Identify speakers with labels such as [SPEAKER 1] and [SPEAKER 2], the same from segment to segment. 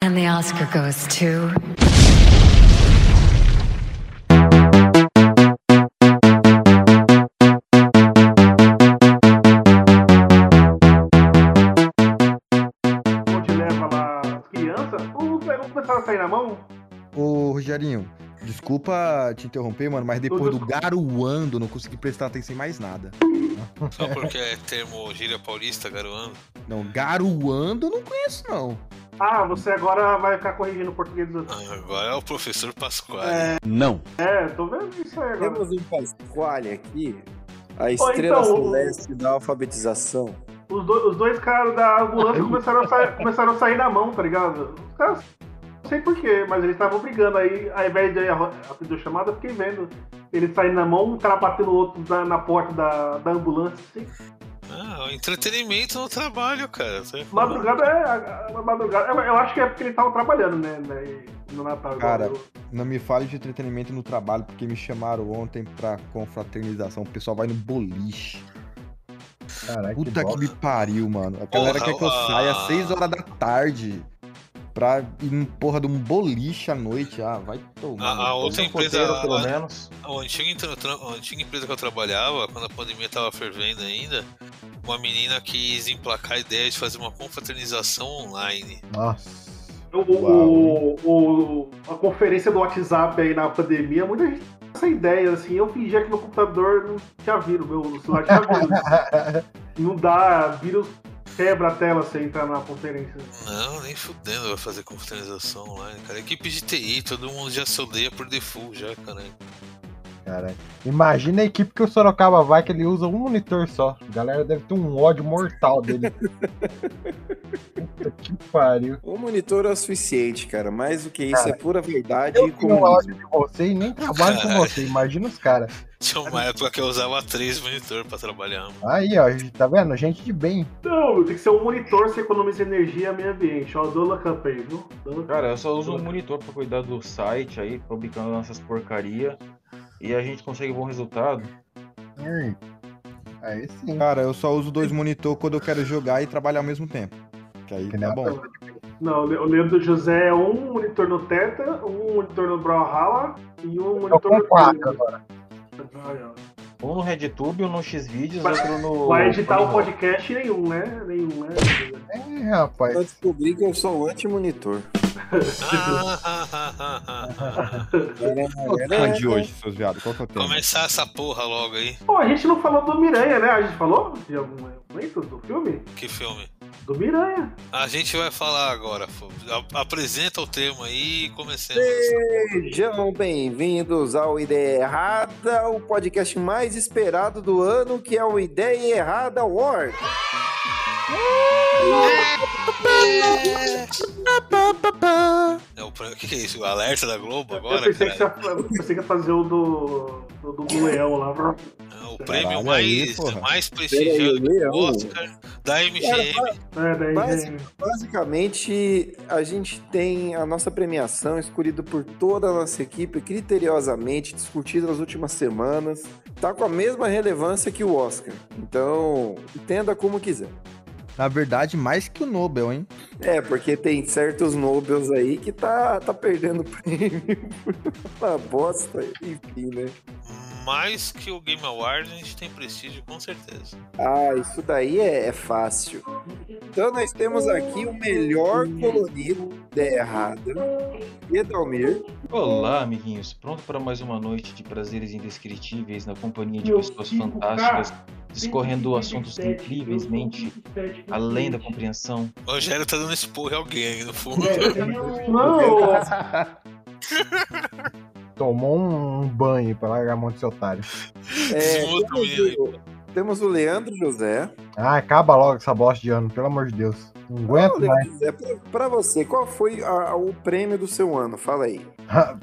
[SPEAKER 1] And the Oscar goes to.
[SPEAKER 2] Onde leva lá as crianças, o negócio começava a sair na mão.
[SPEAKER 3] Ô, Rogerinho, desculpa te interromper, mano, mas depois do garuando, não consegui prestar atenção em mais nada.
[SPEAKER 4] Só porque é termo gíria paulista, garoando.
[SPEAKER 3] Não, garuando eu não conheço, não.
[SPEAKER 2] Ah, você agora vai ficar corrigindo o português dos outros.
[SPEAKER 4] Ah, Agora é o professor Pasquale.
[SPEAKER 5] Não.
[SPEAKER 2] É, tô vendo isso aí agora.
[SPEAKER 6] Temos um Pasquale aqui, a estrela
[SPEAKER 2] então, o-
[SPEAKER 6] celeste da alfabetização.
[SPEAKER 2] Os, do- os dois caras da ambulância começaram a, sair, começaram a sair na mão, tá ligado? Os caras, não sei porquê, mas eles estavam brigando aí. Ao invés de atender a chamada, eu fiquei vendo. Eles saindo na mão, um cara batendo o outro na, na porta da, da ambulância. assim.
[SPEAKER 4] Ah, entretenimento no trabalho, cara. Tá falando.
[SPEAKER 2] Madrugada é. a- a- a madrugada. Eu, eu acho que é porque eles estavam trabalhando, né? né, No Natal. igual
[SPEAKER 3] Cara,
[SPEAKER 2] eu.
[SPEAKER 3] Não me fale de entretenimento no trabalho, porque me chamaram ontem pra confraternização. O pessoal vai no boliche.
[SPEAKER 5] Caraca,
[SPEAKER 3] Puta que me pariu, mano. A galera quer que eu
[SPEAKER 4] Porra,
[SPEAKER 3] saia
[SPEAKER 4] ah.
[SPEAKER 3] às 6 horas da tarde pra ir num porra de um boliche à noite. Ah, vai tomar.
[SPEAKER 4] A- a
[SPEAKER 3] no cu.
[SPEAKER 4] outra
[SPEAKER 5] Tem
[SPEAKER 4] empresa.
[SPEAKER 5] empresa, pelo
[SPEAKER 4] a-
[SPEAKER 5] menos.
[SPEAKER 4] A antiga, entra- tra- a antiga empresa que eu trabalhava, quando a pandemia tava fervendo ainda, uma menina quis emplacar a ideia de fazer uma confraternização online.
[SPEAKER 5] Nossa.
[SPEAKER 2] O- o- o- a conferência do WhatsApp aí na pandemia, muita gente tem essa ideia, assim, eu fingia que meu computador não tinha vírus, meu no celular tinha vírus. não dá, vírus quebra a tela você entrar na conferência.
[SPEAKER 4] Não, nem fudendo vai fazer confraternização online, cara. Equipe de TI, todo mundo já se odeia por default já, cara.
[SPEAKER 5] Cara, imagina a equipe que o Sorocaba vai, que ele usa um monitor só. A galera deve ter um ódio mortal dele. Puta que pariu.
[SPEAKER 6] Um monitor é o suficiente, cara. Mais do que isso é pura verdade
[SPEAKER 5] Eu
[SPEAKER 6] e
[SPEAKER 5] tenho
[SPEAKER 6] comunismo.
[SPEAKER 5] ódio de você e nem trabalho com você. Imagina os caras.
[SPEAKER 4] Tinha uma época que eu usava três monitor pra trabalhar. mano.
[SPEAKER 5] Aí, ó, tá vendo? Gente de bem.
[SPEAKER 2] Não, meu, tem que ser um monitor, você economiza energia e meio ambiente. Ó, Dola Camp aí, viu? Dola Camp.
[SPEAKER 7] Cara, eu só uso um monitor pra cuidar do site aí, publicando nossas porcaria. E a gente consegue bom resultado.
[SPEAKER 5] Hum. Aí sim.
[SPEAKER 3] Cara, eu só uso dois monitor quando eu quero jogar e trabalhar ao mesmo tempo. Que aí
[SPEAKER 5] Que
[SPEAKER 3] tá
[SPEAKER 5] nem
[SPEAKER 3] bom.
[SPEAKER 5] a-
[SPEAKER 2] Não, o Le- o Leandro José é um monitor no Teta, um monitor no Brawlhalla e um
[SPEAKER 5] Tô
[SPEAKER 2] monitor
[SPEAKER 5] com
[SPEAKER 2] no
[SPEAKER 5] quatro agora.
[SPEAKER 2] Twitter.
[SPEAKER 7] Um no RedTube, um no Xvideos,
[SPEAKER 2] Vai-
[SPEAKER 7] outro no.
[SPEAKER 2] Vai editar o
[SPEAKER 7] Pornhub.
[SPEAKER 2] podcast nenhum, né? Nenhum, né?
[SPEAKER 5] É, rapaz.
[SPEAKER 6] Eu descobri que eu sou o anti-monitor.
[SPEAKER 2] Tipo,
[SPEAKER 4] Ah, ah, ah, ah, ah, ah.
[SPEAKER 3] Qual que é o tema de hoje, seus viados? Qual que é o tema?
[SPEAKER 4] Começar essa porra logo aí.
[SPEAKER 2] Pô, a gente não falou do Miranha, né? A gente falou de algum momento do filme?
[SPEAKER 4] Que filme?
[SPEAKER 2] Do Miranha.
[SPEAKER 4] A gente vai falar agora. fo- a- Apresenta o tema aí e comecemos.
[SPEAKER 6] Sejam bem-vindos ao Ideia Errada, o podcast mais esperado do ano, que é o Ideia Errada Award.
[SPEAKER 4] É o prêmio- que, que é isso? O alerta da Globo
[SPEAKER 2] eu
[SPEAKER 4] agora,
[SPEAKER 2] pensei
[SPEAKER 4] cara?
[SPEAKER 2] que, você ia, eu pensei que ia fazer o do, do, do leão lá.
[SPEAKER 4] É o
[SPEAKER 3] Caralho,
[SPEAKER 4] prêmio
[SPEAKER 3] aí,
[SPEAKER 4] mais,
[SPEAKER 3] porra.
[SPEAKER 4] mais
[SPEAKER 6] Peraí,
[SPEAKER 4] prestigiado que
[SPEAKER 2] um-
[SPEAKER 6] leão?
[SPEAKER 4] o Oscar da MGM.
[SPEAKER 2] É, daí,
[SPEAKER 6] Mas-
[SPEAKER 2] gente,
[SPEAKER 6] Basicamente, a gente tem a nossa premiação escolhida por toda a nossa equipe, criteriosamente discutida nas últimas semanas. Tá com a mesma relevância que o Oscar. Então, entenda como quiser.
[SPEAKER 3] Na verdade, mais que o Nobel, hein?
[SPEAKER 6] É, porque tem certos Nobels aí que tá, tá perdendo prêmio por uma bosta, enfim, né?
[SPEAKER 4] Mais que o Game Awards, a gente tem prestígio, com certeza.
[SPEAKER 6] Ah, isso daí é, é fácil. Então nós temos aqui o melhor colorido da errada. Edalmir.
[SPEAKER 7] Olá, amiguinhos. Pronto para mais uma noite de prazeres indescritíveis na companhia de
[SPEAKER 2] Meu
[SPEAKER 7] pessoas
[SPEAKER 2] filho,
[SPEAKER 7] fantásticas,
[SPEAKER 2] cara,
[SPEAKER 7] discorrendo assuntos
[SPEAKER 2] 27,
[SPEAKER 7] incrivelmente
[SPEAKER 2] 27,
[SPEAKER 7] além da compreensão.
[SPEAKER 4] O Rogério tá dando esporro em alguém aí no fundo.
[SPEAKER 2] É. Não,
[SPEAKER 5] Tomou um banho pra largar a mão de seu otário.
[SPEAKER 6] É,
[SPEAKER 4] Desmuta o menino aí.
[SPEAKER 6] temos, o, temos o Leandro José.
[SPEAKER 5] Ah, acaba logo essa bosta de ano, pelo amor de Deus. Não aguento
[SPEAKER 6] Ô,
[SPEAKER 5] mais.
[SPEAKER 6] Leandro José, pra, pra você, qual foi a- o prêmio do seu ano? Fala aí.
[SPEAKER 5] Ah,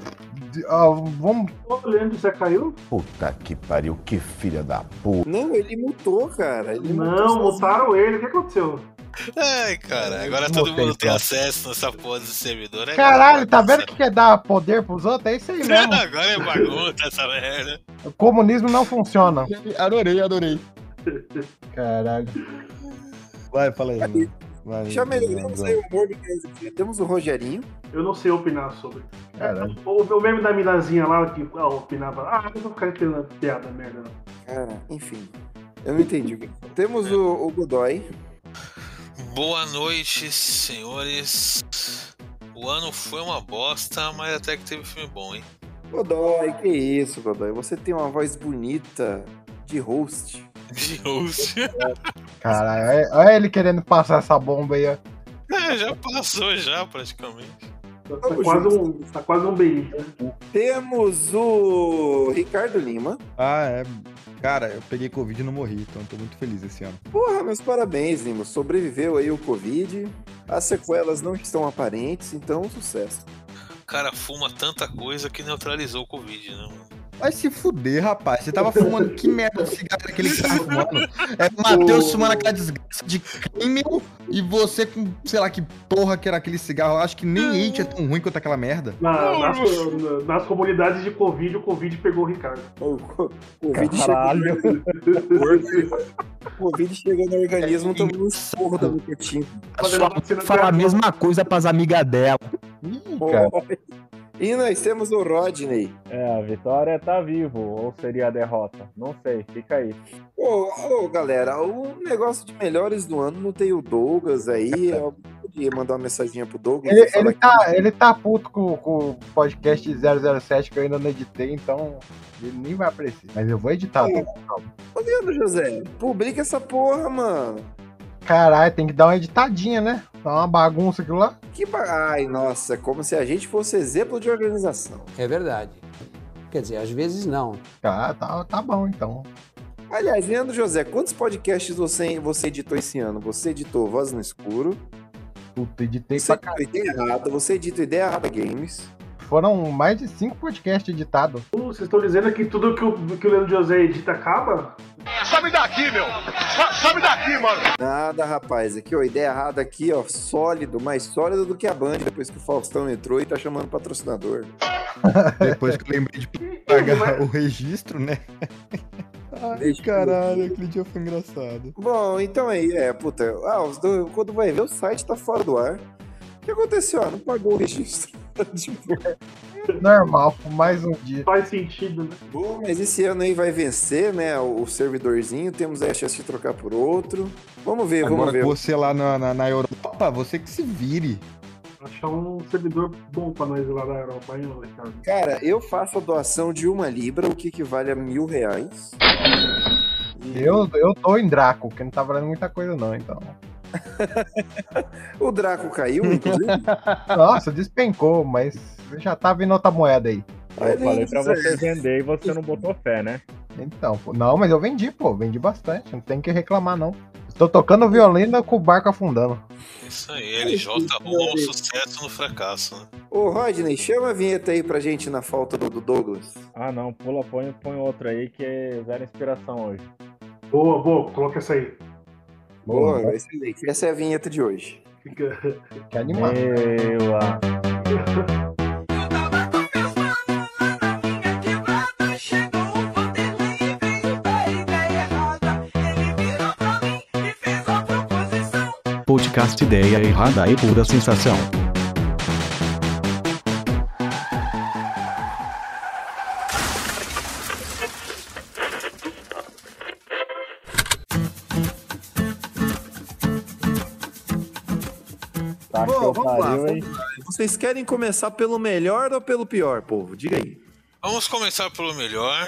[SPEAKER 5] vamos.
[SPEAKER 2] o Leandro José caiu?
[SPEAKER 8] Puta que pariu, que filha da
[SPEAKER 6] Não, ele mutou, cara. Ele
[SPEAKER 2] Não, tá
[SPEAKER 6] mutou sozinho.
[SPEAKER 2] multaram ele. O que aconteceu?
[SPEAKER 4] Ai, cara, agora todo
[SPEAKER 5] Desmutei,
[SPEAKER 4] mundo tem
[SPEAKER 5] cara.
[SPEAKER 4] acesso nessa porra do servidor. é
[SPEAKER 5] Caralho, tá
[SPEAKER 4] bagunça.
[SPEAKER 5] vendo que quer dar poder pros outros? É isso aí mesmo.
[SPEAKER 2] tá-
[SPEAKER 4] Agora é bagunça essa merda.
[SPEAKER 5] O comunismo não funciona.
[SPEAKER 3] Adorei, adorei.
[SPEAKER 5] Caralho.
[SPEAKER 3] Vai, fala aí. mano. Vai,
[SPEAKER 6] Já melhoramos
[SPEAKER 3] Leandrão.
[SPEAKER 6] aí o humor do Brasil. Temos o Rogerinho.
[SPEAKER 2] Eu não sei opinar sobre.
[SPEAKER 5] Caralho.
[SPEAKER 2] O, o meme da minazinha lá que ah, opinava, ah, eu vou ficar entendendo piada, merda. não."
[SPEAKER 6] Cara, enfim. Eu não entendi o que. Temos o, o Godoy.
[SPEAKER 4] Boa noite, senhores. O ano foi uma bosta, mas até que teve filme bom, hein?
[SPEAKER 6] Godoy, que isso, Godoy? Você tem uma voz bonita de host.
[SPEAKER 4] De host.
[SPEAKER 5] Caralho, olha- olha ele querendo passar essa bomba aí, ó.
[SPEAKER 4] É, já passou já, praticamente.
[SPEAKER 2] Tá, tá quase um, tá quase um BI.
[SPEAKER 6] Temos o Ricardo Lima.
[SPEAKER 3] Ah, é. Cara, eu peguei Covid e não morri, então tô muito feliz esse ano.
[SPEAKER 6] Porra, meus parabéns, Lima. Sobreviveu aí o Covid. As sequelas não estão aparentes, então sucesso.
[SPEAKER 4] O cara fuma tanta coisa que neutralizou o Covid, né, mano?
[SPEAKER 3] Vai se fuder, rapaz. Você tava fumando que merda de cigarro era aquele que tava fumando? É Matheus fumando aquela desgraça de químico e você com, sei lá que porra que era aquele cigarro. Eu Acho que nem it é tão ruim quanto aquela merda.
[SPEAKER 2] Na- nas, na- nas comunidades de Covid, o Covid pegou o Ricardo.
[SPEAKER 6] O co- Covid
[SPEAKER 5] Caralho.
[SPEAKER 6] chegou, Covid chegou no organismo, tomou um esporro da nicotina.
[SPEAKER 9] A
[SPEAKER 2] Quando
[SPEAKER 9] sua
[SPEAKER 2] ele vacina-
[SPEAKER 9] fala a mesma coisa pras amigas dela.
[SPEAKER 5] Ih, cara.
[SPEAKER 6] E nós temos o Rodney.
[SPEAKER 10] É, a vitória tá vivo, ou seria a derrota? Não sei, fica aí.
[SPEAKER 6] Ô, ô, galera, o negócio de melhores do ano não tem o Douglas aí. Eu podia mandar uma mensaginha pro Douglas.
[SPEAKER 5] Ele,
[SPEAKER 6] e falar
[SPEAKER 5] ele tá, ele tá puto com, com o podcast 007 que eu ainda não editei, então ele nem vai aparecer. Mas eu vou editar. tá?
[SPEAKER 6] que- Ô, Leandro José, publica essa porra, mano.
[SPEAKER 5] Caralho, tem que dar uma editadinha, né? Tá uma bagunça aquilo lá.
[SPEAKER 6] Que ba... Ai, nossa, como se a gente fosse exemplo de organização.
[SPEAKER 11] É verdade. Quer dizer, às vezes não.
[SPEAKER 5] Tá, tá, tá bom, então.
[SPEAKER 6] Aliás, Leandro José, quantos podcasts você, você editou esse ano? Você editou Voz no Escuro,
[SPEAKER 5] Puta, editei
[SPEAKER 6] você
[SPEAKER 5] pra
[SPEAKER 6] editou Ideia Errada, você editou Ideia Errada Games.
[SPEAKER 5] Foram mais de cinco podcasts editados.
[SPEAKER 2] Uh, Vocês estão dizendo que tudo que o, que o Leandro José edita acaba?
[SPEAKER 6] Nada, rapaz. Aqui, ó, Ideia Errada aqui, ó, sólido, mais sólido do que a Band, depois que o Faustão entrou e tá chamando patrocinador.
[SPEAKER 3] Depois que eu lembrei de pagar o registro, né? Ai,
[SPEAKER 6] Deixa eu
[SPEAKER 3] caralho, aquele dia foi engraçado.
[SPEAKER 6] Bom, então aí, é, puta, ah, os do- quando vai ver o site tá fora do ar. O que aconteceu? Ah, não pagou o registro. Tipo,
[SPEAKER 5] Normal, mais um dia.
[SPEAKER 2] Faz sentido, né?
[SPEAKER 6] Bom, mas esse ano aí vai vencer, né? O o servidorzinho, temos aí a chance de trocar por outro. Vamos ver, vamos
[SPEAKER 3] Agora
[SPEAKER 6] ver.
[SPEAKER 3] com você lá na, na, na Europa, você que se vire.
[SPEAKER 2] Achar um servidor bom pra nós lá na Europa, hein, ô, Ricardo?
[SPEAKER 6] Cara, eu faço a doação de uma libra, o que equivale a mil reais. E
[SPEAKER 5] Eu, eu tô em Draco, que não tá valendo muita coisa, não, então.
[SPEAKER 6] O Draco caiu, inclusive.
[SPEAKER 5] Nossa, despencou, mas já tá vindo outra moeda aí.
[SPEAKER 10] Aí eu
[SPEAKER 6] Olha
[SPEAKER 10] falei
[SPEAKER 6] isso
[SPEAKER 10] pra você
[SPEAKER 6] aí.
[SPEAKER 10] vender e você não botou fé, né?
[SPEAKER 5] Então, pô, não, mas eu vendi, pô, vendi bastante, não tem que reclamar, não. Estou tocando violino com o barco afundando.
[SPEAKER 4] Isso
[SPEAKER 6] É
[SPEAKER 4] aí, LJ arrumou um sucesso no fracasso, né?
[SPEAKER 6] Ô, Rodney, chama a vinheta aí pra gente na falta do, do Douglas.
[SPEAKER 10] Ah não, pula, põe, põe outro aí que é zero inspiração hoje.
[SPEAKER 2] Boa, boa, coloca essa aí.
[SPEAKER 6] Boa, excelente. Essa é a vinheta de hoje.
[SPEAKER 2] Fica-
[SPEAKER 5] Que animal.
[SPEAKER 12] É.
[SPEAKER 10] Meu, ah,
[SPEAKER 9] Podcast Ideia Errada e Pura Sensação.
[SPEAKER 10] tá
[SPEAKER 6] Bom,
[SPEAKER 10] que eu
[SPEAKER 6] vamos lá,
[SPEAKER 10] pariu,
[SPEAKER 6] vamos
[SPEAKER 10] hein?
[SPEAKER 6] Vocês querem começar pelo melhor ou pelo pior, povo? Diga aí.
[SPEAKER 4] Vamos começar pelo melhor,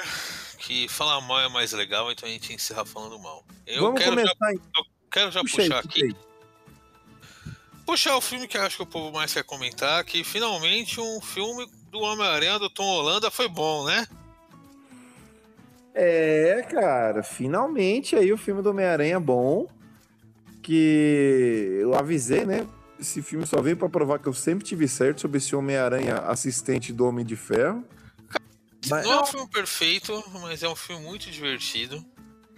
[SPEAKER 4] que falar mal é mais legal, então a gente encerra falando mal. Eu
[SPEAKER 6] Vamos
[SPEAKER 4] quero, já,
[SPEAKER 6] começar, então.
[SPEAKER 4] quero já
[SPEAKER 6] Puxa aí,
[SPEAKER 4] puxar
[SPEAKER 6] puxa
[SPEAKER 4] aqui.
[SPEAKER 6] aí.
[SPEAKER 4] Puxar o filme que eu acho que o povo mais quer comentar, que finalmente um filme do Homem-Aranha do Tom Holanda foi bom, né?
[SPEAKER 6] É, cara, finalmente aí o filme do Homem-Aranha é bom. Que eu avisei, né? Esse filme só veio pra provar que eu sempre tive certo sobre esse Homem-Aranha assistente do Homem de Ferro. Mas,
[SPEAKER 4] Não é um filme perfeito, mas é um filme muito divertido.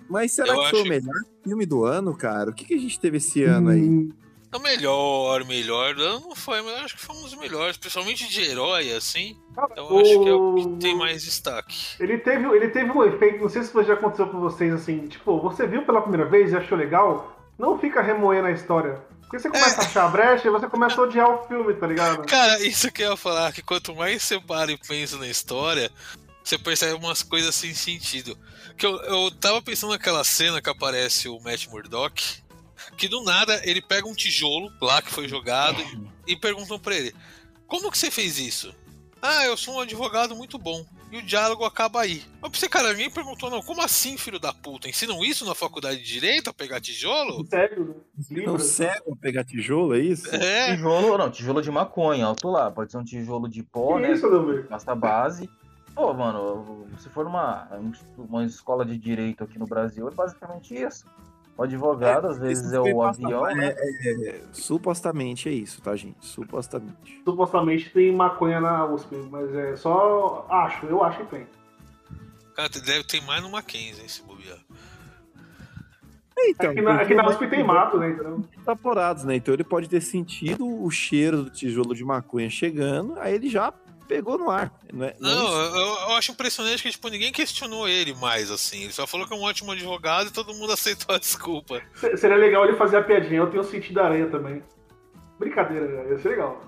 [SPEAKER 6] mas será
[SPEAKER 4] eu
[SPEAKER 6] que foi o
[SPEAKER 4] acho-
[SPEAKER 6] melhor filme do ano, cara? O que, que a gente teve esse ano aí?
[SPEAKER 4] É O melhor, melhor, não foi, mas eu acho que foi um dos melhores, principalmente de herói, assim. Então eu acho que é o que tem mais destaque.
[SPEAKER 2] Ele teve, ele teve um efeito, não sei se isso já aconteceu com vocês, assim, tipo, você viu pela primeira vez e achou legal, não fica remoendo a história. Porque você começa a achar a brecha e você começa a odiar o filme, tá ligado?
[SPEAKER 4] Cara, isso que eu ia falar, que quanto mais você para e pensa na história, você percebe umas coisas sem sentido. Que eu, eu tava pensando naquela cena que aparece o Matt Murdock, que do nada ele pega um tijolo lá que foi jogado e perguntam pra ele: Como que você fez isso? Ah, eu sou um advogado muito bom. E o diálogo acaba aí. Mas pra você, cara, ninguém perguntou, não. Como assim, filho da puta? Ensinam isso na faculdade de direito a pegar tijolo?
[SPEAKER 2] Sério? né?
[SPEAKER 6] Não um cego pegar tijolo, é isso?
[SPEAKER 4] É.
[SPEAKER 7] Tijolo, não, tijolo de maconha, alto lá. Pode ser um tijolo de pó,
[SPEAKER 2] Que
[SPEAKER 7] né?
[SPEAKER 2] isso, Davi?
[SPEAKER 7] Gasta base. Pô, mano, se for uma, uma escola de direito aqui no Brasil, é basicamente isso. O advogado, às vezes,
[SPEAKER 6] Isso
[SPEAKER 7] é
[SPEAKER 6] que
[SPEAKER 7] o
[SPEAKER 6] eu ia falar,
[SPEAKER 7] avião, né?
[SPEAKER 6] é, é, supostamente é isso, tá, gente? Supostamente.
[SPEAKER 2] Supostamente tem maconha na USP, mas é só. Acho, eu acho que tem. É
[SPEAKER 4] Cara, tem- deve ter mais no Mackenzie, hein, se bobear.
[SPEAKER 6] Então,
[SPEAKER 2] Aqui É na, aqui na USP tem mato, né? Então.
[SPEAKER 6] Evaporados, né? Então ele pode ter sentido o cheiro do tijolo de maconha chegando, aí ele já pegou no ar. Não é, não é
[SPEAKER 4] Não,
[SPEAKER 6] isso?
[SPEAKER 4] eu, eu acho impressionante que, tipo, ninguém questionou ele mais, assim. Ele só falou que é um ótimo advogado e todo mundo aceitou a desculpa.
[SPEAKER 2] Se- Seria legal ele fazer a piadinha. Eu tenho sentido da aranha também. Brincadeira, galera. Ia ser legal.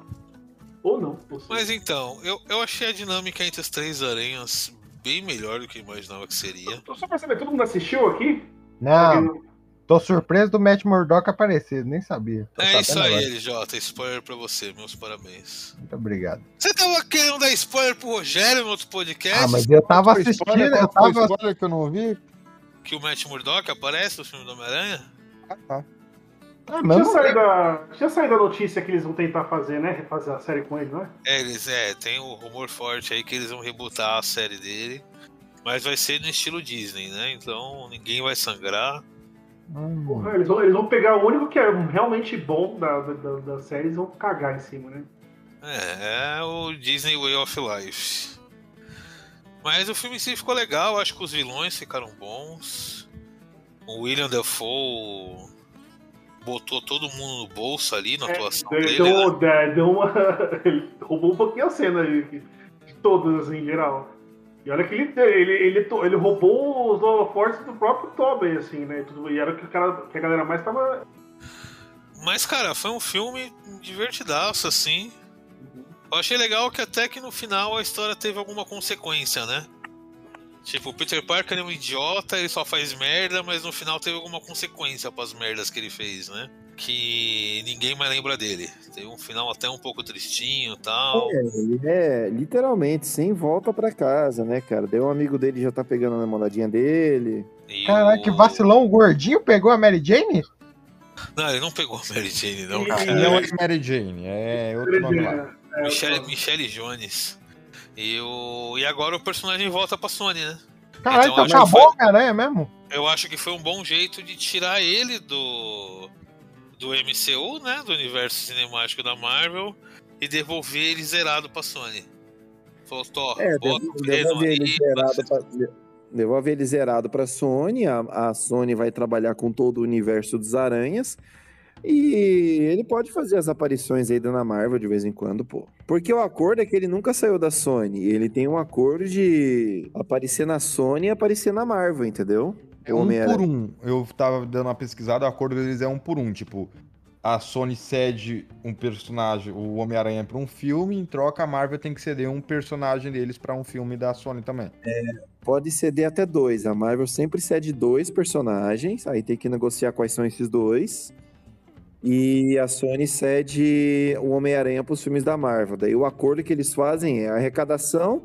[SPEAKER 2] Ou não. não sei.
[SPEAKER 4] Mas então, eu, eu achei a dinâmica entre as três aranhas bem melhor do que eu imaginava que seria.
[SPEAKER 2] Só pra saber, todo mundo assistiu aqui?
[SPEAKER 5] Não, tô surpreso do Matt Murdock aparecer, nem sabia. Tô
[SPEAKER 4] É
[SPEAKER 5] sabendo
[SPEAKER 4] isso aí,
[SPEAKER 5] agora.
[SPEAKER 4] LJ. Spoiler pra você, meus parabéns.
[SPEAKER 5] Muito obrigado.
[SPEAKER 4] Você tava querendo dar spoiler pro Rogério no outro podcast?
[SPEAKER 5] Ah, mas eu tava
[SPEAKER 3] Foi
[SPEAKER 5] assistindo,
[SPEAKER 3] spoiler,
[SPEAKER 5] eu
[SPEAKER 3] qual foi
[SPEAKER 5] né? tava.
[SPEAKER 3] spoiler que eu não ouvi.
[SPEAKER 4] Que o Matt Murdock aparece no filme do Homem-Aranha?
[SPEAKER 3] tá.
[SPEAKER 5] Ah,
[SPEAKER 2] Deixa
[SPEAKER 5] mas
[SPEAKER 2] eu
[SPEAKER 5] não
[SPEAKER 2] sair da, deixa eu sair da notícia que eles vão tentar fazer, né? Refazer a série com ele, não é?
[SPEAKER 4] É, eles, é, tem o rumor forte aí que eles vão rebootar a série dele. Mas vai ser no estilo Disney, né? Então ninguém vai sangrar.
[SPEAKER 5] Hum,
[SPEAKER 2] Eles vão, eles vão pegar o único que é realmente bom da, da, da série e vão cagar em cima, né?
[SPEAKER 4] É, é o Disney Way of Life. Mas o filme em si ficou legal, acho que os vilões ficaram bons. O William Dafoe botou todo mundo no bolso ali na atuação
[SPEAKER 2] É, Ele
[SPEAKER 4] dele. né?
[SPEAKER 2] deu, deu uma. Ele roubou um pouquinho a cena aí, de todas assim, em geral. E olha que ele, ele, ele, to- ele roubou os holofortes do próprio Tobey, assim, né? e tudo- E era o que, o cara, que a galera mais tava.
[SPEAKER 4] Mas, cara, foi um filme divertidaço, assim. Eu achei legal que até que no final a história teve alguma consequência, né? Tipo, o Peter Parker é um idiota, ele só faz merda, mas no final teve alguma consequência pras merdas que ele fez, né? Que ninguém mais lembra dele. Teve um final até um pouco tristinho e tal.
[SPEAKER 6] É, ele é literalmente sem volta pra casa, né, cara? Daí um amigo dele já tá pegando a namoradinha dele.
[SPEAKER 4] E
[SPEAKER 5] Caralho,
[SPEAKER 4] o-
[SPEAKER 5] que vacilão, o gordinho pegou a Mary Jane?
[SPEAKER 4] Não, ele não pegou a Mary Jane, não,
[SPEAKER 2] E-
[SPEAKER 4] cara.
[SPEAKER 3] Não é Mary Jane, é outro nome lá.
[SPEAKER 2] É,
[SPEAKER 4] Michelle, Michelle Jones. E, o... e agora o personagem volta pra Sony, né?
[SPEAKER 5] Caralho,
[SPEAKER 4] Então,
[SPEAKER 5] então,
[SPEAKER 4] acho que
[SPEAKER 5] acabou, caralho, mesmo?
[SPEAKER 4] Eu acho que foi um bom jeito de tirar ele do do MCU, né, do universo cinemático da Marvel e devolver ele zerado pra Sony. Falou, Thor,
[SPEAKER 6] É,
[SPEAKER 4] bota
[SPEAKER 6] devo-
[SPEAKER 4] o Venom
[SPEAKER 6] devolve ele
[SPEAKER 4] aí.
[SPEAKER 6] zerado pra, de- devolve ele zerado pra Sony. A, a Sony vai trabalhar com todo o universo dos aranhas. E ele pode fazer as aparições aí da Ana Marvel de vez em quando, pô. Porque o acordo é que ele nunca saiu da Sony. Ele tem um acordo de aparecer na Sony e aparecer na Marvel, entendeu?
[SPEAKER 3] É um por um. Eu tava dando uma pesquisada, o acordo deles é um por um. Tipo, a Sony cede um personagem, o Homem-Aranha, pra um filme, em troca a Marvel tem que ceder um personagem deles pra um filme da Sony também.
[SPEAKER 6] Pode ceder até dois. A Marvel sempre cede dois personagens, aí tem que negociar quais são esses dois. E a Sony cede o Homem-Aranha para os filmes da Marvel. Daí o acordo que eles fazem é a arrecadação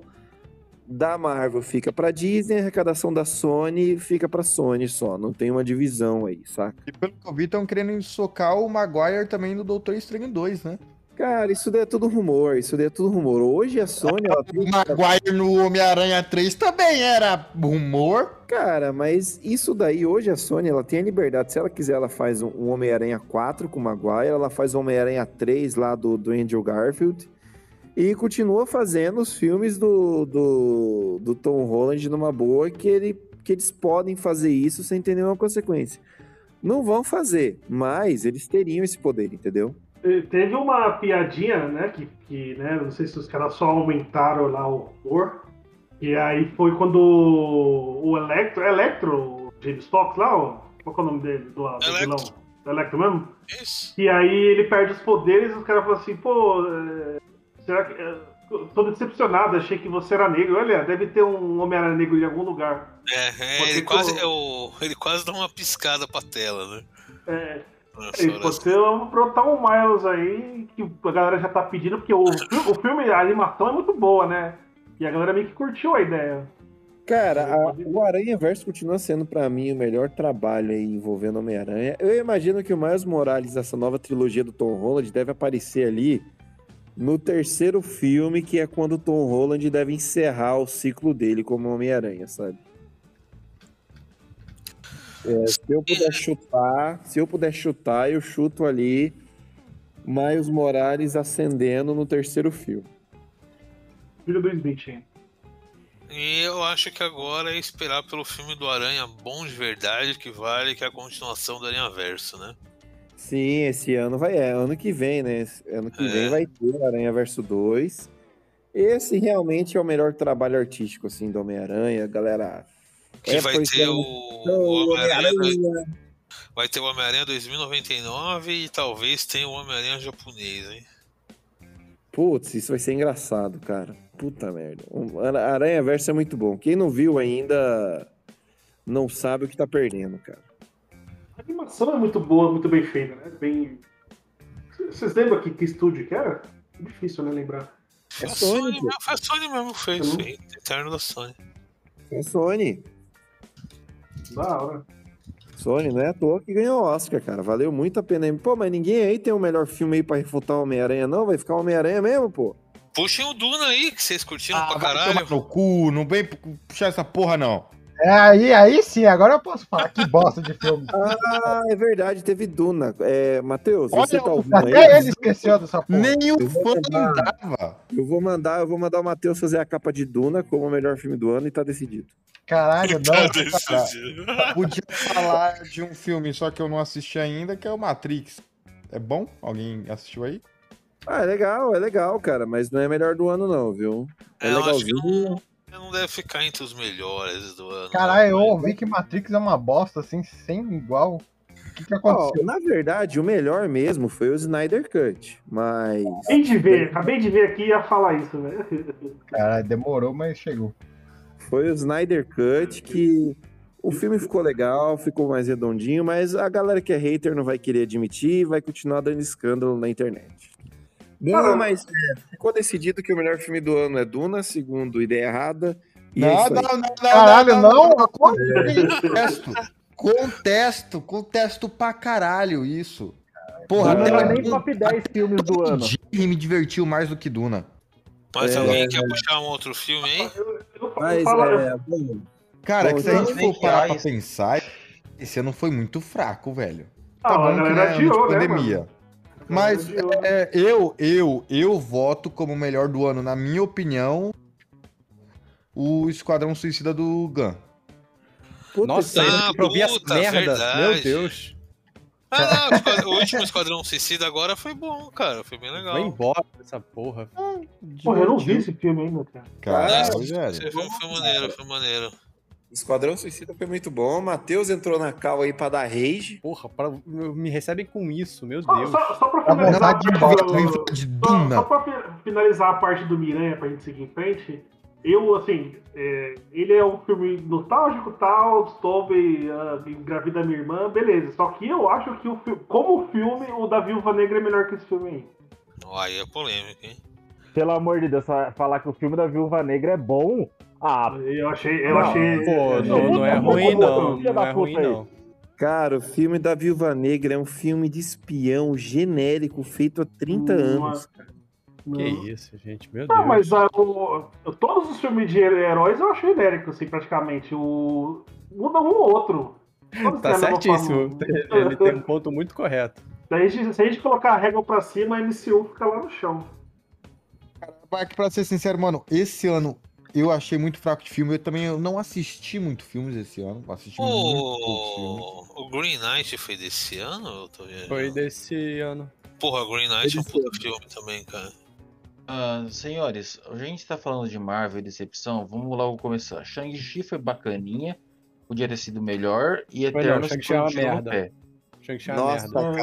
[SPEAKER 6] da Marvel fica para Disney, a arrecadação da Sony fica para Sony só. Não tem uma divisão aí, saca?
[SPEAKER 3] E pelo que eu vi, estão querendo socar o Maguire também no Doutor Estranho 2, né?
[SPEAKER 6] Cara, isso daí é tudo rumor. Isso daí é tudo rumor. Hoje a Sony, ela tem
[SPEAKER 3] O Maguire no Homem-Aranha 3 também era rumor.
[SPEAKER 6] Cara, mas isso daí, hoje a Sony, ela tem a liberdade. Se ela quiser, ela faz um- um Homem-Aranha 4 com o Maguire, ela faz o Homem-Aranha 3 lá do, do Andrew Garfield e continua fazendo os filmes do, do, do Tom Holland numa boa que, ele, que eles podem fazer isso sem ter nenhuma consequência. Não vão fazer, mas eles teriam esse poder, entendeu?
[SPEAKER 2] Eh, Teve uma piadinha, né? Que, que né, não sei se os caras só aumentaram lá o horror. E aí foi quando o Electro, Electro, o James Fox lá, ó, qual que é o nome dele? Do, do
[SPEAKER 4] Electro.
[SPEAKER 2] vilão? Electro mesmo?
[SPEAKER 4] Isso.
[SPEAKER 2] E aí ele perde os poderes e os caras falam assim, pô, é, será que. é, tô decepcionado, achei que você era negro. Olha, deve ter um Homem-Aranha negro em algum lugar.
[SPEAKER 4] É, é,
[SPEAKER 2] Pode
[SPEAKER 4] ele,
[SPEAKER 2] ser
[SPEAKER 4] quase,
[SPEAKER 2] que
[SPEAKER 4] é o- ele quase dá uma piscada pra tela, né? assim.
[SPEAKER 2] É,
[SPEAKER 4] Nossa,
[SPEAKER 2] Ele
[SPEAKER 4] olha
[SPEAKER 2] pode ser um brotar um Miles aí, que a galera já tá pedindo, porque o, fi- o filme, a animação é muito boa, né? E a galera meio que curtiu a ideia.
[SPEAKER 6] Cara, a- o Aranha Verso continua sendo pra mim o melhor trabalho aí envolvendo Homem-Aranha. Eu imagino que o Miles Morales dessa nova trilogia do Tom Holland deve aparecer ali no terceiro filme, que é quando o Tom Holland deve encerrar o ciclo dele como Homem-Aranha, sabe? É, se eu puder chutar, se eu puder chutar, eu chuto ali Miles Morales ascendendo no terceiro filme.
[SPEAKER 2] Filho do Smith ainda.
[SPEAKER 4] E eu acho que agora é esperar pelo filme do Aranha bom de verdade, que vale, que é a continuação do Aranha Verso, né?
[SPEAKER 6] Sim, esse ano vai. É, ano que vem, né? Esse- Ano que
[SPEAKER 4] É.
[SPEAKER 6] vem vai ter Aranha Verso 2. Esse realmente é o melhor trabalho artístico, assim, do Homem-Aranha, galera.
[SPEAKER 4] Que vai
[SPEAKER 6] pois
[SPEAKER 4] ter
[SPEAKER 6] é,
[SPEAKER 4] o,
[SPEAKER 6] então,
[SPEAKER 4] o Homem-Aranha.
[SPEAKER 6] Homem-Aranha.
[SPEAKER 4] Vai ter o Homem-Aranha 2099 e talvez tenha o Homem-Aranha japonês, hein?
[SPEAKER 6] Putz, isso vai ser engraçado, cara. Puta merda. Um- Ara- Aranha Verso é muito bom. Quem não viu ainda não sabe o que tá perdendo, cara.
[SPEAKER 2] A animação é muito boa, muito bem feita, né? Bem. C- Vocês lembram que, que estúdio que era? Difícil, né? Lembrar.
[SPEAKER 6] É
[SPEAKER 4] Foi a É Sony, né? mesmo, foi a Sony mesmo que fez
[SPEAKER 6] Uhum.
[SPEAKER 4] isso aí. Eterno da Sony.
[SPEAKER 6] É Sony.
[SPEAKER 2] Da hora.
[SPEAKER 6] Sony, não é à toa que ganhou o Oscar, cara. Valeu muito a pena. Pô, mas ninguém aí tem o melhor filme aí pra refutar o Homem-Aranha, não? Vai ficar o Homem-Aranha mesmo, pô?
[SPEAKER 4] Puxem o Duna aí, que vocês curtiram Ah, pra
[SPEAKER 3] Ah, Vai
[SPEAKER 4] caralho.
[SPEAKER 3] tomar no cu, não vem pu- puxar essa porra, não.
[SPEAKER 5] É, aí, aí sim, agora eu posso falar. Que bosta de filme.
[SPEAKER 6] Ah, é verdade, teve Duna. É, Matheus, você
[SPEAKER 5] Olha,
[SPEAKER 6] tá ouvindo
[SPEAKER 5] até
[SPEAKER 6] aí?
[SPEAKER 5] É, ele esqueceu dessa porra.
[SPEAKER 3] Nem o
[SPEAKER 6] Eu vou
[SPEAKER 3] fã
[SPEAKER 6] tomar.
[SPEAKER 3] dava.
[SPEAKER 6] Eu vou mandar, eu vou mandar o Matheus fazer a capa de Duna como o melhor filme do ano e tá decidido.
[SPEAKER 5] Caralho, não. cara.
[SPEAKER 4] Cara,
[SPEAKER 3] Podia falar de um filme, só que eu não assisti ainda, que é o Matrix. É bom? Alguém assistiu aí?
[SPEAKER 6] Ah, é legal, é legal, cara, mas não é melhor do ano não, viu? É
[SPEAKER 4] É, eu acho que
[SPEAKER 6] legalzinho.
[SPEAKER 4] não deve ficar entre os melhores do ano.
[SPEAKER 5] Caralho, eu ouvi que Matrix é uma bosta, assim, sem igual. O que que
[SPEAKER 6] Ó,
[SPEAKER 5] aconteceu?
[SPEAKER 6] na verdade, o melhor mesmo foi o Snyder Cut, mas
[SPEAKER 2] Acabei de ver, acabei de ver aqui e ia falar isso, né?
[SPEAKER 5] Caralho, demorou, mas chegou.
[SPEAKER 6] foi o Snyder Cut que o filme ficou legal, ficou mais redondinho, mas a galera que é hater não vai querer admitir e vai continuar dando escândalo na internet. Não,
[SPEAKER 2] Cara,
[SPEAKER 6] mas é, ficou decidido que o melhor filme do ano é Duna, segundo Ideia Errada. E é
[SPEAKER 3] não,
[SPEAKER 6] isso
[SPEAKER 3] não,
[SPEAKER 6] aí.
[SPEAKER 3] não, não,
[SPEAKER 5] Caralho, não,
[SPEAKER 3] Contesto, contesto, contesto pra caralho isso. Porra, um
[SPEAKER 10] Não
[SPEAKER 3] até
[SPEAKER 10] era
[SPEAKER 2] é
[SPEAKER 3] que
[SPEAKER 10] nem top 10 filmes do
[SPEAKER 3] Tom
[SPEAKER 10] ano.
[SPEAKER 3] Jerry me divertiu mais do que Duna.
[SPEAKER 4] Mas
[SPEAKER 6] É.
[SPEAKER 4] alguém quer puxar um outro filme aí?
[SPEAKER 2] eu, eu, eu,
[SPEAKER 6] Mas,
[SPEAKER 2] falo, eu,
[SPEAKER 6] é, bom,
[SPEAKER 3] Cara,
[SPEAKER 6] Bom,
[SPEAKER 3] que se a
[SPEAKER 6] não,
[SPEAKER 3] gente
[SPEAKER 7] nem
[SPEAKER 3] for parar pra
[SPEAKER 7] faz.
[SPEAKER 3] pensar, esse ano foi muito fraco, velho.
[SPEAKER 2] Ah, a
[SPEAKER 3] que,
[SPEAKER 2] galera
[SPEAKER 3] ano de
[SPEAKER 2] adiou, né,
[SPEAKER 3] tá pandemia. Mas
[SPEAKER 2] Adiou, né?
[SPEAKER 3] é, eu, eu, eu voto como o melhor do ano, na minha opinião, o Esquadrão Suicida do Gun.
[SPEAKER 6] puta
[SPEAKER 13] Nossa,
[SPEAKER 6] que-
[SPEAKER 4] Ah,
[SPEAKER 13] eu não vi essa
[SPEAKER 4] puta,
[SPEAKER 13] merda.
[SPEAKER 4] verdade.
[SPEAKER 13] Meu Deus.
[SPEAKER 4] Ah, não, o esquad- o último Esquadrão Suicida agora foi bom, cara. Foi bem legal.
[SPEAKER 13] Vai embora essa porra.
[SPEAKER 2] Porra, eu não vi esse filme ainda, cara. É.
[SPEAKER 3] Cara,
[SPEAKER 4] Ah,
[SPEAKER 3] velho.
[SPEAKER 4] Esse filme foi maneiro, foi maneiro.
[SPEAKER 6] Esquadrão Suicida foi muito bom. Matheus entrou na cal aí pra dar rage.
[SPEAKER 13] Porra, pra- me recebem com isso, meu
[SPEAKER 2] Só,
[SPEAKER 13] Deus.
[SPEAKER 2] só, só pra
[SPEAKER 5] Tá
[SPEAKER 2] finalizar a
[SPEAKER 5] vontade de
[SPEAKER 2] parte do-
[SPEAKER 3] Vem falar de
[SPEAKER 2] Só, só
[SPEAKER 3] Duna.
[SPEAKER 2] pra fi- finalizar a parte do Miranha, pra gente seguir em frente, eu, assim, é, ele é um filme nostálgico tal, sobre ah, engravida minha irmã, beleza. Só que eu acho que, o, fi- como filme, o da Viúva Negra é melhor que esse filme aí.
[SPEAKER 4] Ó, Aí é polêmico, hein?
[SPEAKER 10] Pelo amor de Deus, fa- falar que o filme da Viúva Negra é bom? Ah,
[SPEAKER 2] Eu achei. Eu
[SPEAKER 10] Não,
[SPEAKER 2] achei
[SPEAKER 13] Pô,
[SPEAKER 2] eu
[SPEAKER 13] não, não é
[SPEAKER 2] achei-
[SPEAKER 13] ruim, não.
[SPEAKER 10] Filha
[SPEAKER 13] Não
[SPEAKER 10] da
[SPEAKER 13] é ruim,
[SPEAKER 10] puta aí.
[SPEAKER 13] não.
[SPEAKER 6] Cara, o filme da Viúva Negra é um filme de espião genérico feito há 30
[SPEAKER 2] Não,
[SPEAKER 6] anos.
[SPEAKER 2] não.
[SPEAKER 13] Que isso, gente. Meu
[SPEAKER 2] Não, mas
[SPEAKER 13] Deus.
[SPEAKER 2] ah, o- todos os filmes de heróis eu achei genérico, assim, praticamente. O, muda um ou outro. Todos
[SPEAKER 13] Tá
[SPEAKER 2] têm a mesma
[SPEAKER 13] certíssimo.
[SPEAKER 2] forma.
[SPEAKER 13] Ele tem um ponto muito correto.
[SPEAKER 2] Daí, se a gente colocar a régua pra cima, a MCU fica lá no chão.
[SPEAKER 3] Mas Pra ser sincero, mano, esse ano eu achei muito fraco de filme. Eu também eu não assisti muito filmes esse ano. Assisti é muito poucos filmes.
[SPEAKER 4] O, o Green Knight foi desse ano? Eu tô vendo.
[SPEAKER 13] Foi desse ano.
[SPEAKER 4] Porra, Green Knight é um
[SPEAKER 6] Foi desse
[SPEAKER 4] puta filme também, cara.
[SPEAKER 7] Ah, senhores, a gente
[SPEAKER 12] tá
[SPEAKER 7] está falando de Marvel e decepção. Vamos logo começar. Shang-Chi foi bacaninha, podia ter sido melhor e
[SPEAKER 13] Foi não,
[SPEAKER 7] Eternos
[SPEAKER 13] Shang-Chi é
[SPEAKER 7] foi
[SPEAKER 13] uma
[SPEAKER 7] um tiro no
[SPEAKER 13] merda.
[SPEAKER 7] pé.
[SPEAKER 13] Shang-Chi é uma
[SPEAKER 6] Nossa,
[SPEAKER 13] merda.
[SPEAKER 6] cara, quando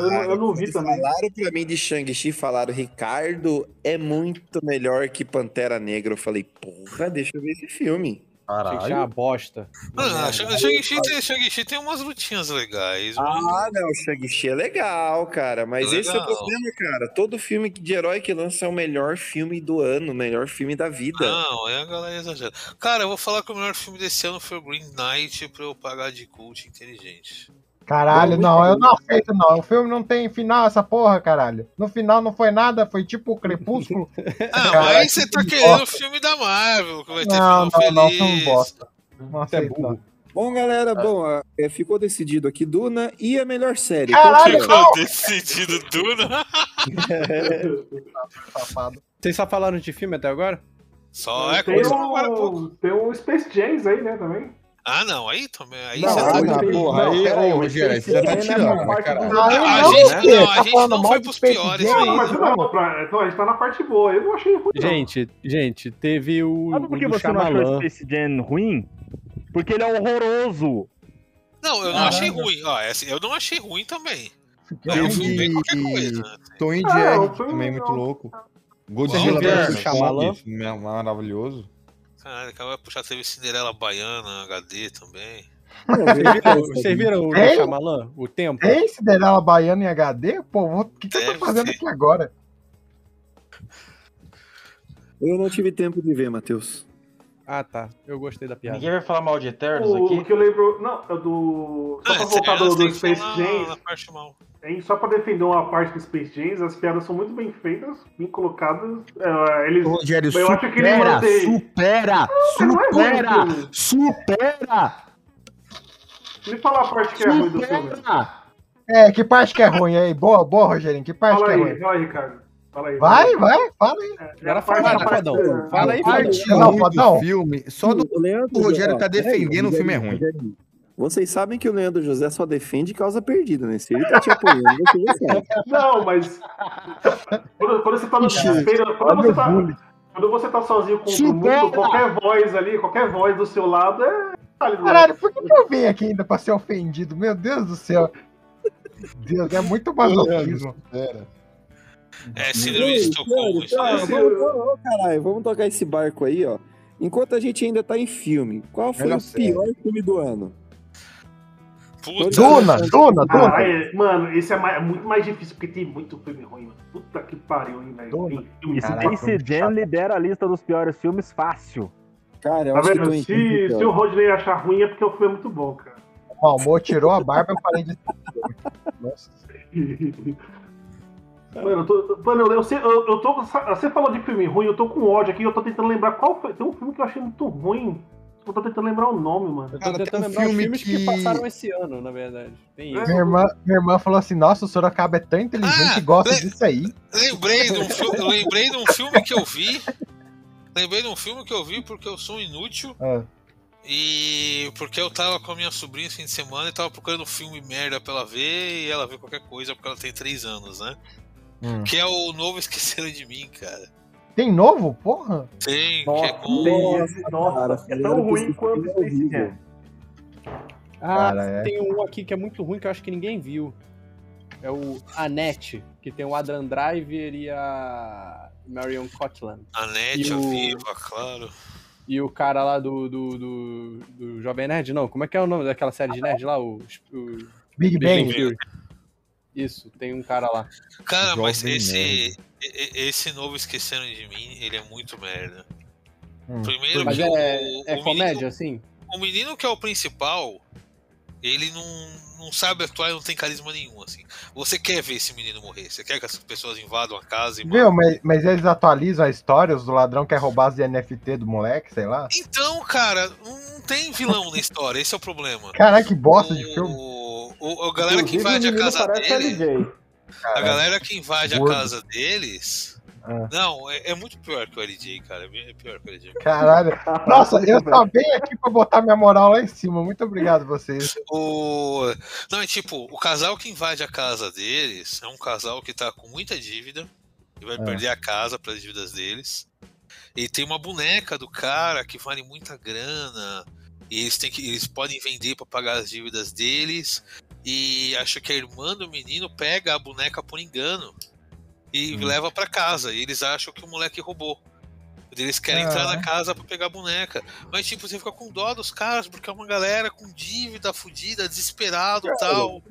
[SPEAKER 6] Falaram pra mim de Shang-Chi, falaram, Ricardo é muito melhor que Pantera Negra. Eu falei, porra, deixa eu ver esse filme.
[SPEAKER 13] Shang-Chi é uma bosta.
[SPEAKER 4] Mano, Ah, Shang-Chi tem, Shang-Chi tem umas lutinhas legais.
[SPEAKER 6] Ah, não, o Shang-Chi é legal, cara. Mas
[SPEAKER 4] É
[SPEAKER 6] esse é o
[SPEAKER 4] legal.
[SPEAKER 6] problema, cara. Todo filme de herói que lança é o melhor filme do ano, o melhor filme da vida.
[SPEAKER 4] Não, é a galera exagera. Cara, eu vou falar que o melhor filme desse ano foi o Green Knight pra eu pagar de cult inteligente.
[SPEAKER 5] Caralho, não, eu não aceito, não. O filme não tem final, essa porra, caralho. No final não foi nada, foi tipo o Crepúsculo.
[SPEAKER 4] Ah,
[SPEAKER 5] Caralho,
[SPEAKER 4] mas você tá
[SPEAKER 5] que
[SPEAKER 4] querendo o
[SPEAKER 5] bosta.
[SPEAKER 4] filme da Marvel, que vai ter
[SPEAKER 5] Não,
[SPEAKER 4] final
[SPEAKER 5] não, não,
[SPEAKER 4] tipo um feliz.
[SPEAKER 5] são bosta. Não aceito, não.
[SPEAKER 6] Bom, galera, bom, ah, é, ficou decidido aqui Duna e a melhor série.
[SPEAKER 5] Caralho,
[SPEAKER 4] Ficou decidido Duna.
[SPEAKER 13] Vocês só falaram de filme até agora?
[SPEAKER 4] Só é
[SPEAKER 2] Tem um-
[SPEAKER 4] coisa agora.
[SPEAKER 2] o, tem o Space James aí, né, também.
[SPEAKER 4] Ah, não, aí também. Aí
[SPEAKER 2] Não,
[SPEAKER 4] você
[SPEAKER 2] ah,
[SPEAKER 4] tá-
[SPEAKER 2] não, porra, aí,
[SPEAKER 3] Pera aí, Rogério, você já tá tirando, né, cara?
[SPEAKER 2] Não,
[SPEAKER 4] a
[SPEAKER 2] não,
[SPEAKER 4] gente,
[SPEAKER 2] né?
[SPEAKER 4] não, a
[SPEAKER 2] Tá
[SPEAKER 4] gente
[SPEAKER 2] falando
[SPEAKER 4] não
[SPEAKER 2] mal
[SPEAKER 4] foi
[SPEAKER 2] de
[SPEAKER 4] pros
[SPEAKER 2] Space
[SPEAKER 4] piores
[SPEAKER 2] James,
[SPEAKER 4] ainda.
[SPEAKER 2] mas não, pra- então, a gente tá na parte boa. Eu não achei ruim. não.
[SPEAKER 13] Gente, gente, teve o.
[SPEAKER 10] Sabe por que
[SPEAKER 13] o do
[SPEAKER 10] você não achou
[SPEAKER 13] Shyamalan.
[SPEAKER 10] Space Jam ruim? Porque ele é horroroso.
[SPEAKER 4] Não, eu não achei ruim. Ó, é assim, eu não achei ruim também. É um filme bem qualquer coisa.
[SPEAKER 3] Tom e
[SPEAKER 4] Ah,
[SPEAKER 3] Jerry,
[SPEAKER 4] eu
[SPEAKER 3] que
[SPEAKER 4] fui-
[SPEAKER 3] também é muito louco.
[SPEAKER 4] Tom
[SPEAKER 3] Godzilla
[SPEAKER 4] e Jerry,
[SPEAKER 3] vs
[SPEAKER 13] Shyamalan.
[SPEAKER 3] Kong, filme é maravilhoso.
[SPEAKER 4] Caralho, acabou de puxar, teve Cinderela Baiana HD também.
[SPEAKER 13] Vocês viram- Vocês viram o
[SPEAKER 5] Tem?
[SPEAKER 13] Xamalã? O tempo?
[SPEAKER 5] Tem Cinderela Baiana em HD? Pô, vou- o que, que eu tô fazendo aqui agora?
[SPEAKER 6] Eu não tive tempo de ver, Matheus.
[SPEAKER 13] Ah, tá. Eu gostei da piada.
[SPEAKER 7] Ninguém vai falar mal de Eternos
[SPEAKER 2] O,
[SPEAKER 7] aqui?
[SPEAKER 2] o que eu lembro. Não, é do.
[SPEAKER 4] Ah,
[SPEAKER 2] Só pra voltar do, do Space James. hein, só pra defender uma parte do Space James, as piadas são muito bem feitas, bem colocadas. é, eles,
[SPEAKER 9] Rogério,
[SPEAKER 2] eu acho que ele
[SPEAKER 9] supera,
[SPEAKER 2] mantém.
[SPEAKER 9] supera,
[SPEAKER 2] não é ruim
[SPEAKER 9] supera,
[SPEAKER 2] o filme.
[SPEAKER 9] supera,
[SPEAKER 2] Me fala a parte que é ruim do filme.
[SPEAKER 9] supera.
[SPEAKER 5] É, que parte que é ruim aí? Boa, boa, Rogerinho, que parte
[SPEAKER 2] Fala
[SPEAKER 5] que é
[SPEAKER 2] aí,
[SPEAKER 5] ruim?
[SPEAKER 2] fala aí, Ricardo. Fala aí. É
[SPEAKER 5] Vai, vai, fala aí.
[SPEAKER 13] Agora fala, Fadão. Fala aí,
[SPEAKER 3] A parte
[SPEAKER 13] Fadão.
[SPEAKER 5] Não,
[SPEAKER 3] ruim
[SPEAKER 5] Fadão.
[SPEAKER 3] do filme, só do
[SPEAKER 6] O Leandro
[SPEAKER 3] o Rogério
[SPEAKER 6] José-
[SPEAKER 3] tá
[SPEAKER 6] ó, peraí,
[SPEAKER 3] defendendo o
[SPEAKER 6] Rogério-
[SPEAKER 3] filme é ruim.
[SPEAKER 6] Rogério, Vocês sabem que o Leandro José só defende causa perdida, né? Se ele tá te apoiando, você já sabe.
[SPEAKER 2] Não, mas. Quando, quando você tá no desespero. Quando você tá, quando você tá sozinho com
[SPEAKER 5] Tipo,
[SPEAKER 2] o mundo, qualquer voz ali, qualquer voz do seu lado é.
[SPEAKER 5] Caralho, por que, que eu vim aqui ainda pra ser ofendido? Meu Deus do céu. Deus, é muito masoquismo.
[SPEAKER 4] É, Síndrome de Estocolmo. isso
[SPEAKER 6] Tá,
[SPEAKER 4] aí.
[SPEAKER 6] vamos, vamos, vamos, caralho, vamos tocar esse barco aí, ó. Enquanto a gente ainda tá em filme, qual foi
[SPEAKER 3] Melhor
[SPEAKER 6] o
[SPEAKER 3] série.
[SPEAKER 6] pior filme do ano?
[SPEAKER 4] Puta,
[SPEAKER 5] Duna, Duna,
[SPEAKER 2] Ah,
[SPEAKER 5] Duna.
[SPEAKER 2] é, mano, esse é, mais- é muito mais difícil, porque tem muito filme ruim, mano. Puta que pariu, hein, velho. Tem filme
[SPEAKER 10] Esse
[SPEAKER 5] Caraca,
[SPEAKER 10] Space Jam lidera a lista dos piores filmes fácil.
[SPEAKER 6] Cara, eu
[SPEAKER 2] Tá
[SPEAKER 6] acho que eu
[SPEAKER 2] vendo?
[SPEAKER 6] tô em
[SPEAKER 2] Se,
[SPEAKER 6] quinto,
[SPEAKER 2] se
[SPEAKER 6] cara.
[SPEAKER 2] o Rodney achar ruim é porque o filme é muito bom, cara.
[SPEAKER 5] O Malmô tirou a barba e eu parei de. Nossa.
[SPEAKER 2] Mano, eu tô, mano, eu, sei- eu, eu tô. Você falou de filme ruim, eu tô com ódio aqui, eu tô tentando lembrar qual foi. Tem um filme que eu achei muito ruim. Eu tô tentando lembrar o nome, mano.
[SPEAKER 13] Eu tô
[SPEAKER 3] Cara, tem
[SPEAKER 13] tentando
[SPEAKER 3] um
[SPEAKER 13] lembrar os
[SPEAKER 3] filme
[SPEAKER 13] filmes que...
[SPEAKER 3] que-
[SPEAKER 13] passaram esse ano, na verdade. Tem
[SPEAKER 6] Ah,
[SPEAKER 13] isso.
[SPEAKER 5] Minha irmã, minha irmã falou assim: Nossa, o Sorocaba é tão inteligente
[SPEAKER 4] Ah,
[SPEAKER 5] que gosta
[SPEAKER 4] le-
[SPEAKER 5] disso aí.
[SPEAKER 4] Lembrei de, um filme, lembrei de um filme que eu vi. Lembrei de um filme que eu vi porque eu sou inútil
[SPEAKER 5] Ah,
[SPEAKER 4] e porque eu tava com a minha sobrinha esse fim de semana e tava procurando um filme merda pra ela ver e ela vê qualquer coisa porque ela tem 3 anos, né?
[SPEAKER 5] Hum.
[SPEAKER 4] Que é o novo Esqueceram de Mim, cara.
[SPEAKER 5] Tem novo? Porra!
[SPEAKER 4] Tem, que é com.
[SPEAKER 10] Tem esse-
[SPEAKER 6] cara,
[SPEAKER 10] Nossa, é
[SPEAKER 6] cara,
[SPEAKER 10] tão ruim
[SPEAKER 6] esse
[SPEAKER 10] quanto
[SPEAKER 6] filme é
[SPEAKER 10] Space
[SPEAKER 6] horrível.
[SPEAKER 10] Jam.
[SPEAKER 13] Ah,
[SPEAKER 5] Cara, é.
[SPEAKER 13] tem um aqui que é muito ruim que eu acho que ninguém viu. É o Anete, que tem o Adrian Driver e a Marion Cotland.
[SPEAKER 4] A
[SPEAKER 13] E
[SPEAKER 4] net, a
[SPEAKER 13] o-
[SPEAKER 4] viva, claro.
[SPEAKER 13] E o cara lá do, do, do, do Jovem Nerd, não. Como é que é o nome daquela série de nerd lá? O, o
[SPEAKER 5] Big
[SPEAKER 13] Big Bang
[SPEAKER 5] Bang.
[SPEAKER 13] Theory. Isso, tem um cara lá.
[SPEAKER 4] Cara, mas
[SPEAKER 3] Jovem
[SPEAKER 4] esse,
[SPEAKER 3] Nerd.
[SPEAKER 4] e- e- esse novo Esqueceram de Mim, ele é muito merda.
[SPEAKER 5] Hum.
[SPEAKER 4] Primeiro
[SPEAKER 13] Mas
[SPEAKER 4] que
[SPEAKER 13] é,
[SPEAKER 4] o,
[SPEAKER 13] é
[SPEAKER 4] o
[SPEAKER 13] comédia, assim?
[SPEAKER 4] um- Menino, o menino que é o principal, ele não, não sabe atuar e não tem carisma nenhum, assim. Você quer ver esse menino morrer, você quer que as pessoas invadam a casa e
[SPEAKER 5] Viu? Mas, mas eles atualizam a história, os do ladrão quer roubar as NFT do moleque, sei lá.
[SPEAKER 4] Então, cara, não tem vilão na história, esse é o problema.
[SPEAKER 5] Caralho, que bosta de
[SPEAKER 4] O-
[SPEAKER 5] filme.
[SPEAKER 4] O, o- a galera
[SPEAKER 7] Inclusive,
[SPEAKER 4] que invade
[SPEAKER 7] o
[SPEAKER 4] a
[SPEAKER 7] menino
[SPEAKER 4] casa
[SPEAKER 7] parece
[SPEAKER 4] dele.
[SPEAKER 7] LJ.
[SPEAKER 4] A galera que invade
[SPEAKER 5] Gordo.
[SPEAKER 4] a casa deles.
[SPEAKER 5] Ah.
[SPEAKER 4] Não, é, é muito pior que o LJ, cara. É pior que o LJ.
[SPEAKER 5] Caralho. Nossa, eu só vim aqui pra botar minha moral lá em cima. Muito obrigado vocês.
[SPEAKER 4] O... Não, é tipo, o casal que invade a casa deles é um casal que tá com muita dívida e vai
[SPEAKER 5] Ah.
[SPEAKER 4] perder a casa para as dívidas deles. E tem uma boneca do cara que vale muita grana. E eles têm que. Eles podem vender para pagar as dívidas deles. e acha que a irmã do menino pega a boneca por engano e leva pra casa. E eles acham que o moleque roubou. Eles querem entrar na casa pra pegar a boneca. Mas, tipo, você fica com dó dos caras, porque é uma galera com dívida, fudida, desesperado e tal.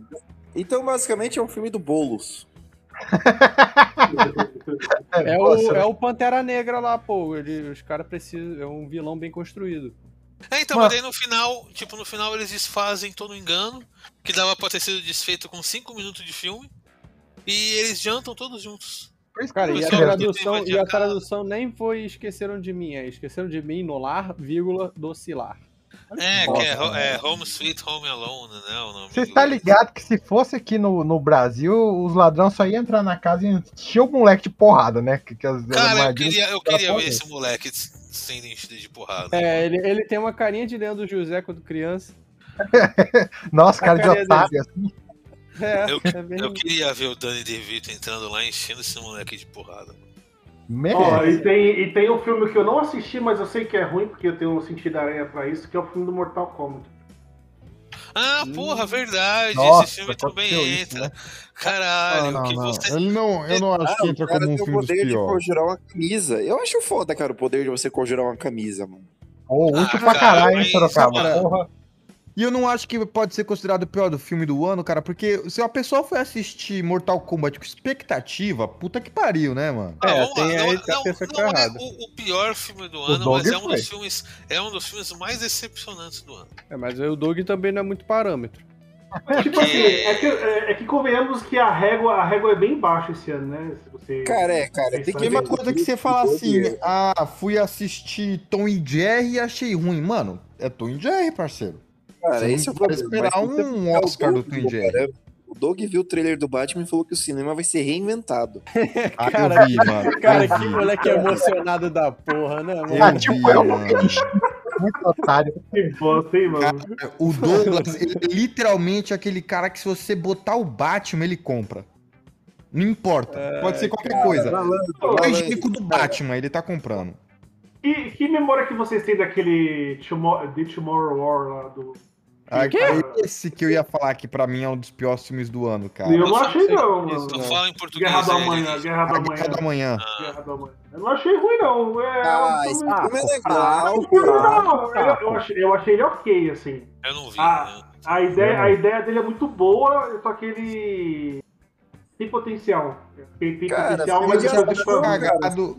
[SPEAKER 6] Então, basicamente, é um filme do Boulos.
[SPEAKER 13] É o, é o Pantera Negra lá, pô. Ele- os caras precisam. É um vilão bem construído.
[SPEAKER 4] É, então, mas...
[SPEAKER 13] Mas-
[SPEAKER 4] daí no final, tipo, no final eles desfazem todo o engano, que dava pra ter sido desfeito com 5 minutos de filme, e eles jantam todos juntos.
[SPEAKER 13] Cara, e é a,
[SPEAKER 4] Pessoal, que
[SPEAKER 13] tradução,
[SPEAKER 4] tem
[SPEAKER 13] e a tradução nem foi esqueceram de mim, é esqueceram de mim, nolar, vírgula, docilar.
[SPEAKER 4] É,
[SPEAKER 5] Nossa,
[SPEAKER 4] que é, ho- é Home Sweet Home Alone, né? O nome.
[SPEAKER 5] Você está ligado que se fosse aqui no, no Brasil, os ladrões só iam entrar na casa e encher o moleque de porrada, né? Que, que as
[SPEAKER 4] Cara, eu
[SPEAKER 5] armadilhas-
[SPEAKER 4] queria, eu queria ver esse moleque s- sendo enchido de porrada.
[SPEAKER 13] É, ele, ele tem uma carinha de Leandro José quando criança.
[SPEAKER 5] Nossa,
[SPEAKER 13] a
[SPEAKER 5] cara de
[SPEAKER 13] carinha
[SPEAKER 5] otário,
[SPEAKER 13] dele.
[SPEAKER 5] assim.
[SPEAKER 13] É,
[SPEAKER 4] Eu,
[SPEAKER 13] é bem-
[SPEAKER 4] eu queria ver o Danny DeVito entrando lá e enchendo esse moleque de porrada.
[SPEAKER 2] Ó, e, tem, e tem um filme que eu não assisti, mas eu sei que é ruim, porque eu tenho um sentido aranha pra isso, que é o filme do Mortal Kombat.
[SPEAKER 4] Ah, porra, verdade.
[SPEAKER 2] Nossa,
[SPEAKER 4] esse filme também entra.
[SPEAKER 2] Ah,
[SPEAKER 4] Caralho,
[SPEAKER 2] não,
[SPEAKER 4] que
[SPEAKER 2] não.
[SPEAKER 4] você.
[SPEAKER 6] Eu não,
[SPEAKER 4] eu não acho que entra como um filme
[SPEAKER 6] o
[SPEAKER 4] dos
[SPEAKER 6] poder de
[SPEAKER 4] pior.
[SPEAKER 6] conjurar uma camisa. Eu acho foda, cara, o poder de você conjurar uma camisa, mano.
[SPEAKER 5] Ô,
[SPEAKER 4] tá,
[SPEAKER 6] útil
[SPEAKER 3] pra caralho, hein,
[SPEAKER 6] Sorocaba?
[SPEAKER 5] Porra.
[SPEAKER 3] E eu não acho que pode ser considerado o pior do filme do ano, cara, porque se a pessoa foi assistir Mortal Kombat com expectativa, puta que pariu, né, mano?
[SPEAKER 4] Não, não, não, não é o, o pior filme do ano,
[SPEAKER 3] Dog
[SPEAKER 4] mas é um,
[SPEAKER 3] foi.
[SPEAKER 4] dos filmes, é um dos filmes mais decepcionantes do ano.
[SPEAKER 13] É, mas aí o Doug também não é muito parâmetro.
[SPEAKER 2] Tipo assim, é que, é, é que convenhamos que a régua, a régua é bem baixa esse ano, né? Se você
[SPEAKER 3] Cara, é, cara. Tem
[SPEAKER 2] pensar
[SPEAKER 3] que uma
[SPEAKER 2] bem.
[SPEAKER 3] coisa que você fala assim, ah, fui assistir Tom e Jerry e achei ruim. Mano, é Tom e Jerry, parceiro.
[SPEAKER 6] Cara,
[SPEAKER 3] Você não
[SPEAKER 6] esse é o
[SPEAKER 3] pode
[SPEAKER 6] problema.
[SPEAKER 3] esperar
[SPEAKER 6] mas se você
[SPEAKER 3] um
[SPEAKER 6] pegar o
[SPEAKER 3] Oscar do Tom
[SPEAKER 6] Doug,
[SPEAKER 3] e Jerry.
[SPEAKER 6] cara, O Doug viu o trailer do Batman e falou que o cinema vai ser reinventado.
[SPEAKER 3] Ah, eu vi, mano.
[SPEAKER 13] Cara, tipo,
[SPEAKER 3] eu
[SPEAKER 13] que
[SPEAKER 3] vi.
[SPEAKER 13] moleque emocionado da porra, né,
[SPEAKER 5] ah,
[SPEAKER 13] mano?
[SPEAKER 3] Eu
[SPEAKER 5] tipo,
[SPEAKER 3] vi,
[SPEAKER 5] é
[SPEAKER 3] mano.
[SPEAKER 5] Muito otário.
[SPEAKER 2] Que bosta, hein, assim, mano?
[SPEAKER 3] O Douglas, ele é literalmente aquele cara que se você botar o Batman, ele compra. Não importa. Pode ser qualquer
[SPEAKER 2] cara,
[SPEAKER 3] coisa.
[SPEAKER 2] malandro,
[SPEAKER 3] O
[SPEAKER 2] malandro.
[SPEAKER 3] higiênico do Batman, ele tá comprando.
[SPEAKER 2] Que, que memória que vocês têm daquele Tomorrow, The Tomorrow War lá do.
[SPEAKER 3] Ah,
[SPEAKER 2] Quê?
[SPEAKER 3] Esse que eu ia falar que pra mim é um dos piores filmes do ano,
[SPEAKER 6] É,
[SPEAKER 3] cara.
[SPEAKER 2] Eu não achei não, mano. Guerra
[SPEAKER 4] é,
[SPEAKER 2] da
[SPEAKER 3] aí,
[SPEAKER 2] Manhã, Guerra da
[SPEAKER 3] Ah, Guerra da Manhã.
[SPEAKER 2] Guerra da Manhã. Eu não achei ruim, não. É,
[SPEAKER 6] Ah,
[SPEAKER 2] um
[SPEAKER 6] esse
[SPEAKER 2] filme-
[SPEAKER 6] filme é
[SPEAKER 2] Ah,
[SPEAKER 6] legal,
[SPEAKER 2] esse filme
[SPEAKER 6] cara.
[SPEAKER 2] não, eu- eu, achei, eu achei ele ok, assim.
[SPEAKER 4] Eu não vi.
[SPEAKER 6] Ah,
[SPEAKER 4] né?
[SPEAKER 2] A, a ideia, a ideia dele é muito boa, só que ele tem potencial. Ele tem potencial, mas ele é tipo não tem
[SPEAKER 3] cagado.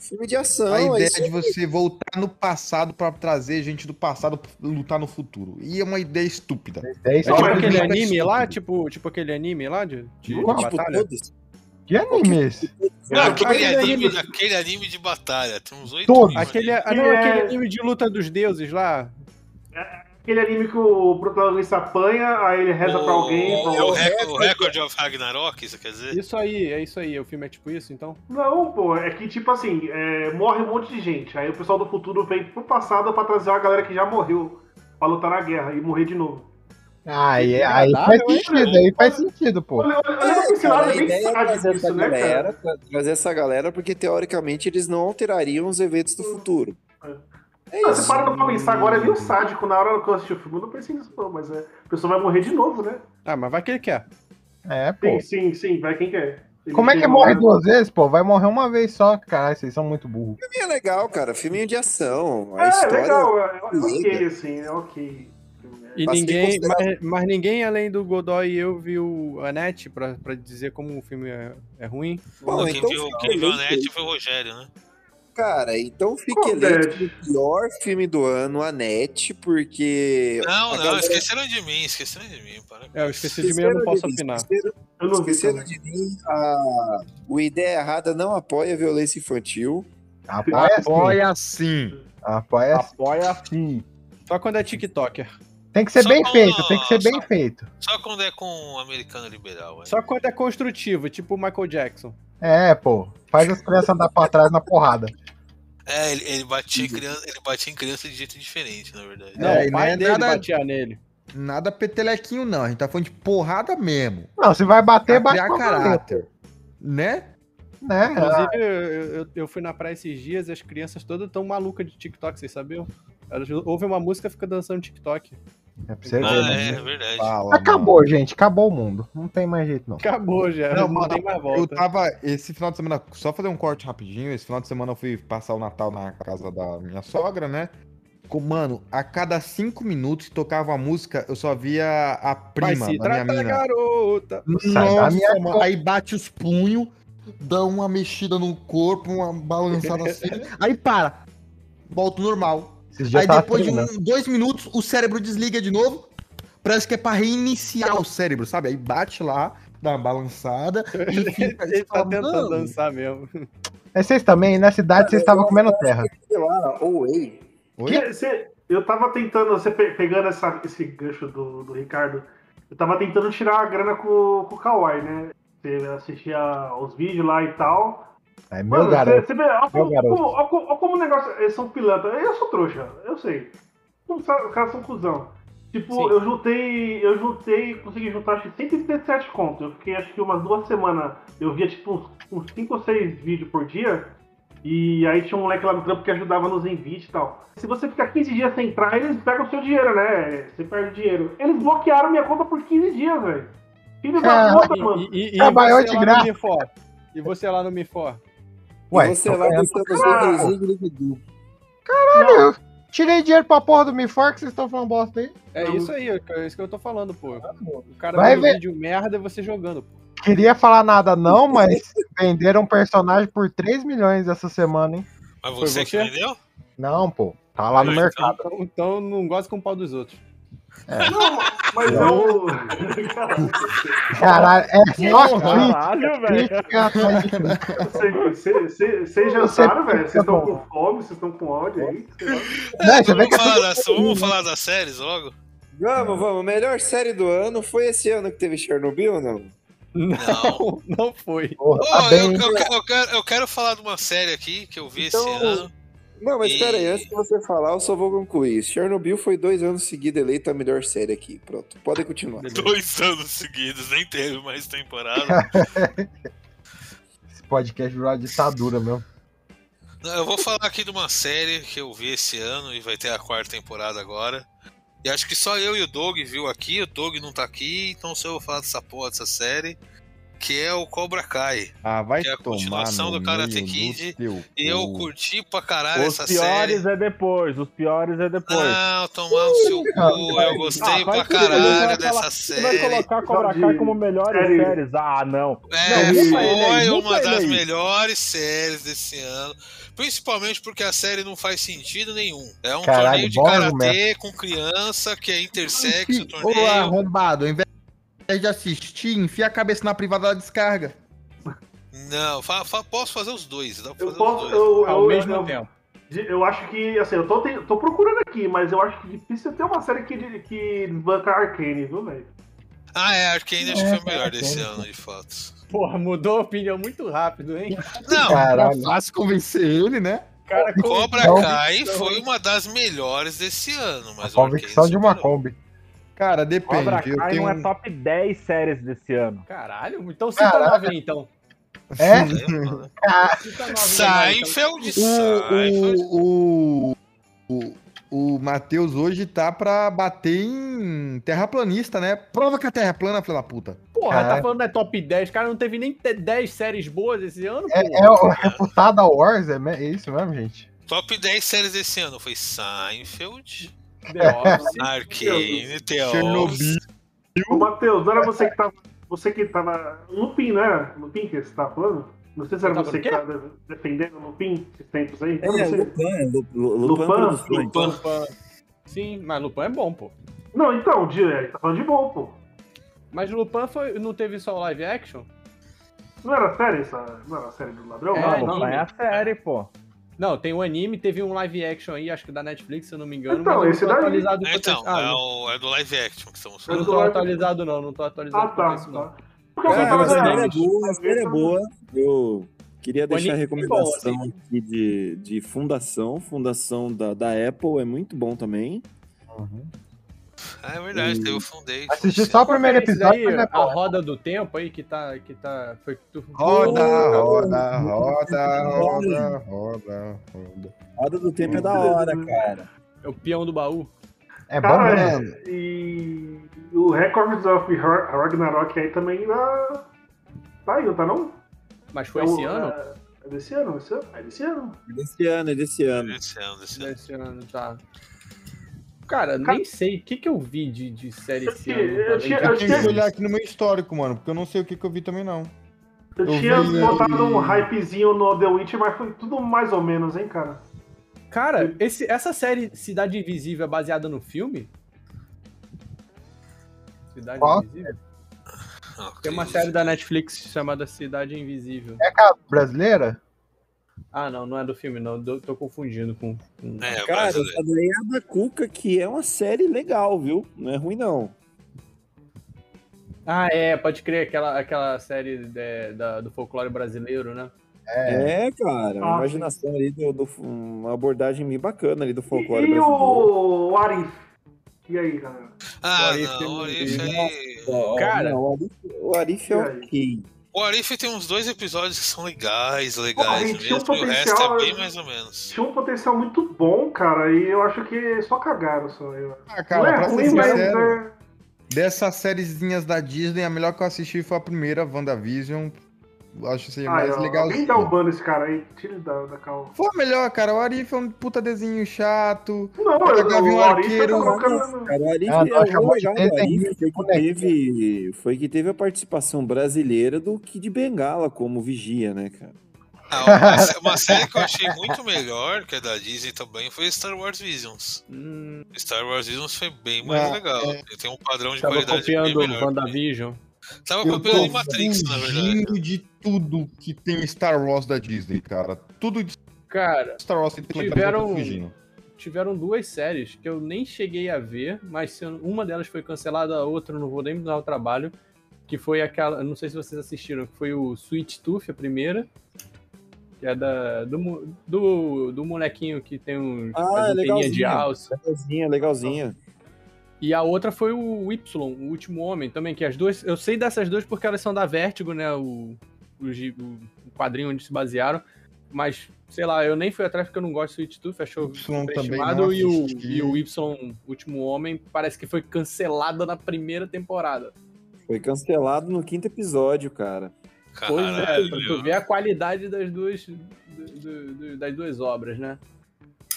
[SPEAKER 6] Filme de ação.
[SPEAKER 3] A
[SPEAKER 6] é
[SPEAKER 3] ideia
[SPEAKER 6] isso
[SPEAKER 3] de você voltar no passado pra trazer gente do passado pra lutar no futuro. E é uma ideia estúpida.
[SPEAKER 5] É
[SPEAKER 13] tipo
[SPEAKER 3] uma
[SPEAKER 13] aquele
[SPEAKER 3] ideia
[SPEAKER 13] anime lá, tipo, tipo aquele anime lá de, de, de
[SPEAKER 3] Tipo
[SPEAKER 13] batalha.
[SPEAKER 6] todos?
[SPEAKER 5] Que anime é esse?
[SPEAKER 4] Não, aquele,
[SPEAKER 13] aquele
[SPEAKER 4] anime,
[SPEAKER 13] anime-
[SPEAKER 4] aquele anime de batalha, tem uns oito
[SPEAKER 5] Todos.
[SPEAKER 4] animes.
[SPEAKER 13] Aquele,
[SPEAKER 2] Que
[SPEAKER 13] não, aquele
[SPEAKER 2] é-
[SPEAKER 13] anime de luta dos deuses lá.
[SPEAKER 2] Aquele anime que o protagonista apanha, aí ele é reza pra alguém.
[SPEAKER 4] É O,
[SPEAKER 2] fala,
[SPEAKER 4] o, record, o Record of Ragnarok, isso quer dizer?
[SPEAKER 13] Isso aí, é isso aí. O filme é tipo isso, então?
[SPEAKER 2] Não, pô, é que tipo assim, é, morre um monte de gente. Aí o pessoal do futuro vem pro passado pra trazer uma galera que já morreu pra lutar na guerra e morrer de novo.
[SPEAKER 5] Ah, Aí, aí faz
[SPEAKER 6] Agradável, hein,
[SPEAKER 5] sentido, aí faz sentido, pô.
[SPEAKER 2] Olha, olha, olha pra esse
[SPEAKER 6] Cara,
[SPEAKER 2] lado,
[SPEAKER 6] a
[SPEAKER 2] é bem
[SPEAKER 6] ideia é trazer
[SPEAKER 2] sádico
[SPEAKER 6] essa
[SPEAKER 2] isso, né,
[SPEAKER 6] galera,
[SPEAKER 2] cara?
[SPEAKER 6] tra- trazer essa galera, porque teoricamente eles não alterariam os eventos do futuro. É
[SPEAKER 2] Não,
[SPEAKER 6] isso.
[SPEAKER 2] você para pra pensar agora, é meio sádico. Na hora que eu assisti o filme, eu não pensei nisso, não, mas é, a pessoa vai morrer de novo, né?
[SPEAKER 13] Ah, mas vai que ele quer.
[SPEAKER 5] É, pô.
[SPEAKER 2] Sim, sim, sim, vai quem quer. Ele
[SPEAKER 5] Como é
[SPEAKER 2] tem
[SPEAKER 5] que morre
[SPEAKER 2] vários-
[SPEAKER 5] duas vezes, pô? Vai morrer uma vez só, caralho, vocês são muito burros.
[SPEAKER 6] Filminho é legal, cara. Filminho de ação. A
[SPEAKER 2] É,
[SPEAKER 6] história...
[SPEAKER 2] legal, é, é ok, assim, é ok.
[SPEAKER 13] E
[SPEAKER 6] Mas tem
[SPEAKER 13] ninguém,
[SPEAKER 6] considerado-
[SPEAKER 13] mas, mas ninguém além do Godoy e eu viu a net pra, pra dizer como o filme é, é ruim.
[SPEAKER 6] Bom,
[SPEAKER 4] quem
[SPEAKER 6] então
[SPEAKER 4] viu,
[SPEAKER 6] fica
[SPEAKER 4] quem viu a
[SPEAKER 6] eleito.
[SPEAKER 4] net foi o Rogério, né?
[SPEAKER 6] Cara, então fique eleito o pior filme do ano, a NET, porque.
[SPEAKER 4] Não,
[SPEAKER 6] a
[SPEAKER 4] não,
[SPEAKER 6] galera-
[SPEAKER 4] esqueceram de mim, esqueceram de mim. Para.
[SPEAKER 13] É, eu esqueci de mim, eu não posso opinar.
[SPEAKER 6] Esqueceram,
[SPEAKER 2] é, Eu não né? vi
[SPEAKER 6] esqueceram de mim. A... O Ideia Errada não apoia a violência infantil.
[SPEAKER 3] Apoia
[SPEAKER 13] assim.
[SPEAKER 3] sim.
[SPEAKER 5] Apoia sim.
[SPEAKER 10] Apoia sim.
[SPEAKER 13] Só quando é TikToker.
[SPEAKER 5] Tem que ser bem feito, tem que ser bem feito.
[SPEAKER 4] Só quando é com um americano liberal.
[SPEAKER 13] Só quando é construtivo, tipo o Michael Jackson.
[SPEAKER 5] É, pô. Faz as crianças andar pra trás na porrada.
[SPEAKER 4] É, ele, ele, batia em criança, ele batia em criança de jeito diferente, na verdade. Ah,
[SPEAKER 3] É, e é nada-
[SPEAKER 13] nele.
[SPEAKER 3] Nada petelequinho, não. A gente tá falando de porrada mesmo.
[SPEAKER 5] Não, se vai bater,
[SPEAKER 3] Pra
[SPEAKER 5] bate
[SPEAKER 3] criar
[SPEAKER 5] com a
[SPEAKER 3] caráter. Né?
[SPEAKER 5] Né?
[SPEAKER 13] Inclusive, eu, eu- eu fui na praia esses dias e as crianças todas tão malucas de TikTok, vocês sabiam? Elas ouvem uma música e ficam dançando TikTok.
[SPEAKER 5] É pra você
[SPEAKER 4] Ah,
[SPEAKER 5] ver,
[SPEAKER 4] é,
[SPEAKER 5] né?
[SPEAKER 4] é verdade.
[SPEAKER 3] Ah,
[SPEAKER 5] Fala, acabou, gente. Acabou o mundo. Não tem mais jeito, não.
[SPEAKER 13] Acabou já, não tem mais volta.
[SPEAKER 3] Eu tava, esse final de semana, só fazer um corte rapidinho, esse final de semana eu fui passar o Natal na casa da minha sogra, né? Com- Mano, a cada cinco minutos que tocava a música, eu só via a
[SPEAKER 13] Vai
[SPEAKER 3] prima
[SPEAKER 13] se
[SPEAKER 3] da minha
[SPEAKER 13] tratar,
[SPEAKER 3] mina.
[SPEAKER 13] garota.
[SPEAKER 3] Nossa, mano, aí bate os punhos, dá uma mexida no corpo, uma balançada assim, aí para. Volta ao normal.
[SPEAKER 5] Esses dias
[SPEAKER 3] Aí
[SPEAKER 5] eu tava
[SPEAKER 3] depois de um-
[SPEAKER 5] treinando.
[SPEAKER 3] dois minutos, o cérebro desliga de novo. Parece que é pra reiniciar o cérebro, sabe? Aí bate lá, dá uma balançada e fica.
[SPEAKER 13] Ele tá
[SPEAKER 3] fala,
[SPEAKER 13] tentando
[SPEAKER 3] "Mano,
[SPEAKER 13] dançar mesmo.
[SPEAKER 5] É vocês também, na cidade vocês estavam comendo terra.
[SPEAKER 6] Sei lá, ou ei.
[SPEAKER 2] Que- cê- eu tava tentando, você pe- pegando essa- esse gancho do, do Ricardo, eu tava tentando tirar a grana com, com o Kawaii, né? Você assistia os vídeos lá e tal.
[SPEAKER 5] É meu
[SPEAKER 2] Mano,
[SPEAKER 5] garoto.
[SPEAKER 2] Você, você vê, olha
[SPEAKER 5] Meu
[SPEAKER 2] como,
[SPEAKER 5] garoto.
[SPEAKER 2] como- olha como- olha como o negócio. Eles são pilantra. Eu sou trouxa, eu sei. Não sabe, Os caras são cuzão. Tipo, eu juntei. Eu juntei, consegui juntar acho que 137 contos. Eu fiquei acho que umas duas semanas. Eu via tipo uns- uns 5 ou 6 vídeos por dia. E aí tinha um moleque lá no trampo que ajudava nos envites e tal. Se você ficar 15 dias sem entrar, eles pegam o seu dinheiro, né? Você perde o dinheiro. Eles bloquearam minha conta por 15 dias, velho. Filho da
[SPEAKER 5] Caralho,
[SPEAKER 2] puta, mano.
[SPEAKER 13] E, e,
[SPEAKER 5] Trabalhou
[SPEAKER 13] e
[SPEAKER 5] de
[SPEAKER 13] você é lá no
[SPEAKER 5] graça.
[SPEAKER 13] Mifor? E você é lá no Mifor?
[SPEAKER 5] Ué,
[SPEAKER 6] e você
[SPEAKER 5] tô
[SPEAKER 13] então
[SPEAKER 6] lá
[SPEAKER 5] ganhando
[SPEAKER 6] gastando
[SPEAKER 5] pra
[SPEAKER 6] os
[SPEAKER 5] caralho.
[SPEAKER 6] outros em Libidu.
[SPEAKER 5] Caralho, eu tirei dinheiro pra porra do Mifor que vocês estão falando bosta aí.
[SPEAKER 13] É isso aí, é isso que eu tô falando, pô. O cara
[SPEAKER 5] Vai
[SPEAKER 13] vê um
[SPEAKER 5] ver.
[SPEAKER 13] vídeo merda e você jogando, pô.
[SPEAKER 5] Queria falar nada não, mas venderam um personagem por 3 milhões essa semana, hein?
[SPEAKER 4] Mas você, que vendeu?
[SPEAKER 5] Não, pô. Tá lá no mercado.
[SPEAKER 13] Então, então não gosta com o pau dos outros.
[SPEAKER 2] Não, mas eu.
[SPEAKER 5] Caralho, é só
[SPEAKER 13] Caralho,
[SPEAKER 5] crítica, crítica, velho.
[SPEAKER 2] Vocês jantaram, velho? Vocês estão com fome? Vocês estão com ódio aí?
[SPEAKER 5] Não, você vê
[SPEAKER 4] Vamos
[SPEAKER 5] que é
[SPEAKER 4] falar,
[SPEAKER 5] tudo
[SPEAKER 4] das, vamos falar das séries logo?
[SPEAKER 6] Vamos, vamos. Melhor série do ano foi esse ano que teve Chernobyl ou não?
[SPEAKER 13] Não, não foi.
[SPEAKER 5] Porra,
[SPEAKER 4] Ó,
[SPEAKER 5] tá
[SPEAKER 4] eu,
[SPEAKER 5] bem.
[SPEAKER 4] eu quero- eu quero, eu quero falar de uma série aqui que eu vi esse
[SPEAKER 6] Então,
[SPEAKER 4] ano.
[SPEAKER 6] Não, mas
[SPEAKER 4] E-
[SPEAKER 6] pera aí, antes de você falar, eu só vou concluir. Chernobyl foi dois anos seguidos eleita a melhor série aqui. Pronto, podem continuar.
[SPEAKER 4] Dois anos seguidos, nem teve mais temporada.
[SPEAKER 5] Esse podcast virou uma ditadura mesmo.
[SPEAKER 4] Não, eu vou falar aqui de uma série que eu vi esse ano e vai ter a quarta temporada agora. E acho que só eu e o Doug viu aqui, o Doug não tá aqui, então só eu vou falar dessa porra dessa série, que é o Cobra Kai.
[SPEAKER 3] Ah, vai
[SPEAKER 4] Que é a
[SPEAKER 3] tomar
[SPEAKER 4] continuação
[SPEAKER 3] no
[SPEAKER 4] do Karate
[SPEAKER 3] meio do
[SPEAKER 4] Kid,
[SPEAKER 3] teu
[SPEAKER 4] Eu
[SPEAKER 3] cu.
[SPEAKER 4] curti pra caralho
[SPEAKER 10] Hum. Os
[SPEAKER 4] essa
[SPEAKER 10] piores
[SPEAKER 4] série.
[SPEAKER 10] é depois, os piores é depois.
[SPEAKER 4] Não, tomar no seu cu, eu
[SPEAKER 13] Ah,
[SPEAKER 10] Ah,
[SPEAKER 4] gostei pra caralho dessa
[SPEAKER 10] Você vai
[SPEAKER 4] série.
[SPEAKER 10] colocar Cobra Kai como melhores
[SPEAKER 2] Série.
[SPEAKER 10] séries? Ah, não.
[SPEAKER 4] É,
[SPEAKER 10] Não, muta ele aí,
[SPEAKER 4] foi
[SPEAKER 10] muta
[SPEAKER 4] uma
[SPEAKER 10] ele
[SPEAKER 4] das
[SPEAKER 10] aí.
[SPEAKER 4] melhores séries desse ano. Principalmente porque a série não faz sentido nenhum. É um
[SPEAKER 5] Caralho,
[SPEAKER 4] torneio de
[SPEAKER 5] bom
[SPEAKER 4] karatê
[SPEAKER 5] argumento.
[SPEAKER 4] com criança, que é intersexo o
[SPEAKER 3] Ô,
[SPEAKER 4] torneio.
[SPEAKER 3] arrombado, ao invés de assistir, enfia a cabeça na privada da descarga.
[SPEAKER 4] Não, fa- fa- posso fazer os dois. Dá pra
[SPEAKER 2] Eu
[SPEAKER 4] fazer
[SPEAKER 2] posso.
[SPEAKER 4] os dois.
[SPEAKER 2] Eu,
[SPEAKER 13] Ao
[SPEAKER 2] eu,
[SPEAKER 13] mesmo
[SPEAKER 2] eu,
[SPEAKER 13] tempo.
[SPEAKER 2] De- Eu acho que, assim, eu tô, te- tô procurando aqui, mas eu acho que difícil ter uma série que, de- que desbanca a Arcane, viu, velho?
[SPEAKER 4] Ah, é, Arcane acho que foi o melhor desse ano, de fato.
[SPEAKER 13] Porra, mudou a opinião muito rápido, hein?
[SPEAKER 4] Não,
[SPEAKER 5] Caralho.
[SPEAKER 3] É Fácil convencer ele, né?
[SPEAKER 13] Cara,
[SPEAKER 4] Cobra
[SPEAKER 5] Não.
[SPEAKER 4] Kai foi uma das melhores desse ano, mas o Arcane
[SPEAKER 5] Convicção de uma
[SPEAKER 4] superou.
[SPEAKER 5] Kombi.
[SPEAKER 3] Cara, depende.
[SPEAKER 10] Cobra
[SPEAKER 3] eu
[SPEAKER 10] Kai
[SPEAKER 3] tenho
[SPEAKER 10] não é
[SPEAKER 3] um-
[SPEAKER 10] top 10 séries desse ano.
[SPEAKER 13] Caralho, então cita nove aí, então.
[SPEAKER 5] É?
[SPEAKER 13] Cita nove aí, então.
[SPEAKER 4] Seinfeld, Seinfeld.
[SPEAKER 3] O, o, o, o, o Matheus hoje tá pra bater em terraplanista, né? Prova que a terra é plana, filha da puta.
[SPEAKER 13] Porra, tá
[SPEAKER 5] Caralho.
[SPEAKER 13] falando é top 10. Cara, não teve nem te- 10 séries boas esse ano,
[SPEAKER 5] É,
[SPEAKER 13] porra.
[SPEAKER 5] é o reputado Wars, é, me- é isso mesmo, gente?
[SPEAKER 4] Top 10 séries desse ano foi Seinfeld,
[SPEAKER 13] The Office.
[SPEAKER 4] Arcane,
[SPEAKER 13] Então,
[SPEAKER 4] então. The Office.
[SPEAKER 3] Chernobyl.
[SPEAKER 2] Ô, Matheus, não era você que tava. Você que tava. Lupin, não era? Lupin que você tava falando? Não sei se era
[SPEAKER 13] Eu tava
[SPEAKER 2] você
[SPEAKER 13] no
[SPEAKER 2] que
[SPEAKER 13] quê?
[SPEAKER 2] tava defendendo o Lupin esses tempos aí.
[SPEAKER 6] É,
[SPEAKER 2] Eu não sei.
[SPEAKER 6] Lupan, Lu- Lu-
[SPEAKER 2] Lupan,
[SPEAKER 6] Lupan então. Produções.
[SPEAKER 4] Lupan.
[SPEAKER 13] Lupan. Sim, mas Lupan é bom, pô.
[SPEAKER 2] Não, então, de, ele tá falando de bom, pô.
[SPEAKER 13] Mas Lupan foi, não teve só live action?
[SPEAKER 2] Não era série essa. Não era a série do ladrão? Ah,
[SPEAKER 13] É,
[SPEAKER 10] Não,
[SPEAKER 2] não,
[SPEAKER 10] não,
[SPEAKER 13] anime.
[SPEAKER 10] é a série, pô.
[SPEAKER 13] Não, tem um anime, teve um live action aí, acho que da Netflix, se eu não me engano.
[SPEAKER 2] Então,
[SPEAKER 13] mas eu não
[SPEAKER 2] esse
[SPEAKER 13] tô
[SPEAKER 2] daí.
[SPEAKER 13] atualizado
[SPEAKER 4] É,
[SPEAKER 13] quanto
[SPEAKER 4] Então,
[SPEAKER 13] a
[SPEAKER 4] é,
[SPEAKER 13] isso.
[SPEAKER 4] o, é do live action que estamos
[SPEAKER 13] Ah, não,
[SPEAKER 4] falando.
[SPEAKER 13] não tô atualizado não, não tô
[SPEAKER 2] Ah,
[SPEAKER 13] atualizado quanto a
[SPEAKER 2] tá.
[SPEAKER 13] isso não.
[SPEAKER 2] tá. Porque eu
[SPEAKER 13] É,
[SPEAKER 2] tava
[SPEAKER 13] mas
[SPEAKER 6] a
[SPEAKER 2] falando,
[SPEAKER 6] série é
[SPEAKER 2] ah,
[SPEAKER 6] boa, a série é boa. Eu queria
[SPEAKER 13] Bonito
[SPEAKER 6] deixar a
[SPEAKER 13] e
[SPEAKER 6] recomendação
[SPEAKER 13] bom,
[SPEAKER 6] aqui de, de Fundação. Fundação da, da Apple é muito bom também.
[SPEAKER 4] Ah, é verdade, teve o Foundation.
[SPEAKER 5] Assisti só o primeiro
[SPEAKER 13] Esse
[SPEAKER 5] episódio,
[SPEAKER 13] daí,
[SPEAKER 2] né,
[SPEAKER 5] mas não é
[SPEAKER 13] a
[SPEAKER 5] bom.
[SPEAKER 13] roda do tempo aí que tá que tá foi tu-
[SPEAKER 3] Roda, roda, roda, roda, roda, roda.
[SPEAKER 6] Roda do Tempo é da hora, cara.
[SPEAKER 13] é o peão do baú.
[SPEAKER 5] É bom
[SPEAKER 2] Cara,
[SPEAKER 5] mesmo.
[SPEAKER 2] é- e o Records of Ra- Ragnarok aí também tá, tá aí, não tá não?
[SPEAKER 13] Mas foi
[SPEAKER 2] É o-
[SPEAKER 13] esse ano?
[SPEAKER 2] É, é desse ano, esse ano? É desse ano.
[SPEAKER 6] Desse ano, é desse ano.
[SPEAKER 4] Desse ano, desse
[SPEAKER 13] ano. Desse ano, tá. Cara, nem sei. O que, que eu vi de, de série esse ano?
[SPEAKER 3] Eu
[SPEAKER 13] além de-
[SPEAKER 3] tenho que olhar aqui no meu histórico, mano, porque eu não sei o que, que eu vi também, não.
[SPEAKER 2] Eu,
[SPEAKER 3] Eu
[SPEAKER 2] tinha
[SPEAKER 3] vi-
[SPEAKER 2] botado um hypezinho no The Witch, mas foi tudo mais ou menos, hein, cara?
[SPEAKER 13] Cara, esse- essa série Cidade Invisível é baseada no filme? Cidade
[SPEAKER 5] Qual?
[SPEAKER 13] Invisível?
[SPEAKER 4] Ah,
[SPEAKER 13] Tem uma série da Netflix chamada Cidade Invisível.
[SPEAKER 5] É com a brasileira?
[SPEAKER 13] Ah, não, não é do filme, não. Tô, tô confundindo com.
[SPEAKER 4] É,
[SPEAKER 13] com...
[SPEAKER 6] Cara, essa daí é a da Cuca, que é uma série legal, viu? Não é ruim, não.
[SPEAKER 13] Ah, é, pode crer, aquela, aquela série de- da- do folclore brasileiro, né?
[SPEAKER 6] É, cara, uma
[SPEAKER 13] Ah,
[SPEAKER 6] imaginação ali, do, do- uma abordagem bem bacana ali do folclore
[SPEAKER 2] E
[SPEAKER 6] brasileiro.
[SPEAKER 2] o Arif? E aí, galera?
[SPEAKER 4] Ah, não,
[SPEAKER 13] um
[SPEAKER 4] o Arif aí.
[SPEAKER 6] Cara, não, o Arif, o Arif é ok.
[SPEAKER 4] O Arif tem uns dois episódios que são legais, legais
[SPEAKER 2] Porra, tinha um
[SPEAKER 4] mesmo, e o resto é
[SPEAKER 2] potencial,
[SPEAKER 4] bem
[SPEAKER 2] né?
[SPEAKER 4] mais ou menos.
[SPEAKER 2] Tinha um potencial muito bom, cara, e eu acho que só cagaram só. Eu.
[SPEAKER 3] Ah, cara,
[SPEAKER 2] não é
[SPEAKER 3] pra ser
[SPEAKER 2] ruim, mas
[SPEAKER 3] sincero,
[SPEAKER 2] é-
[SPEAKER 3] Dessas sériezinhas da Disney, a melhor que eu assisti foi a primeira, WandaVision. Acho que seria
[SPEAKER 2] Ah,
[SPEAKER 3] É mais
[SPEAKER 2] eu-
[SPEAKER 3] legal.
[SPEAKER 2] Alguém dá o ban nesse cara aí, tira ele da, da calma.
[SPEAKER 3] Foi a melhor, cara. O Arif é um puta desenho chato.
[SPEAKER 2] Não,
[SPEAKER 3] Puta
[SPEAKER 2] eu-
[SPEAKER 3] Gavião
[SPEAKER 2] o Arif
[SPEAKER 3] um Arqueiro.
[SPEAKER 2] tá colocando-
[SPEAKER 6] Cara, o Arif
[SPEAKER 3] Ah, não,
[SPEAKER 6] é o
[SPEAKER 3] chamou
[SPEAKER 6] mais
[SPEAKER 3] de
[SPEAKER 6] legal do
[SPEAKER 3] desenho,
[SPEAKER 6] Arif, foi que, teve, foi que teve a participação brasileira do Kid Bengala como vigia, né, cara?
[SPEAKER 4] Ah, uma, sé- uma série que eu achei muito melhor, que é da Disney também, foi Star Wars Visions.
[SPEAKER 13] Hum.
[SPEAKER 4] Star Wars Visions foi bem mais
[SPEAKER 13] Ah,
[SPEAKER 4] legal.
[SPEAKER 13] é.
[SPEAKER 4] Tem um padrão de
[SPEAKER 13] Tava
[SPEAKER 4] qualidade bem
[SPEAKER 13] copiando
[SPEAKER 4] melhor. né?
[SPEAKER 13] o WandaVision.
[SPEAKER 4] Tava
[SPEAKER 3] Eu
[SPEAKER 4] copiando
[SPEAKER 3] tô
[SPEAKER 4] em Matrix, na verdade.
[SPEAKER 3] fugindo de tudo que tem Star Wars da Disney, cara. Tudo de
[SPEAKER 13] Cara,
[SPEAKER 3] Star Wars que tem eu tô
[SPEAKER 13] tiveram-
[SPEAKER 3] fugindo.
[SPEAKER 13] Tiveram duas séries que eu nem cheguei a ver, mas se eu- uma delas foi cancelada, a outra eu não vou nem dar o trabalho. Que foi aquela, não sei se vocês assistiram, que foi o Sweet Tooth, a primeira. Que é da, do, mo- do, do molequinho que tem um
[SPEAKER 6] Ah, legalzinha.
[SPEAKER 13] de alça.
[SPEAKER 6] Legalzinha, legalzinha.
[SPEAKER 13] E a outra foi o Y, o Último Homem também, que as duas. Eu sei dessas duas porque elas são da Vertigo, né? O, o, gi- o quadrinho onde se basearam. Mas, sei lá, eu nem fui atrás porque eu não gosto de Sweet Tooth, achou
[SPEAKER 3] Y também
[SPEAKER 13] superestimado.
[SPEAKER 3] não
[SPEAKER 13] E o,
[SPEAKER 3] assisti.
[SPEAKER 13] e o Y, Último Homem, parece que foi cancelada na primeira temporada.
[SPEAKER 6] Foi cancelado no quinto episódio, cara.
[SPEAKER 13] Pois é, pra tu ver a qualidade das duas, do- do- do- das duas obras, né?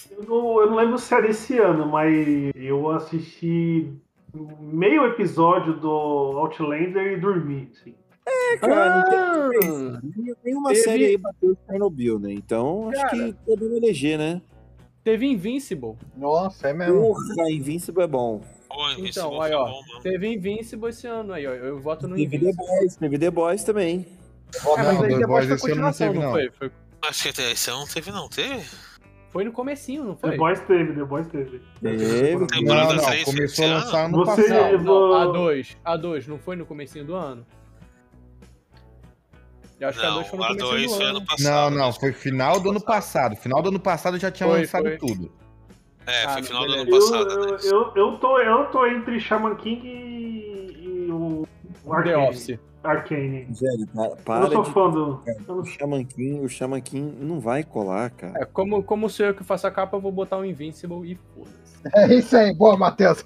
[SPEAKER 2] Eu não, eu não lembro se era esse ano, mas eu assisti meio episódio do Outlander e dormi. Assim.
[SPEAKER 6] É, cara,
[SPEAKER 13] Ah!
[SPEAKER 6] não tem o que pensar. Nenhuma
[SPEAKER 13] Teve-
[SPEAKER 6] série aí bateu Chernobyl, né? Então, acho que podemos eleger, né?
[SPEAKER 13] Teve Invincible.
[SPEAKER 5] Nossa, é mesmo.
[SPEAKER 6] Porra, Invincible é bom.
[SPEAKER 13] Então, aí, ó. teve Invincible esse ano aí, ó. Eu voto no
[SPEAKER 6] Teve The
[SPEAKER 13] Invincible.
[SPEAKER 6] Boys, teve The Boys também.
[SPEAKER 3] É, mas não, aí The The Boys Boys foi esse ano não continuação, teve, não não.
[SPEAKER 13] foi?
[SPEAKER 4] Acho que até esse ano não teve, não. Teve?
[SPEAKER 13] Foi no comecinho, não foi?
[SPEAKER 2] The Boys teve, The Boys teve.
[SPEAKER 6] Teve.
[SPEAKER 3] Não, não, começou a lançar ano
[SPEAKER 2] Você-
[SPEAKER 3] passado.
[SPEAKER 13] Não, a 2. A 2 não foi no comecinho do ano? Eu acho que a 2 foi no
[SPEAKER 4] a
[SPEAKER 13] comecinho
[SPEAKER 4] dois
[SPEAKER 13] do
[SPEAKER 4] foi
[SPEAKER 13] ano.
[SPEAKER 4] ano né?
[SPEAKER 3] Não,
[SPEAKER 5] né?
[SPEAKER 3] não, foi final do ano passado. Final do ano passado já tinha
[SPEAKER 13] Foi,
[SPEAKER 3] lançado
[SPEAKER 13] foi.
[SPEAKER 3] tudo.
[SPEAKER 4] É,
[SPEAKER 13] Ah,
[SPEAKER 4] foi final do ano
[SPEAKER 2] Eu,
[SPEAKER 4] passado. né?
[SPEAKER 2] eu, eu, eu tô, eu tô entre Shaman King e, e o, o
[SPEAKER 13] The
[SPEAKER 2] Arcane.
[SPEAKER 13] Office.
[SPEAKER 2] Arcane.
[SPEAKER 6] Velho, para, para
[SPEAKER 2] Eu sou
[SPEAKER 6] de...
[SPEAKER 2] fã do.
[SPEAKER 6] Cara, o Shaman King, o Shaman King não vai colar, cara.
[SPEAKER 13] É, como, como sou eu que faço a capa, eu vou botar o Invincible e foda-se.
[SPEAKER 5] É isso aí, boa, Matheus.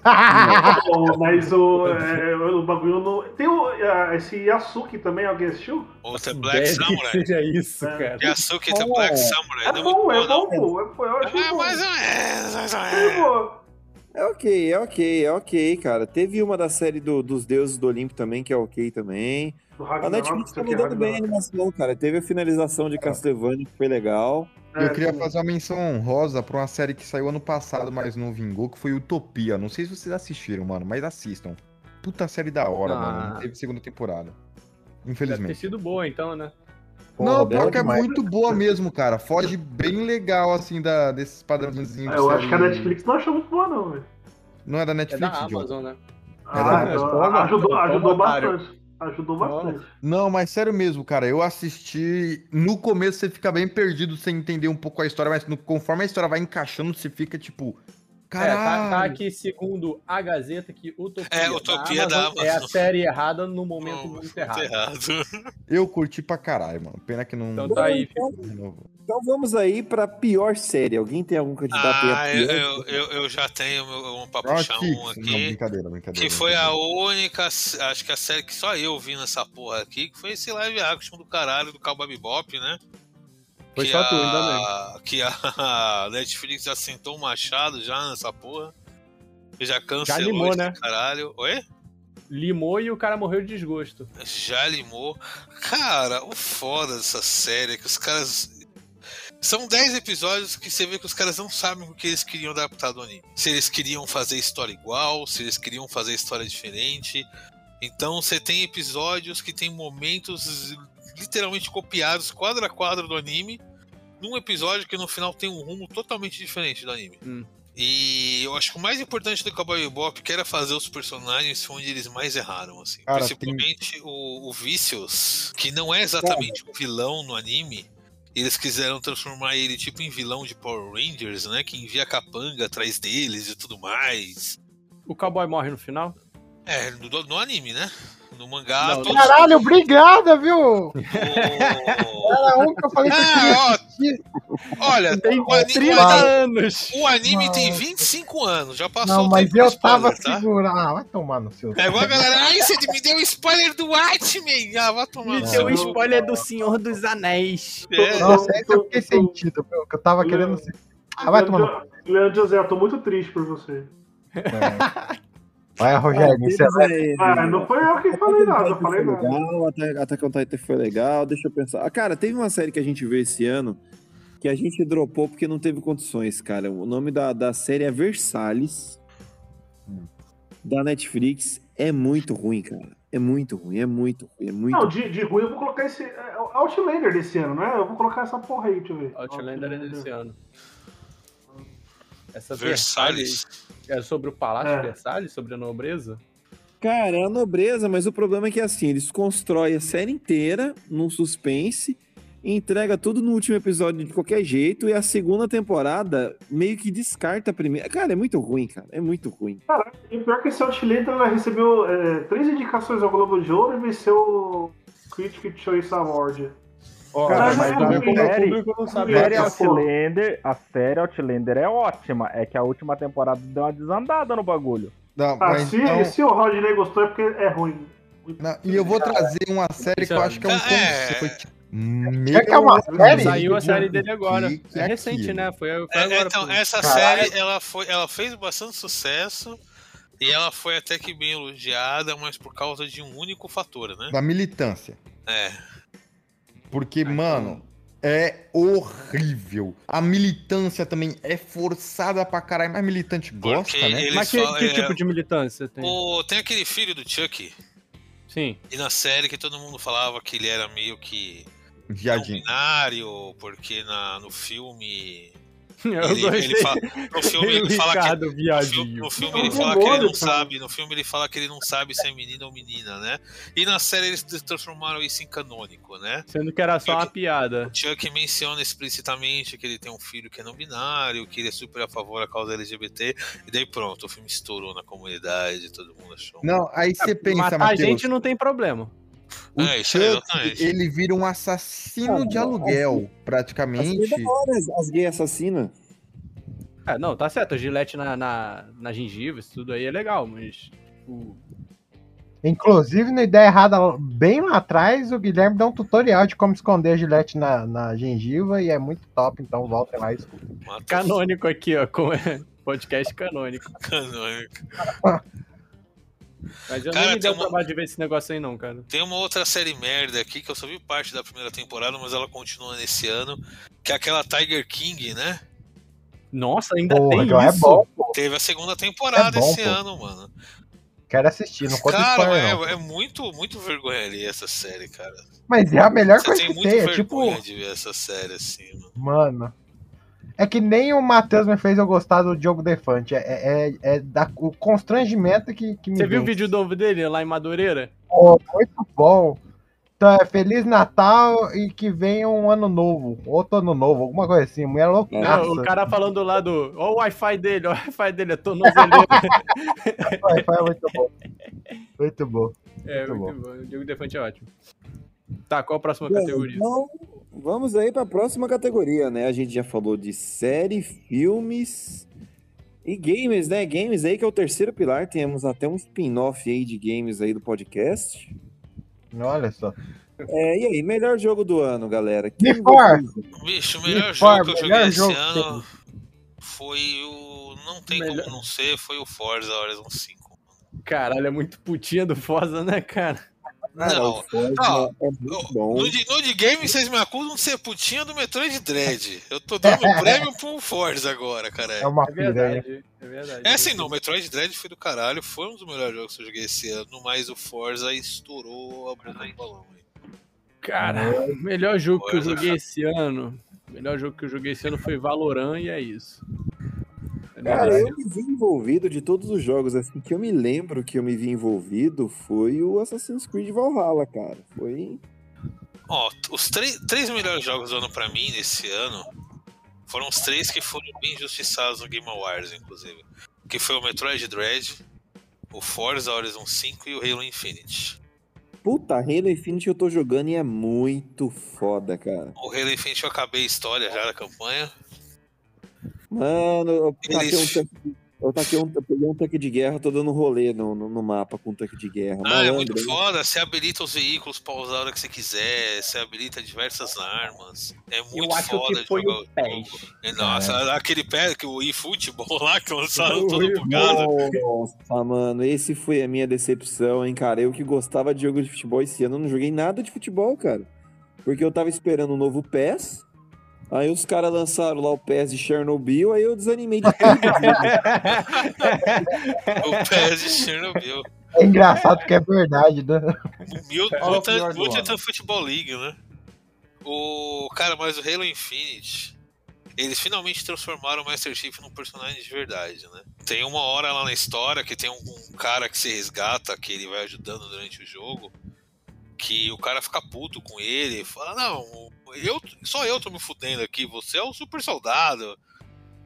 [SPEAKER 2] Bom, mas o, é, o bagulho não. Tem o, ah, esse Yasuki também, alguém assistiu?
[SPEAKER 4] Outra Black né? Samurai.
[SPEAKER 13] seja isso, cara.
[SPEAKER 4] Yasuke The Black Samurai. né?
[SPEAKER 2] É
[SPEAKER 4] não
[SPEAKER 2] bom,
[SPEAKER 4] muito
[SPEAKER 2] é bom, pô. É, pô, eu acho bom. É bom.
[SPEAKER 6] É ok, é ok, é ok, cara. Teve uma da série do- dos deuses do Olimpo também, que é ok também.
[SPEAKER 2] Do
[SPEAKER 6] A
[SPEAKER 2] Ragnarok,
[SPEAKER 6] Netflix tá
[SPEAKER 2] não sei o que, é
[SPEAKER 6] mudando bem a
[SPEAKER 2] Ragnarok. É.
[SPEAKER 6] animação, cara. Teve a finalização de Castlevania, que foi legal.
[SPEAKER 3] eu queria
[SPEAKER 2] um-
[SPEAKER 3] fazer uma menção honrosa pra uma série que saiu ano passado, mas não vingou, que foi Utopia. Não sei se vocês assistiram, mano, mas assistam. Puta série da hora,
[SPEAKER 13] Ah.
[SPEAKER 3] mano. Não teve segunda temporada.
[SPEAKER 13] Deve ter
[SPEAKER 3] Infelizmente.
[SPEAKER 13] sido boa, então, né?
[SPEAKER 3] não,
[SPEAKER 13] bela
[SPEAKER 3] pior que é
[SPEAKER 13] demais.
[SPEAKER 3] muito boa mesmo, cara. Foge bem legal, assim, da, desses padrãozinhos.
[SPEAKER 2] Eu acho que a
[SPEAKER 3] série-
[SPEAKER 2] Netflix não achou muito boa, não, velho.
[SPEAKER 3] Não é da
[SPEAKER 13] É
[SPEAKER 3] Netflix,
[SPEAKER 13] da
[SPEAKER 3] idiota.
[SPEAKER 13] Amazon, né?
[SPEAKER 2] Ah,
[SPEAKER 3] É da
[SPEAKER 2] então,
[SPEAKER 3] Amazon.
[SPEAKER 2] ajudou,
[SPEAKER 3] Toma,
[SPEAKER 2] ajudou
[SPEAKER 3] otário.
[SPEAKER 2] bastante. Ajudou bastante.
[SPEAKER 3] Não, mas sério mesmo, cara. Eu assisti. No começo você fica bem perdido sem entender um pouco a história, mas no- conforme a história vai encaixando, você fica tipo.
[SPEAKER 13] É, tá, tá aqui, segundo a Gazeta, que Utopia,
[SPEAKER 4] É, Utopia
[SPEAKER 13] da
[SPEAKER 4] da
[SPEAKER 13] Amazon é a
[SPEAKER 4] Amazon.
[SPEAKER 13] série errada no momento muito errado.
[SPEAKER 3] Eu curti pra caralho, mano. Pena que não.
[SPEAKER 13] Então tá aí,
[SPEAKER 3] Não
[SPEAKER 13] filho.
[SPEAKER 3] renovou.
[SPEAKER 6] Então vamos aí pra pior série. Alguém tem algum candidato
[SPEAKER 4] Ah,
[SPEAKER 6] aí?
[SPEAKER 4] eu,
[SPEAKER 6] a pior?
[SPEAKER 4] eu, eu- eu já tenho meu- um papo
[SPEAKER 3] né? Rock
[SPEAKER 4] chão
[SPEAKER 3] Kicks.
[SPEAKER 4] aqui.
[SPEAKER 3] Não, brincadeira, brincadeira.
[SPEAKER 4] Que foi a única, acho que a série que só eu vi nessa porra aqui, que foi esse live action do caralho do Cowboy Bebop, né?
[SPEAKER 13] Foi
[SPEAKER 4] que
[SPEAKER 13] só
[SPEAKER 4] a,
[SPEAKER 13] tu, ainda
[SPEAKER 4] mesmo. Que a Netflix já sentou o machado já nessa porra. E já cancelou
[SPEAKER 13] limou,
[SPEAKER 4] esse
[SPEAKER 13] né?
[SPEAKER 4] caralho. Oi?
[SPEAKER 13] Limou e o cara morreu de desgosto.
[SPEAKER 4] Já limou. Cara, o foda dessa série é que os caras. São 10 episódios que você vê que os caras não sabem o que eles queriam adaptar do anime. Se eles queriam fazer história igual, se eles queriam fazer história diferente. Então você tem episódios que tem momentos literalmente copiados quadro a quadro do anime, num episódio que no final tem um rumo totalmente diferente do anime. E eu acho que o mais importante do Cowboy Bebop que era fazer os personagens foi onde eles mais erraram, assim.
[SPEAKER 3] Cara,
[SPEAKER 4] Principalmente o, o Vicious, que não é exatamente um vilão no anime. Eles quiseram transformar ele tipo em vilão de Power Rangers, né? Que envia capanga atrás deles e tudo mais.
[SPEAKER 13] O cowboy morre no final?
[SPEAKER 4] É, no, no anime, né? No mangá, todos-
[SPEAKER 5] Caralho, obrigada, viu? Era um que eu falei que
[SPEAKER 4] Ah,
[SPEAKER 5] eu queria
[SPEAKER 4] Olha,
[SPEAKER 5] Tem
[SPEAKER 4] o ani-
[SPEAKER 5] 30
[SPEAKER 4] o ani-
[SPEAKER 13] anos.
[SPEAKER 4] O anime tem 25 anos, já passou
[SPEAKER 5] Não,
[SPEAKER 4] o
[SPEAKER 5] mas
[SPEAKER 4] tempo do
[SPEAKER 5] eu tava
[SPEAKER 4] spoiler, tá?
[SPEAKER 5] segurando. Ah, vai tomar no seu.
[SPEAKER 4] É igual a galera, ai, você me deu spoiler do Watchmen! Ah, vai tomar.
[SPEAKER 5] Me
[SPEAKER 4] no
[SPEAKER 5] deu um
[SPEAKER 4] seu-
[SPEAKER 5] spoiler
[SPEAKER 13] do Senhor dos Anéis.
[SPEAKER 4] É.
[SPEAKER 5] Nossa, esse eu fiquei sentido, meu, que eu tava querendo. ser- Ah, vai tomar no cu.
[SPEAKER 2] Leandro José, eu tô muito triste por você.
[SPEAKER 5] Vai, Rogério, você é vai.
[SPEAKER 2] Ah, não foi eu
[SPEAKER 6] é
[SPEAKER 2] que falei nada,
[SPEAKER 6] tá
[SPEAKER 2] eu falei nada.
[SPEAKER 6] legal, Ata- Attack on Titan foi legal, deixa eu pensar. Ah, cara, teve uma série que a gente viu esse ano que a gente dropou porque não teve condições, cara. O nome da, da série é Versalhes, da Netflix. É muito ruim, cara. É muito ruim, é muito ruim, é muito
[SPEAKER 2] Não,
[SPEAKER 6] ruim.
[SPEAKER 2] de, de ruim eu vou colocar esse. é o Outlander desse ano, né? Eu vou colocar essa porra aí, deixa eu ver.
[SPEAKER 13] Outlander é desse ano. Essa
[SPEAKER 4] Versalhes.
[SPEAKER 13] Versalhes É sobre o Palácio
[SPEAKER 6] É.
[SPEAKER 13] Versalhes, sobre a nobreza?
[SPEAKER 6] Cara, é a nobreza, mas o problema é que assim, eles constroem a série inteira num suspense, entrega tudo no último episódio de qualquer jeito, e a segunda temporada meio que descarta a primeira. Cara, é muito ruim, cara. É muito ruim.
[SPEAKER 2] Cara, e pior que esse Outlander ela recebeu é, três indicações ao Globo de Ouro e venceu o Critic Choice Award.
[SPEAKER 10] Ó,
[SPEAKER 2] Cara,
[SPEAKER 5] um
[SPEAKER 10] mas
[SPEAKER 2] não,
[SPEAKER 10] a
[SPEAKER 2] não,
[SPEAKER 10] série,
[SPEAKER 2] não, não, não,
[SPEAKER 10] a
[SPEAKER 2] não,
[SPEAKER 10] série
[SPEAKER 5] é
[SPEAKER 2] não,
[SPEAKER 10] Outlander, a série Outlander é ótima. É que a última temporada deu uma desandada no bagulho.
[SPEAKER 3] Não,
[SPEAKER 2] Ah,
[SPEAKER 3] mas
[SPEAKER 2] se,
[SPEAKER 3] então-
[SPEAKER 2] se o Rodney gostou é porque é ruim.
[SPEAKER 3] Não, e eu vou trazer uma série que eu acho que é um conceito.
[SPEAKER 2] É que é uma série?
[SPEAKER 13] Saiu a série dele agora.
[SPEAKER 3] Que que
[SPEAKER 13] é
[SPEAKER 3] é
[SPEAKER 13] recente,
[SPEAKER 3] aquilo?
[SPEAKER 13] né? Foi, foi
[SPEAKER 4] É,
[SPEAKER 13] agora.
[SPEAKER 4] então,
[SPEAKER 13] pô.
[SPEAKER 4] essa
[SPEAKER 13] Caralho.
[SPEAKER 4] série ela, foi, ela fez bastante sucesso e ela foi até que bem elogiada, mas por causa de um único fator, né?
[SPEAKER 3] Da militância.
[SPEAKER 4] É.
[SPEAKER 3] Porque, mano,
[SPEAKER 4] então.
[SPEAKER 3] é horrível. A militância também é forçada pra caralho, mas militante gosta,
[SPEAKER 4] Porque
[SPEAKER 3] né?
[SPEAKER 4] eles
[SPEAKER 3] Mas que,
[SPEAKER 4] falam-
[SPEAKER 3] que
[SPEAKER 4] é,
[SPEAKER 3] tipo de
[SPEAKER 13] militância tem?
[SPEAKER 4] Pô, tem aquele filho do Chuck.
[SPEAKER 13] Sim.
[SPEAKER 4] E na série que todo mundo falava que ele era meio que
[SPEAKER 3] viadinho?
[SPEAKER 4] binário, porque na, no filme.
[SPEAKER 13] Eu
[SPEAKER 4] Ele, ele
[SPEAKER 13] gostei.
[SPEAKER 4] fala, no filme ele fala que.
[SPEAKER 13] Ricardo, viadinho.
[SPEAKER 4] No filme ele fala que ele não sabe. No filme ele fala que ele não sabe se é menino ou menina, né? E na série eles transformaram isso em canônico, né?
[SPEAKER 13] Sendo que era só uma piada.
[SPEAKER 4] Chuck menciona explicitamente que ele tem um filho que é não binário, que ele é super a favor da causa LGBT, e daí pronto, o filme estourou na comunidade, todo mundo achou.
[SPEAKER 3] Não, aí você pensa,
[SPEAKER 13] É, Matar
[SPEAKER 3] Matheus,
[SPEAKER 13] gente não tem problema.
[SPEAKER 3] o
[SPEAKER 4] É, isso aí,
[SPEAKER 3] Chuck,
[SPEAKER 4] exatamente.
[SPEAKER 3] ele vira um assassino de
[SPEAKER 13] assim,
[SPEAKER 3] aluguel, praticamente.
[SPEAKER 6] As gays assassinas.
[SPEAKER 13] É, não, tá certo. A gilete na, na, na gengiva, isso tudo aí é legal, mas. tipo,
[SPEAKER 5] Inclusive, na ideia errada, bem lá atrás, o Guilherme deu um tutorial de como esconder a gilete na, na gengiva e é muito top, então voltem lá e escutem.
[SPEAKER 13] canônico aqui, ó. Com... Podcast canônico.
[SPEAKER 4] Canônico.
[SPEAKER 13] Mas eu
[SPEAKER 4] Cara,
[SPEAKER 13] nem me
[SPEAKER 4] tem
[SPEAKER 13] deu
[SPEAKER 4] uma-
[SPEAKER 13] trabalho de ver esse negócio aí, não, cara.
[SPEAKER 4] Tem uma outra série merda aqui que eu só vi parte da primeira temporada, mas ela continua nesse ano, que é aquela Tiger King, né?
[SPEAKER 13] Nossa, ainda
[SPEAKER 5] Porra,
[SPEAKER 13] tem
[SPEAKER 5] João, é
[SPEAKER 13] isso.
[SPEAKER 5] bom,
[SPEAKER 4] Teve a segunda temporada
[SPEAKER 5] É bom,
[SPEAKER 4] esse
[SPEAKER 5] pô.
[SPEAKER 4] ano, mano.
[SPEAKER 5] Quero assistir, não conta
[SPEAKER 4] Cara,
[SPEAKER 5] spoiler. não.
[SPEAKER 4] é, é muito, muito vergonha ali essa série, cara.
[SPEAKER 5] Mas é a melhor
[SPEAKER 4] Você
[SPEAKER 5] coisa
[SPEAKER 4] tem
[SPEAKER 5] que
[SPEAKER 4] muita
[SPEAKER 5] tem, é
[SPEAKER 4] vergonha
[SPEAKER 5] tipo-
[SPEAKER 4] de ver essa série assim, mano.
[SPEAKER 5] Mano. É que nem o Matheus me fez eu gostar do Diogo Defante. É, é, é da, o constrangimento que, que me
[SPEAKER 13] Você viu o
[SPEAKER 5] vem.
[SPEAKER 13] vídeo novo dele lá em Madureira?
[SPEAKER 5] Pô, muito bom. Então é Feliz Natal e que venha um ano novo. Outro ano novo, alguma coisa assim. Mulher louca.
[SPEAKER 13] Não, o cara falando lá do. Ó, o Wi-Fi dele, ó, o Wi-Fi dele, é tornozeleiro.
[SPEAKER 5] o Wi-Fi é muito bom. Muito bom.
[SPEAKER 13] É,
[SPEAKER 5] Muito
[SPEAKER 13] muito, bom. O Diogo Defante é ótimo. Tá, qual a próxima
[SPEAKER 6] Bem,
[SPEAKER 13] categoria?
[SPEAKER 6] Então, vamos aí para a próxima categoria, né? A gente já falou de série, filmes e games, né? Games aí que é o terceiro pilar. Temos até um spin-off aí de games aí do podcast.
[SPEAKER 5] Olha só.
[SPEAKER 6] É, e aí, melhor jogo do ano, galera?
[SPEAKER 5] Quem gosta?
[SPEAKER 4] Bicho, o melhor
[SPEAKER 6] Me
[SPEAKER 4] jogo que
[SPEAKER 6] fala,
[SPEAKER 4] eu joguei
[SPEAKER 6] melhor
[SPEAKER 4] esse
[SPEAKER 6] jogo que
[SPEAKER 4] ano foi o. Não tem como não ser, foi o Forza Horizon 5.
[SPEAKER 13] Caralho, é muito putinha do Forza, né, cara?
[SPEAKER 4] Não, não.
[SPEAKER 6] é muito bom.
[SPEAKER 4] No de, no de game vocês me acusam de ser putinha do Metroid Dread. Eu tô dando o prêmio pro Forza agora, cara.
[SPEAKER 5] É uma
[SPEAKER 13] É verdade, é verdade.
[SPEAKER 4] É assim, não, Metroid Dread foi do caralho, foi um dos melhores jogos que eu joguei esse ano, mas o Forza estourou a bunda do balão.
[SPEAKER 13] Cara, o melhor jogo que eu joguei esse ano. O melhor jogo que eu joguei esse ano foi Valorant e é isso. É
[SPEAKER 4] é.
[SPEAKER 6] Cara, eu me vi envolvido de todos os jogos, assim, que eu me lembro que eu me vi envolvido foi o Assassin's Creed Valhalla, cara. Foi.
[SPEAKER 4] Ó, os três, três melhores jogos do ano pra mim nesse ano foram os três que foram bem injustiçados no Game Awards, inclusive. Que foi o Metroid Dread, o Forza Horizon 5 e o Halo Infinite.
[SPEAKER 6] Puta, Halo Infinite eu tô jogando e é muito foda, cara.
[SPEAKER 4] O Halo Infinite eu acabei a história já da campanha.
[SPEAKER 6] Mano, eu taquei um
[SPEAKER 4] Eles-
[SPEAKER 6] tanque, eu, taquei um, eu peguei um tanque de guerra, tô dando um rolê no, no, no mapa com um tanque de
[SPEAKER 13] Tá
[SPEAKER 6] guerra.
[SPEAKER 4] Ah, é
[SPEAKER 6] Malandro,
[SPEAKER 4] muito
[SPEAKER 6] hein?
[SPEAKER 4] foda, você habilita os veículos pra usar a hora que você quiser, você habilita diversas armas. É muito
[SPEAKER 13] acho que
[SPEAKER 4] foda de
[SPEAKER 13] foi
[SPEAKER 4] jogar
[SPEAKER 13] o
[SPEAKER 4] o jogo. É, Nossa, aquele pé que o eFootball lá que lançaram
[SPEAKER 13] O
[SPEAKER 4] todo
[SPEAKER 13] eFootball.
[SPEAKER 4] bugado.
[SPEAKER 6] Nossa, Ah, mano, esse foi a minha decepção, hein, cara. Eu que gostava de jogo de futebol esse ano, eu não joguei nada de futebol, cara. Porque eu tava esperando um novo PES. Aí os caras lançaram lá o PES de Chernobyl, aí eu desanimei de
[SPEAKER 4] O pé de Chernobyl.
[SPEAKER 5] É engraçado que é verdade, né?
[SPEAKER 4] Mil-
[SPEAKER 5] Qual é o
[SPEAKER 4] Muita
[SPEAKER 5] pior do
[SPEAKER 4] muita Football League, né? O cara, mas o Halo Infinite, eles finalmente transformaram o Master Chief num personagem de verdade, né? Tem uma hora lá na história que tem um, um cara que se resgata, que ele vai ajudando durante o jogo, que o cara fica puto com ele, fala: "Não, eu só eu tô me fudendo aqui, você é o super soldado.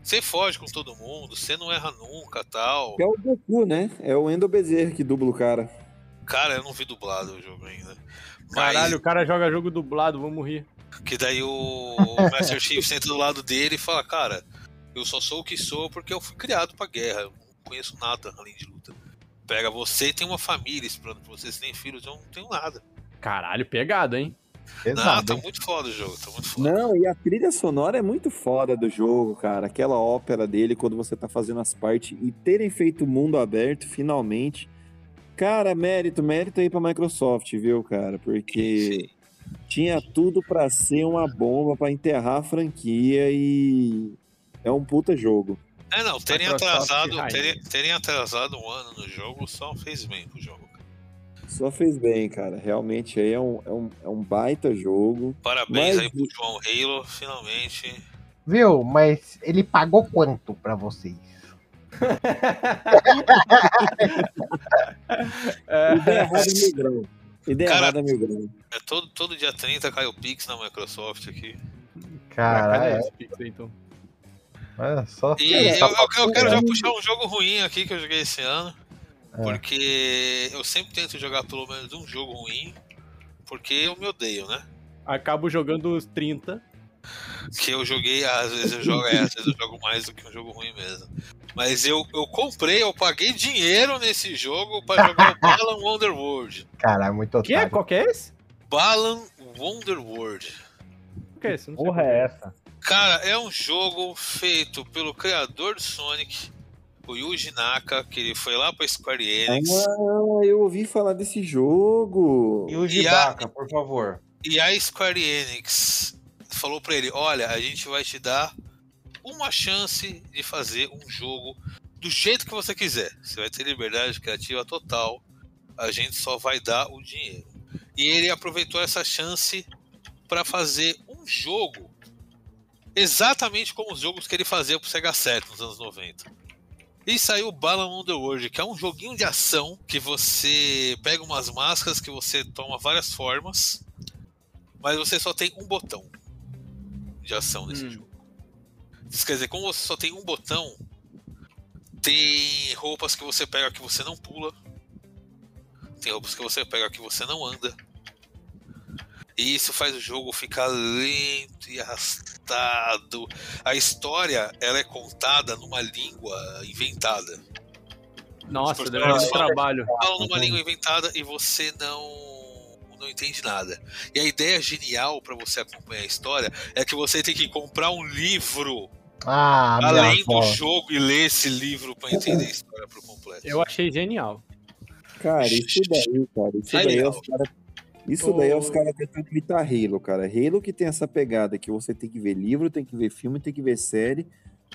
[SPEAKER 4] Você foge com todo mundo, você não erra nunca, tal".
[SPEAKER 6] É o Goku, né? É o Endo Bezerra que dubla o cara.
[SPEAKER 4] Cara, eu não vi dublado o jogo ainda.
[SPEAKER 13] Caralho, o cara joga jogo dublado, vamos rir.
[SPEAKER 4] Que daí o o Master Chief senta do lado dele e fala: Cara, eu só sou o que sou porque eu fui criado pra guerra. Eu não conheço nada além de luta. Pega você e tem uma família esperando pra você. Você tem filhos, eu não tenho nada.
[SPEAKER 13] Caralho, pegado, hein?
[SPEAKER 4] Ah, tá muito foda o jogo. Tá muito foda.
[SPEAKER 6] Não, e a trilha sonora é muito foda do jogo, cara. Aquela ópera dele, quando você tá fazendo as partes e terem feito o mundo aberto, finalmente. Cara, mérito, mérito aí pra Microsoft, viu, cara? Porque tinha tudo pra ser uma bomba pra enterrar a franquia e é um puta jogo.
[SPEAKER 4] É, não, terem
[SPEAKER 6] Microsoft
[SPEAKER 4] atrasado,
[SPEAKER 6] raiz.
[SPEAKER 4] terem, terem atrasado um ano no jogo só fez bem pro jogo.
[SPEAKER 6] Só fez bem, cara. Realmente aí é um, é um, é um baita jogo.
[SPEAKER 4] Parabéns
[SPEAKER 6] Mas-
[SPEAKER 4] aí pro João Halo, finalmente.
[SPEAKER 5] Viu? Mas ele pagou quanto pra vocês?
[SPEAKER 6] Ideia errada é mil grão. Ideia
[SPEAKER 4] Cara-
[SPEAKER 6] errada é mil grão.
[SPEAKER 4] É todo, todo dia 30 cai o Pix na Microsoft aqui.
[SPEAKER 5] Caralho.
[SPEAKER 13] Cadê esse pix aí, então?
[SPEAKER 5] Olha só.
[SPEAKER 4] E
[SPEAKER 5] Ele
[SPEAKER 4] eu,
[SPEAKER 5] tá
[SPEAKER 4] eu- eu quero já
[SPEAKER 5] faturando.
[SPEAKER 4] puxar um jogo ruim aqui que eu joguei esse ano.
[SPEAKER 5] É.
[SPEAKER 4] Porque eu sempre tento jogar pelo menos um jogo ruim. Porque eu me odeio, né?
[SPEAKER 13] Acabo jogando os 30.
[SPEAKER 4] Que eu joguei, às vezes eu jogo, é, às vezes eu jogo mais do que um jogo ruim mesmo. Mas eu, eu comprei, eu paguei dinheiro nesse jogo pra jogar o Balan Wonderworld.
[SPEAKER 5] Caralho, muito otário.
[SPEAKER 13] Qual que é esse?
[SPEAKER 4] Balan Wonderworld.
[SPEAKER 13] O que é esse? Não sei
[SPEAKER 10] Porra, é essa?
[SPEAKER 4] Cara, é um jogo feito pelo criador do Sonic, o Yuji Naka, que ele foi lá pra Square Enix.
[SPEAKER 6] Ah, eu ouvi falar desse jogo.
[SPEAKER 7] E o
[SPEAKER 4] Gibaca,
[SPEAKER 7] por favor.
[SPEAKER 4] E a Square Enix falou pra ele: Olha, a gente vai te dar uma chance de fazer um jogo do jeito que você quiser. Você vai ter liberdade criativa total. A gente só vai dar o dinheiro. E ele aproveitou essa chance pra fazer um jogo exatamente como os jogos que ele fazia pro Sega Saturn nos anos 90. E saiu Balan Underworld, que é um joguinho de ação que você pega umas máscaras que você toma várias formas, mas você só tem um botão de ação
[SPEAKER 13] Hum.
[SPEAKER 4] nesse jogo. Isso quer dizer, como você só tem um botão, tem roupas que você pega que você não pula, tem roupas que você pega que você não anda. E isso faz o jogo ficar lento e arrastado. A história ela é contada numa língua inventada.
[SPEAKER 13] Nossa,
[SPEAKER 4] Os
[SPEAKER 13] deu muito
[SPEAKER 4] personagens falam-
[SPEAKER 13] trabalho.
[SPEAKER 4] Falam numa língua inventada e você não não entende nada. E a ideia genial para você acompanhar a história é que você tem que comprar um livro
[SPEAKER 5] Ah,
[SPEAKER 4] além
[SPEAKER 5] minha
[SPEAKER 4] do
[SPEAKER 5] avó.
[SPEAKER 4] jogo e ler esse livro para entender a história por completo.
[SPEAKER 13] Eu achei genial.
[SPEAKER 6] Cara, isso daí, cara. Isso daí é os caras. Isso daí é os caras tentando imitar Halo, cara. Halo que tem essa pegada que você tem que ver livro, tem que ver filme, tem que ver série.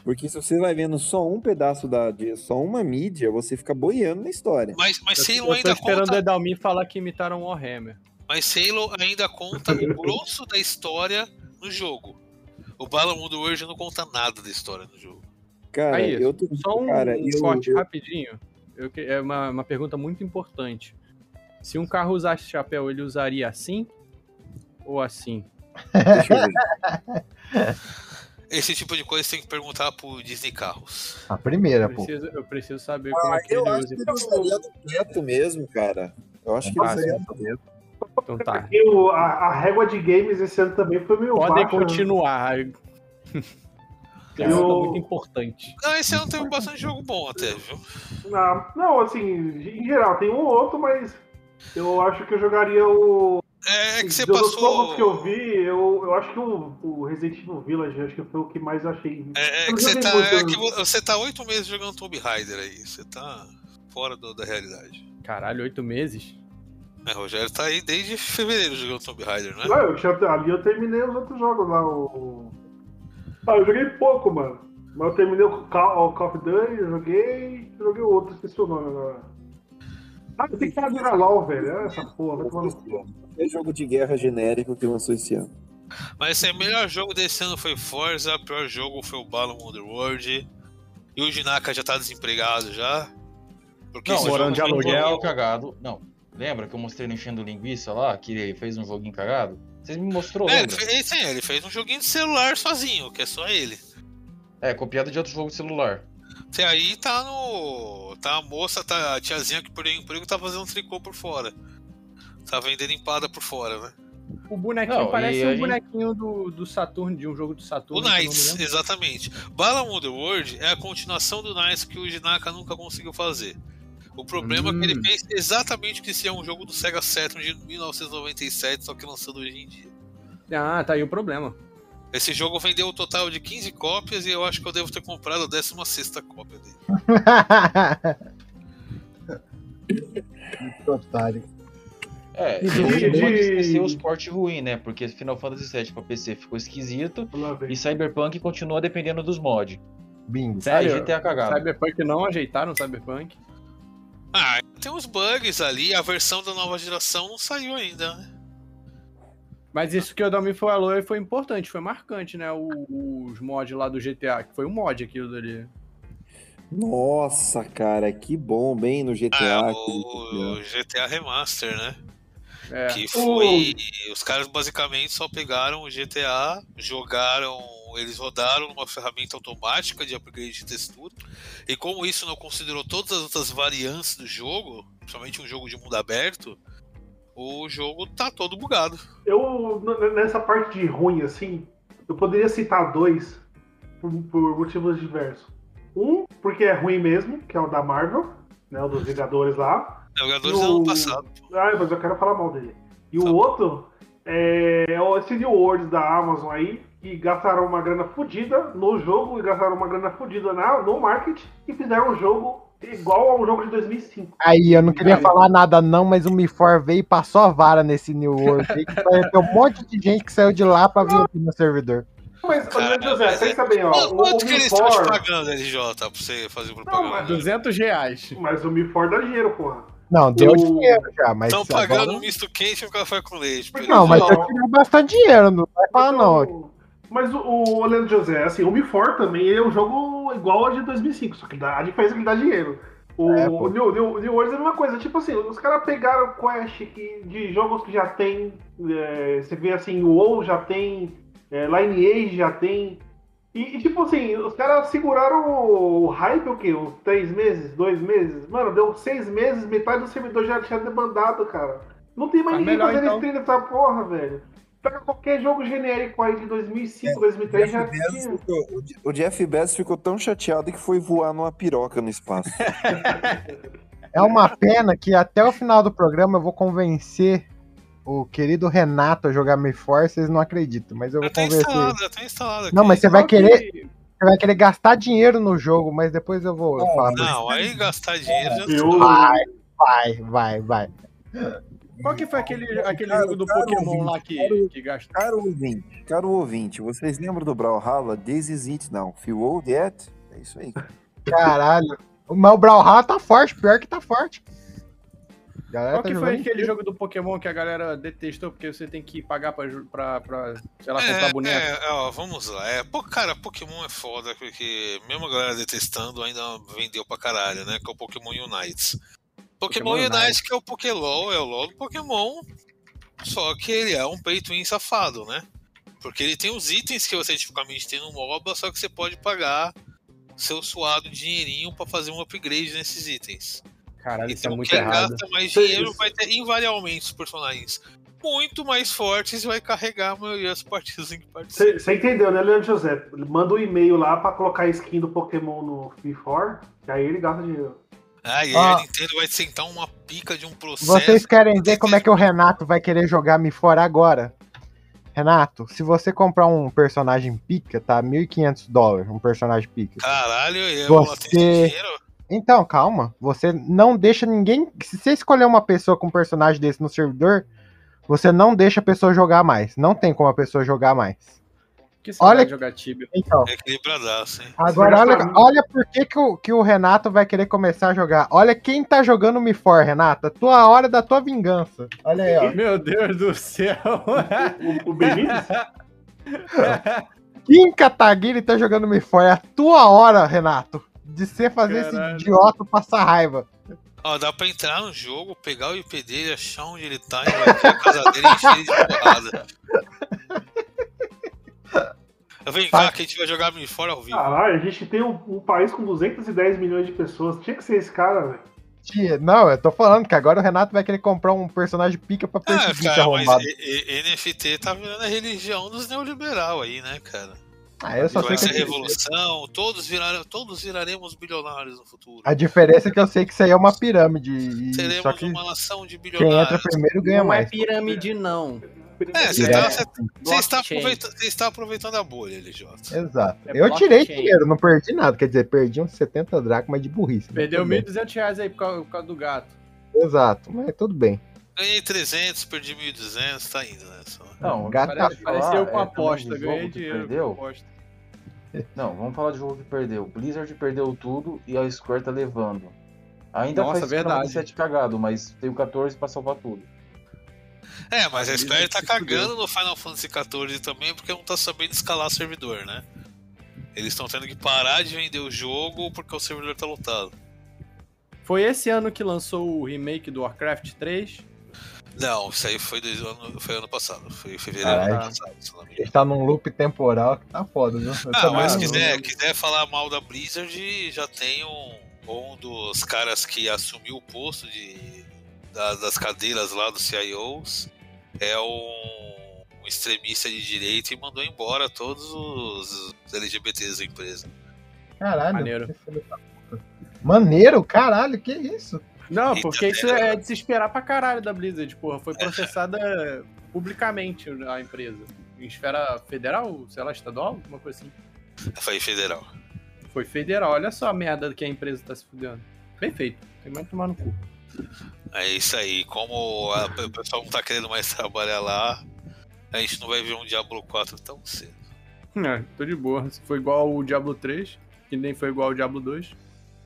[SPEAKER 6] Porque se você vai vendo só um pedaço da. de só uma mídia, você fica boiando na história.
[SPEAKER 4] Mas, mas
[SPEAKER 13] Eu-
[SPEAKER 4] Halo
[SPEAKER 13] eu tô
[SPEAKER 4] ainda
[SPEAKER 13] esperando
[SPEAKER 4] conta.
[SPEAKER 13] o Edalmin falar que imitaram o Warhammer.
[SPEAKER 4] Mas Halo ainda conta o grosso da história no jogo. O Balan Mundo hoje não conta nada da história no jogo.
[SPEAKER 6] Cara,
[SPEAKER 13] Aí,
[SPEAKER 6] eu tô.
[SPEAKER 13] só um
[SPEAKER 6] cara, eu-
[SPEAKER 13] corte
[SPEAKER 6] eu-
[SPEAKER 13] rapidinho. Eu que- é uma, uma pergunta muito importante. Se um carro usasse chapéu, ele usaria assim ou assim?
[SPEAKER 6] Deixa eu ver.
[SPEAKER 4] Esse tipo de coisa você tem que perguntar pro Disney Carros.
[SPEAKER 5] A primeira, pô.
[SPEAKER 13] Preciso, eu preciso saber como é
[SPEAKER 6] Tá Ah,
[SPEAKER 13] que
[SPEAKER 6] Eu
[SPEAKER 13] ele
[SPEAKER 6] acho
[SPEAKER 13] usa.
[SPEAKER 6] que ele usaria do preto mesmo, cara. Eu acho que ele
[SPEAKER 13] Fácil.
[SPEAKER 6] usaria do preto.
[SPEAKER 13] Então
[SPEAKER 3] Ah.
[SPEAKER 13] tá.
[SPEAKER 2] E o- a, a régua de games esse ano também foi meio
[SPEAKER 13] Podem
[SPEAKER 2] baixa, né?
[SPEAKER 13] continuar. Pergunta tá muito importante.
[SPEAKER 4] Não, Ah, esse ano teve bastante jogo bom até, viu?
[SPEAKER 2] Não, não, assim, em geral, tem um ou outro, mas eu acho que eu jogaria o.
[SPEAKER 4] É que você
[SPEAKER 2] dos
[SPEAKER 4] passou-
[SPEAKER 2] poucos um que eu vi, eu, eu acho que o, o Resident Evil Village, acho que foi o que mais achei.
[SPEAKER 4] É, é
[SPEAKER 2] Eu
[SPEAKER 4] que
[SPEAKER 2] joguei
[SPEAKER 4] você tá,
[SPEAKER 2] muito,
[SPEAKER 4] é que vo- você tá oito meses jogando Tomb Raider aí. Você tá fora do- da realidade.
[SPEAKER 13] Caralho, oito meses?
[SPEAKER 4] É, o Rogério tá aí desde fevereiro jogando Tomb Raider, né?
[SPEAKER 2] Não, Ah, eu tinha, ali eu terminei os outros jogos lá. O... Ah, eu joguei pouco, mano. Mas eu terminei o Call, o Call of Duty, eu joguei. Joguei o outro, esqueci o nome agora. Ah, tem que jogar LOL, velho. é Essa porra, vai tomar no cu.
[SPEAKER 6] É jogo de guerra genérico que lançou esse ano.
[SPEAKER 4] Mas assim, o melhor jogo desse ano foi Forza, o pior jogo foi o Balan Underworld. E o Jinaka já tá desempregado já. Porque
[SPEAKER 12] Não,
[SPEAKER 4] esse
[SPEAKER 12] morando de
[SPEAKER 4] jogo foi
[SPEAKER 12] aluguel
[SPEAKER 4] bom.
[SPEAKER 12] um cagado. Não. Lembra que eu mostrei ele enchendo linguiça lá, que ele fez um joguinho cagado? Vocês me mostrou,
[SPEAKER 4] É, ele
[SPEAKER 12] lembra?
[SPEAKER 4] fez, sim, ele fez um joguinho de celular sozinho, que é só ele.
[SPEAKER 12] É, copiado de outro jogo de celular.
[SPEAKER 4] Até aí tá no. Tá a moça, tá a tiazinha que perdeu o emprego tá fazendo tricô por fora. Tá vendendo empada por fora, né?
[SPEAKER 13] O bonequinho
[SPEAKER 4] Não,
[SPEAKER 13] parece
[SPEAKER 4] e
[SPEAKER 13] um
[SPEAKER 4] a gente-
[SPEAKER 13] bonequinho do, do Saturno, de um jogo do
[SPEAKER 4] O
[SPEAKER 13] Saturno. que eu não me
[SPEAKER 4] Knights,
[SPEAKER 13] lembro.
[SPEAKER 4] exatamente. Bala Underworld é a continuação do Knights que o Jinaka nunca conseguiu fazer. O problema é que ele fez exatamente o que seria um jogo do Sega Saturn de 1997, só que lançado hoje em dia.
[SPEAKER 13] Ah, tá aí o problema.
[SPEAKER 4] Esse jogo vendeu um total de 15 cópias e eu acho que eu devo ter comprado a 16 cópia dele.
[SPEAKER 5] Que otário.
[SPEAKER 12] É,
[SPEAKER 5] E
[SPEAKER 12] e
[SPEAKER 5] do
[SPEAKER 12] não
[SPEAKER 5] Ridley-
[SPEAKER 12] pode esquecer os portes ruins, né? Porque Final Fantasy VII pra PC ficou esquisito e Cyberpunk continua dependendo dos mods.
[SPEAKER 5] Bingo.
[SPEAKER 12] É, GTA cagado.
[SPEAKER 13] Cyberpunk não ajeitaram o Cyberpunk.
[SPEAKER 4] Ah, tem uns bugs ali, a versão da nova geração não saiu ainda, né?
[SPEAKER 13] Mas isso que o Domi falou foi importante, foi marcante, né? O- os mods lá do GTA, que foi um mod aquilo dali.
[SPEAKER 6] Nossa, cara, que bom, bem
[SPEAKER 13] Ah,
[SPEAKER 6] no GTA.
[SPEAKER 4] Ah, O GTA Remaster, né?
[SPEAKER 13] É.
[SPEAKER 4] Que foi. Os caras basicamente só pegaram o GTA, jogaram. Eles rodaram numa ferramenta automática de upgrade de textura. E como isso não considerou todas as outras variantes do jogo, principalmente um jogo de mundo aberto, o jogo tá todo bugado.
[SPEAKER 2] Eu, n- nessa parte de ruim, assim, eu poderia citar dois por, por motivos diversos. Um, porque é ruim mesmo, que é o da Marvel, né? O dos Vingadores lá.
[SPEAKER 4] Jogadores
[SPEAKER 2] E
[SPEAKER 4] do
[SPEAKER 2] o-
[SPEAKER 4] ano é um passado.
[SPEAKER 2] Ah, mas eu quero falar mal dele. E o outro é é o- esse New Worlds da Amazon aí, que gastaram uma grana fodida no jogo e gastaram uma grana fodida na- no market e fizeram um jogo igual ao jogo de 2005.
[SPEAKER 5] Aí, eu não queria falar nada não, mas o Mifor veio e passou a vara nesse New World. aí, que saiu- Tem um monte de gente que saiu de lá pra vir aqui no servidor.
[SPEAKER 2] Mas, Cara, José, pensa bem, ó. o- o
[SPEAKER 4] Quanto que é eles estão te
[SPEAKER 2] Mifor-
[SPEAKER 4] pagando, LJ, pra você fazer propaganda?
[SPEAKER 13] 200 reais.
[SPEAKER 2] Mas o Mifor dá dinheiro, porra.
[SPEAKER 5] Não, deu
[SPEAKER 2] O-
[SPEAKER 5] dinheiro já, mas
[SPEAKER 4] Estão
[SPEAKER 5] agora-
[SPEAKER 4] pagando um misto quente e um café com leite.
[SPEAKER 3] É
[SPEAKER 2] Então,
[SPEAKER 5] Não, mas eu tirei bastante dinheiro, não vai falar não.
[SPEAKER 2] Mas o, o Leandro José, assim, o Mifor também ele é um jogo igual ao de 2005, só que dá, a diferença é que dá dinheiro. O,
[SPEAKER 3] É, pô.
[SPEAKER 2] o New, New, New Worlds é a mesma coisa, tipo assim, os caras pegaram Quest que, de jogos que já tem, é, você vê assim, o WoW já tem, é, Lineage já tem, e, e, tipo assim, os caras seguraram o, o hype o quê? Uns três meses, dois meses? Mano, deu seis meses, metade do servidor já tinha debandado, cara. Não tem mais
[SPEAKER 3] Tá
[SPEAKER 2] ninguém
[SPEAKER 3] melhor,
[SPEAKER 2] fazendo
[SPEAKER 3] então.
[SPEAKER 2] stream dessa porra, velho. Pega qualquer jogo genérico aí de 2005, 2003 já tinha.
[SPEAKER 6] O Jeff Bezos ficou tão chateado que foi voar numa piroca no espaço.
[SPEAKER 5] É uma pena que até o final do programa eu vou convencer o querido Renato a jogar Me Force, vocês não acreditam, mas eu vou convencer. ele.
[SPEAKER 4] já tem instalado
[SPEAKER 5] Não, mas você vai
[SPEAKER 4] Só
[SPEAKER 5] querer. Você vai querer gastar dinheiro no jogo, mas depois eu vou falar. pra
[SPEAKER 4] Não, aí gastar dinheiro já tá
[SPEAKER 5] você. Vai, vai, vai, vai.
[SPEAKER 13] Qual que foi aquele, aquele
[SPEAKER 6] Cara,
[SPEAKER 13] jogo do
[SPEAKER 6] cara,
[SPEAKER 13] Pokémon
[SPEAKER 6] ouvinte,
[SPEAKER 13] lá que, que gastou?
[SPEAKER 6] Caro ouvinte, caro ouvinte, vocês lembram do Brawlhalla? This is it now. Feel old yet? É isso aí.
[SPEAKER 5] Caralho. Mas o Brawlhalla tá forte, pior que tá forte. Galera
[SPEAKER 13] Qual
[SPEAKER 5] tá
[SPEAKER 13] que foi
[SPEAKER 5] jogando.
[SPEAKER 13] aquele jogo do Pokémon que a galera detestou porque você tem que pagar pra, ju- pra, pra sei lá, comprar boneco?
[SPEAKER 4] É, ó, vamos lá. É, pô, cara, Pokémon é foda, porque mesmo a galera detestando ainda vendeu pra caralho, né? Que é o Pokémon Unites. Pokémon, Unite, que é o Pokélol, é o LOL do Pokémon, só que ele é um peito safado, né? Porque ele tem os itens que você tipo, tipicamente tem no MOBA, só que você pode pagar seu suado dinheirinho pra fazer um upgrade nesses itens.
[SPEAKER 13] Caralho, isso é muito
[SPEAKER 4] Quem
[SPEAKER 13] errado.
[SPEAKER 4] gasta
[SPEAKER 5] é
[SPEAKER 4] mais dinheiro vai ter invariavelmente os personagens muito mais fortes e vai carregar a maioria das partidas em que participa.
[SPEAKER 2] Você entendeu, né, Leandro José? Manda um e-mail lá pra colocar a skin do Pokémon no Before, que aí ele gasta dinheiro.
[SPEAKER 4] Ah, e aí
[SPEAKER 5] Ó.
[SPEAKER 4] a Nintendo vai te sentar uma pica de um processo.
[SPEAKER 5] Vocês querem ver como é que o Renato vai querer jogar Me Fora agora? Renato, se você comprar um personagem pica, tá? 1.500 dólares, um personagem pica.
[SPEAKER 4] Caralho, eu
[SPEAKER 5] Você. Então, calma. Você não deixa ninguém. Se você escolher uma pessoa com um personagem desse no servidor, você não deixa a pessoa jogar mais. Não tem como a pessoa jogar mais.
[SPEAKER 13] Que
[SPEAKER 5] Olha
[SPEAKER 13] Olha...
[SPEAKER 5] que-
[SPEAKER 13] jogar Tibia.
[SPEAKER 5] Então.
[SPEAKER 4] É equilibradaço, hein?
[SPEAKER 5] Agora, olha, olha por que, que, o, que o Renato vai querer começar a jogar. Olha quem tá jogando Me For, Renato. Tua hora da tua vingança. Olha aí, ó.
[SPEAKER 13] Meu Deus do céu.
[SPEAKER 2] O, Benício?
[SPEAKER 5] Kim Kataguiri tá jogando Me For. É a tua hora, Renato, de você fazer
[SPEAKER 4] Caralho.
[SPEAKER 5] esse idiota passar raiva.
[SPEAKER 4] Ó, dá pra entrar no jogo, pegar o IP dele, achar onde ele tá, invadir a casa dele e encher ele de porrada. Vem cá que a gente vai jogar me fora ao
[SPEAKER 5] Ah,
[SPEAKER 4] vivo.
[SPEAKER 2] Caralho, a gente tem um, um país com 210 milhões de pessoas. Tinha que ser esse cara, velho.
[SPEAKER 5] Tia, Não, eu tô falando que agora o Renato vai querer comprar um personagem pica pra perseguir esse
[SPEAKER 4] Ah, Cara, mas é-
[SPEAKER 5] arrombado.
[SPEAKER 4] e- e- NFT tá virando a religião dos neoliberal aí, né, cara?
[SPEAKER 5] Ah, eu só
[SPEAKER 4] Vai
[SPEAKER 5] sei
[SPEAKER 4] ser
[SPEAKER 5] que-
[SPEAKER 4] é revolução, todos, viraram, todos viraremos bilionários no futuro.
[SPEAKER 5] A diferença é que eu sei que isso aí é uma pirâmide. e-
[SPEAKER 4] Teremos
[SPEAKER 5] só que
[SPEAKER 4] uma nação de
[SPEAKER 5] quem
[SPEAKER 4] bilionários.
[SPEAKER 5] entra primeiro ganha
[SPEAKER 13] não é
[SPEAKER 5] mais.
[SPEAKER 13] pirâmide, não.
[SPEAKER 4] É, você,
[SPEAKER 5] É.
[SPEAKER 4] tá- você- você está
[SPEAKER 13] Blockchain.
[SPEAKER 4] aproveitando, você está aproveitando a bolha, LJ.
[SPEAKER 5] Exato.
[SPEAKER 13] É
[SPEAKER 5] eu tirei
[SPEAKER 13] blockchain.
[SPEAKER 5] dinheiro, não perdi nada. Quer dizer, perdi uns 70 dracmas de burrice. mas
[SPEAKER 13] Perdeu
[SPEAKER 5] tudo bem.
[SPEAKER 13] 1.200 reais aí por causa, por causa do gato.
[SPEAKER 5] Exato, mas tudo bem.
[SPEAKER 4] Ganhei 300, perdi 1.200, tá indo, né? Só.
[SPEAKER 7] Não,
[SPEAKER 5] Gata-
[SPEAKER 7] parece-
[SPEAKER 13] Pareceu
[SPEAKER 7] falar,
[SPEAKER 13] com
[SPEAKER 7] é,
[SPEAKER 13] a
[SPEAKER 5] tá
[SPEAKER 7] também
[SPEAKER 13] aposta,
[SPEAKER 7] de jogo
[SPEAKER 13] ganhei
[SPEAKER 7] que
[SPEAKER 13] dinheiro com a
[SPEAKER 7] perdeu?
[SPEAKER 13] aposta.
[SPEAKER 7] Não, vamos falar de jogo que perdeu. Blizzard perdeu tudo e a Square tá levando. Ainda
[SPEAKER 13] Nossa,
[SPEAKER 7] faz
[SPEAKER 13] verdade.
[SPEAKER 7] 7 cagado, mas tem o 14 pra salvar tudo.
[SPEAKER 4] É, mas a Square tá
[SPEAKER 7] se fudeu.
[SPEAKER 4] cagando no Final Fantasy XIV também porque não tá sabendo escalar servidor, né? Eles estão tendo que parar de vender o jogo porque o servidor tá lotado.
[SPEAKER 13] Foi esse ano que lançou o remake do Warcraft 3.
[SPEAKER 4] Não, isso aí foi, dois ano, foi ano passado. Foi em fevereiro do
[SPEAKER 5] Caralho.
[SPEAKER 4] ano passado. se não me engano.
[SPEAKER 5] Ele tá num loop temporal que tá foda, viu? Eu
[SPEAKER 4] Ah,
[SPEAKER 5] também
[SPEAKER 4] mas se
[SPEAKER 5] não-
[SPEAKER 4] quiser, quiser falar mal da Blizzard, já tem um, um dos caras que assumiu o posto de, da- das cadeiras lá dos CIOs. É um, um extremista de direita e mandou embora todos os LGBTs da empresa.
[SPEAKER 5] Caralho.
[SPEAKER 13] Maneiro.
[SPEAKER 5] Maneiro, caralho, que isso?
[SPEAKER 13] Não, porque isso é de se esperar pra caralho da Blizzard, porra. Foi processada publicamente a empresa. Em esfera federal, sei lá, estadual, alguma coisa assim.
[SPEAKER 4] Foi federal.
[SPEAKER 13] Foi federal. Olha só a merda que a empresa tá se fudendo. Bem feito. Tem mais que tomar no cu.
[SPEAKER 4] É isso aí. Como a- o pessoal não tá querendo mais trabalhar lá, a gente não vai ver um Diablo 4 tão cedo.
[SPEAKER 13] É, tô de boa. Se foi igual o Diablo 3, que nem foi igual o Diablo 2.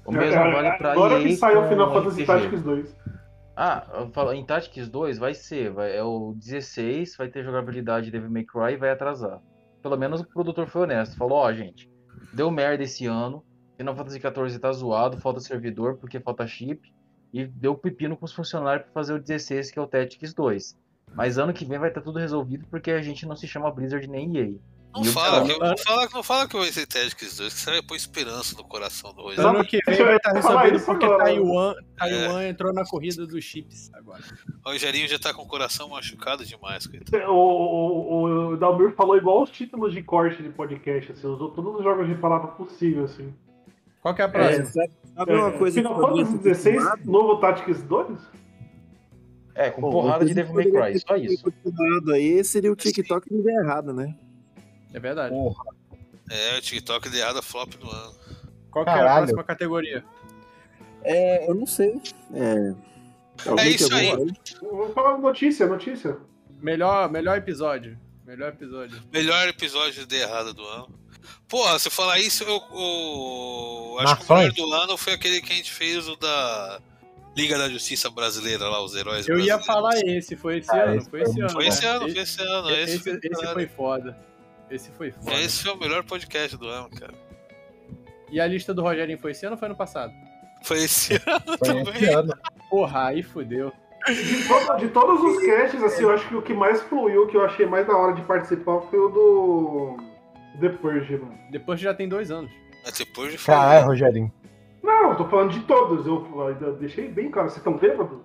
[SPEAKER 7] O mesmo vale pra
[SPEAKER 2] É, Agora
[SPEAKER 7] EA
[SPEAKER 2] que saiu o
[SPEAKER 7] com
[SPEAKER 2] Final Fantasy
[SPEAKER 7] RPG.
[SPEAKER 2] Tactics 2.
[SPEAKER 7] Ah, eu falo, em Tactics 2 vai ser, vai- é o 16, vai ter jogabilidade Devil May Cry e vai atrasar.
[SPEAKER 12] pelo menos o produtor foi honesto. Falou, ó, gente, deu merda esse ano. Final Fantasy XIV tá zoado, falta servidor porque falta chip. E deu pepino com os funcionários pra fazer o 16, que é o Tactics 2. Mas ano que vem vai estar tudo resolvido porque a gente não se chama Blizzard nem EA.
[SPEAKER 4] Não fala, que, não, fala, não fala que vai ser Tactics 2, que você vai pôr esperança no coração do Roger.
[SPEAKER 13] Ano que vem vai estar resolvido porque Taiwan, Taiwan entrou na corrida dos chips agora.
[SPEAKER 4] O Rogerinho já tá com o coração machucado demais, coitado.
[SPEAKER 2] O, o, o Dalmir falou igual os títulos de corte de podcast, assim, usou todos os jogos de palavra possível, assim.
[SPEAKER 13] Qual que é a próxima?
[SPEAKER 2] sabe, sabe uma coisa é. Final Fantasy XVI, novo Tactics 2?
[SPEAKER 12] É, com porrada de Devil May Cry, só é isso.
[SPEAKER 6] Aí seria o TikTok que deu errado, né?
[SPEAKER 13] É verdade.
[SPEAKER 4] É, o TikTok de errada flop do ano.
[SPEAKER 13] Qual que é a
[SPEAKER 6] Caralho.
[SPEAKER 13] próxima categoria?
[SPEAKER 6] É, eu não sei. É. Alguém
[SPEAKER 13] É isso
[SPEAKER 6] tem alguma-
[SPEAKER 2] Vou falar notícia, notícia.
[SPEAKER 13] Melhor, melhor episódio. Melhor episódio.
[SPEAKER 4] Melhor episódio de errada do ano. Porra, se eu falar isso, eu, eu- acho que o melhor
[SPEAKER 13] Nações?
[SPEAKER 4] do ano foi aquele que a gente fez o da Liga da Justiça Brasileira lá, os heróis
[SPEAKER 13] Eu ia
[SPEAKER 4] brasileiros.
[SPEAKER 13] falar esse, foi esse
[SPEAKER 4] Ah,
[SPEAKER 13] ano,
[SPEAKER 4] esse
[SPEAKER 13] foi esse ano.
[SPEAKER 4] é Foi esse ano, foi
[SPEAKER 13] Esse-
[SPEAKER 4] esse ano. Esse,
[SPEAKER 13] Esse,
[SPEAKER 4] foi, É
[SPEAKER 13] esse
[SPEAKER 4] caralho.
[SPEAKER 13] foi foda. Esse foi foda.
[SPEAKER 4] Esse foi o melhor podcast do ano, cara.
[SPEAKER 13] E a lista do Rogerinho foi esse ano ou foi ano passado?
[SPEAKER 4] Foi esse ano também.
[SPEAKER 13] Porra, aí fudeu.
[SPEAKER 2] De, todo- de todos os casts, assim, eu acho que o que mais fluiu, que eu achei mais da hora de participar, foi o do. The Purge, mano.
[SPEAKER 13] Depois já tem dois anos.
[SPEAKER 4] Depois já
[SPEAKER 5] Caralho, Rogerinho.
[SPEAKER 2] Não, eu tô falando de todos. Eu, eu deixei bem claro. Vocês estão bêbados?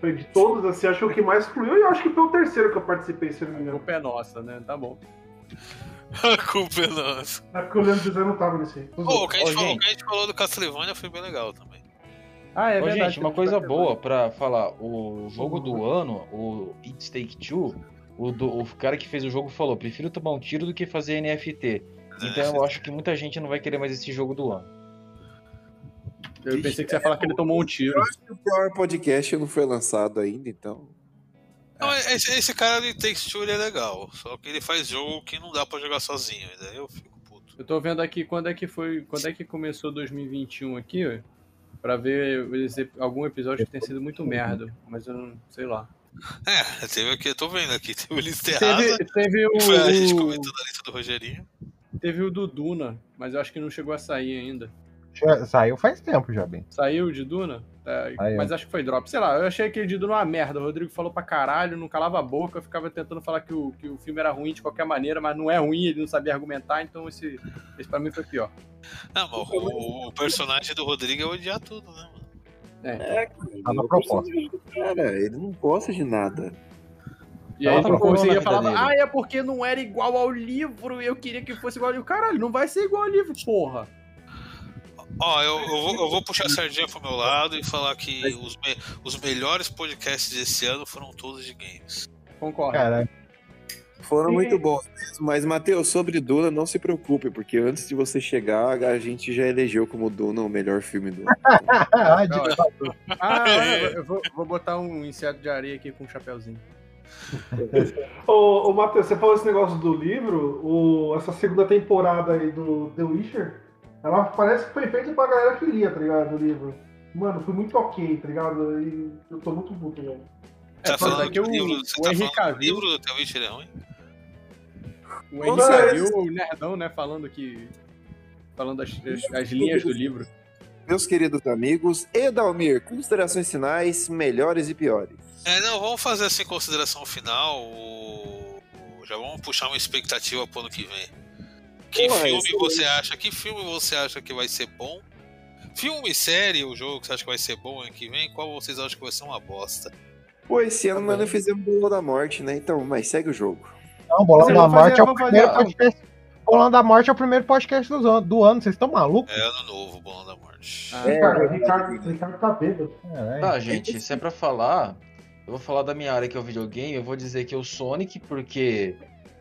[SPEAKER 2] Foi De todos, assim, acho que o que mais fluiu. E eu acho que foi o terceiro que eu participei, se eu não me engano. A
[SPEAKER 13] culpa é nossa, né? Tá bom.
[SPEAKER 4] A culpa é nossa.
[SPEAKER 2] É porque o Leandro José não tava nesse.
[SPEAKER 4] Pô, o que a gente,
[SPEAKER 12] Ô,
[SPEAKER 4] falou,
[SPEAKER 12] gente.
[SPEAKER 4] o que a gente falou do Castlevania foi bem legal também.
[SPEAKER 13] Ah,
[SPEAKER 12] Ô, gente, uma coisa boa pra falar, o jogo do ano, o It Take Two, o, do- o cara que fez o jogo falou, prefiro tomar um tiro do que fazer NFT. Então eu acho que muita gente não vai querer mais esse jogo do ano.
[SPEAKER 13] Eu pensei que você ia falar que ele tomou um tiro.
[SPEAKER 6] O pior podcast não foi lançado ainda, então.
[SPEAKER 4] Não, é, esse, esse cara de texture é legal, só que ele faz jogo que não dá pra jogar sozinho. e Daí eu fico.
[SPEAKER 13] Eu tô vendo aqui quando é que foi, quando é que começou 2021 aqui, ó, pra ver os ep- algum episódio que tenha sido muito merda, mas eu não sei lá.
[SPEAKER 4] É, teve aqui, eu tô vendo aqui, teve o lista
[SPEAKER 13] Teve-
[SPEAKER 4] errada.
[SPEAKER 13] teve o-
[SPEAKER 4] que foi Tá a gente comentando a lista do Rogerinho.
[SPEAKER 13] Teve o do Duna, mas eu acho que não chegou a sair ainda.
[SPEAKER 5] Já- Saiu faz tempo já, bem.
[SPEAKER 13] Saiu de Duna? Tá,
[SPEAKER 5] Saiu.
[SPEAKER 13] mas acho que foi drop. Sei lá, eu achei aquele de Duna uma merda. O Rodrigo falou pra caralho, não calava a boca, eu ficava tentando falar que o, que o filme era ruim de qualquer maneira, mas não é ruim, ele não sabia argumentar, então esse, esse pra mim foi pior.
[SPEAKER 4] Não, mas o, o personagem do Rodrigo é odiar tudo, né?
[SPEAKER 13] É,
[SPEAKER 6] Tá na proposta. Cara, ele não gosta de nada.
[SPEAKER 13] E aí tu conseguia falar, ah, é porque não era igual ao livro, eu queria que fosse igual ao livro. Caralho, não vai ser igual ao livro, porra.
[SPEAKER 4] Ó, eu, eu vou, eu vou puxar a sardinha pro meu lado e falar que os, me- os melhores podcasts desse ano foram todos de games.
[SPEAKER 13] Concordo.
[SPEAKER 5] Caralho.
[SPEAKER 6] Foram
[SPEAKER 4] E-
[SPEAKER 6] muito bons mesmo. Mas, Matheus, sobre Duna, não se preocupe, porque antes de você chegar, a gente já elegeu como Duna o melhor filme do ano.
[SPEAKER 5] Ah,
[SPEAKER 13] de fato. Ah, olha, eu vou, vou botar um inseto de areia aqui com um chapéuzinho.
[SPEAKER 2] Ô, ô Matheus, você falou esse negócio do livro, o- essa segunda temporada aí do The Witcher, ela parece que foi feita pra galera que lia, tá ligado? O livro. Mano, foi muito ok, tá ligado? E eu tô muito puto, velho.
[SPEAKER 4] Tá
[SPEAKER 13] pois é,
[SPEAKER 4] falando
[SPEAKER 13] que
[SPEAKER 4] que o
[SPEAKER 13] o-
[SPEAKER 4] livro, você
[SPEAKER 13] o
[SPEAKER 4] tá
[SPEAKER 13] Henrique
[SPEAKER 4] falando que o livro do The Witcher é ruim?
[SPEAKER 13] O
[SPEAKER 4] Ô,
[SPEAKER 13] Henrique
[SPEAKER 4] Zé,
[SPEAKER 13] viu o Nerdão, né, falando que. Falando as, as- as linhas do livro.
[SPEAKER 6] Meus queridos amigos, Edalmir, considerações finais, melhores e piores.
[SPEAKER 4] É, não, vamos fazer assim consideração final. o- o- Já vamos puxar uma expectativa pro ano que vem. Que
[SPEAKER 6] Pô,
[SPEAKER 4] filme
[SPEAKER 6] excelente.
[SPEAKER 4] você acha? Que filme você acha que vai ser bom? Filme, série ou jogo que você acha que vai ser bom ano que vem? Qual vocês acham que vai ser uma bosta?
[SPEAKER 6] Pô, esse ano nós não fizemos Bolão da Morte, né? Então, mas segue o jogo.
[SPEAKER 5] Não, Bolão
[SPEAKER 6] Vocês
[SPEAKER 5] da
[SPEAKER 6] vão fazer-
[SPEAKER 5] Morte é o
[SPEAKER 6] vão fazer-
[SPEAKER 5] primeiro podcast. Bolão da Morte é o primeiro podcast do ano. Do ano. Vocês estão malucos?
[SPEAKER 4] É ano novo, Bolão da Morte.
[SPEAKER 5] É,
[SPEAKER 2] Cara, o Ricardo, o Ricardo tá bêbado.
[SPEAKER 12] Tá, gente, se é pra falar, eu vou falar da minha área que é o videogame, eu vou dizer que é o Sonic, porque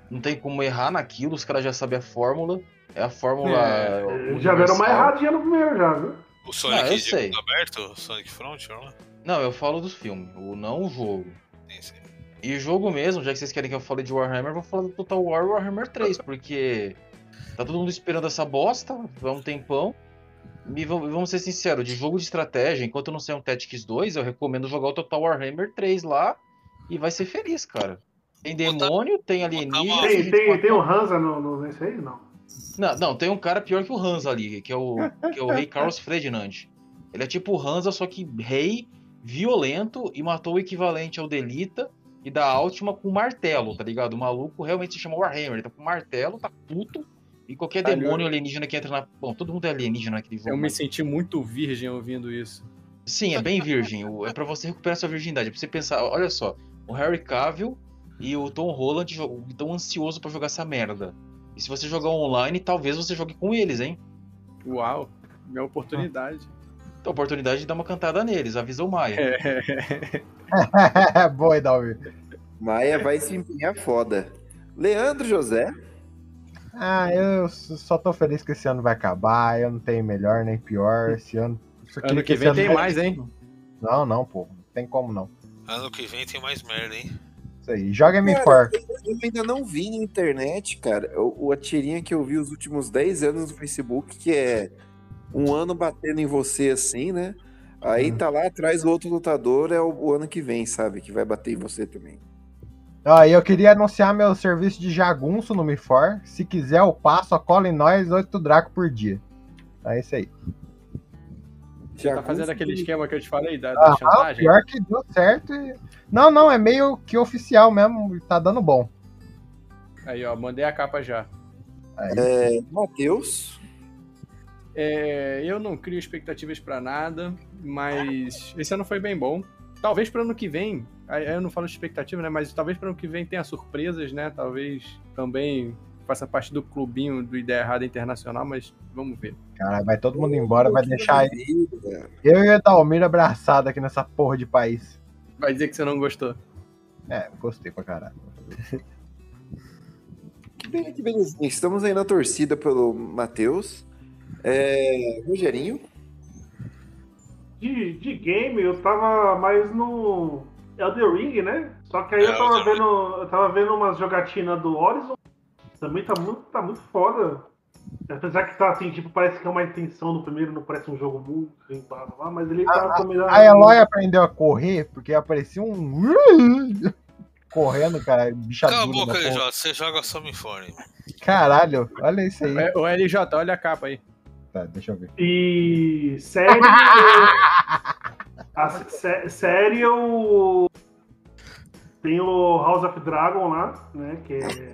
[SPEAKER 12] não tem como errar naquilo, os caras já sabem a fórmula, é a fórmula.
[SPEAKER 2] É, eles já
[SPEAKER 12] universal.
[SPEAKER 2] deram uma erradinha no primeiro já, viu?
[SPEAKER 4] O
[SPEAKER 12] Ah,
[SPEAKER 4] Sonic
[SPEAKER 12] eu
[SPEAKER 4] de
[SPEAKER 12] sei.
[SPEAKER 4] mundo aberto? Sonic Frontier lá?
[SPEAKER 12] Não, eu falo dos filmes, o não o jogo. E jogo mesmo, já que vocês querem que eu fale de Warhammer, eu vou falar do Total War Warhammer 3, porque tá todo mundo esperando essa bosta há um tempão. E vam- vamos ser sinceros, de jogo de estratégia, enquanto não ser um Tactics 2, eu recomendo jogar o Total Warhammer 3 lá e vai ser feliz, cara. Tem demônio, tem alienígena.
[SPEAKER 2] Tem, tem, tem o Hansa no, no, nesse aí? Não.
[SPEAKER 12] Não, não, tem um cara pior que o Hansa ali, que é o, que é o rei Carlos Ferdinand. Ele é tipo o Hansa, só que rei, violento, e matou o equivalente ao Delita e da Altima com martelo, tá ligado? O maluco realmente se chama Warhammer, ele tá com martelo, tá puto, e qualquer
[SPEAKER 13] Caralho.
[SPEAKER 12] demônio alienígena que entra na... Bom, todo mundo é alienígena naquele jogo.
[SPEAKER 13] Eu me
[SPEAKER 12] mas-
[SPEAKER 13] senti muito virgem ouvindo isso.
[SPEAKER 12] Sim, é bem virgem. O- É pra você recuperar sua virgindade. É pra você pensar, olha só, o Harry Cavill e o Tom Holland jo- estão ansiosos pra jogar essa merda. E se você jogar online, talvez você jogue com eles, hein?
[SPEAKER 13] Uau, minha oportunidade.
[SPEAKER 12] Então, oportunidade de dar uma cantada neles, avisa o Maia.
[SPEAKER 13] É.
[SPEAKER 5] Boa, Dalvi.
[SPEAKER 6] Maia vai se empenhar foda. Leandro José.
[SPEAKER 5] Ah, eu s- só tô feliz que esse ano vai acabar. Eu não tenho melhor nem pior. Esse ano. isso aqui
[SPEAKER 13] Ano que
[SPEAKER 5] esse
[SPEAKER 13] vem tem
[SPEAKER 5] vai-
[SPEAKER 13] mais, hein?
[SPEAKER 5] Não, não, pô. Não tem como não.
[SPEAKER 4] Ano que vem tem mais merda, hein?
[SPEAKER 5] Isso aí. Joga me
[SPEAKER 6] Cara,
[SPEAKER 5] fora.
[SPEAKER 6] eu ainda não vi na internet, cara, o, o- a tirinha que eu vi os últimos 10 anos no Facebook, que é um ano batendo em você assim, né?
[SPEAKER 5] Uhum.
[SPEAKER 6] Aí tá lá atrás o outro lutador, é o, o ano que vem, sabe? Que vai bater em você também.
[SPEAKER 5] Ó, e eu queria anunciar meu serviço de jagunço no Mifor. Se quiser, eu passo, a cola em nós, 8 draco por dia. É isso aí.
[SPEAKER 13] Já tá fazendo aquele esquema que eu te falei da, da
[SPEAKER 5] Ah,
[SPEAKER 13] chantagem?
[SPEAKER 5] pior que deu certo. e- Não, não, é meio que oficial mesmo. Tá dando bom.
[SPEAKER 13] Aí, ó, mandei a capa já.
[SPEAKER 6] É, Matheus.
[SPEAKER 13] É, eu não crio expectativas pra nada, mas esse ano foi bem bom. Talvez para ano que vem, aí eu não falo de expectativa, né? Mas talvez para ano que vem tenha surpresas, né? Talvez também faça parte do clubinho do Ideia Errada Internacional, mas vamos ver.
[SPEAKER 5] Caralho, vai todo mundo embora, vai deixar
[SPEAKER 6] aí.
[SPEAKER 5] Eu e o Edalmiro abraçado aqui nessa porra de país.
[SPEAKER 13] Vai dizer que você não gostou.
[SPEAKER 5] É, gostei pra caralho.
[SPEAKER 6] Que, be- que belezinha. Estamos aí na torcida pelo Matheus. É, Rogerinho.
[SPEAKER 2] De, de game, eu tava mais no Elden Ring, né? Só que aí eu tava vendo. Eu tava vendo umas jogatinas do Horizon. Também tá muito, tá muito foda. Apesar que tá assim, tipo, parece que é uma intenção no primeiro, não parece um jogo muito, assim, blá, blá, blá, mas ele tá combinando.
[SPEAKER 5] A Eloy aprendeu a correr porque aparecia um. Correndo, cara,
[SPEAKER 4] Cala a
[SPEAKER 5] bichadura
[SPEAKER 4] boca,
[SPEAKER 5] da
[SPEAKER 4] LJ,
[SPEAKER 5] porra.
[SPEAKER 4] você joga só me fone.
[SPEAKER 5] Caralho, olha isso aí.
[SPEAKER 13] É, o LJ, olha a capa aí.
[SPEAKER 5] Tá, deixa eu ver.
[SPEAKER 2] E série. eu- a sé- série eu. Tem o House of Dragon lá, né? Que é.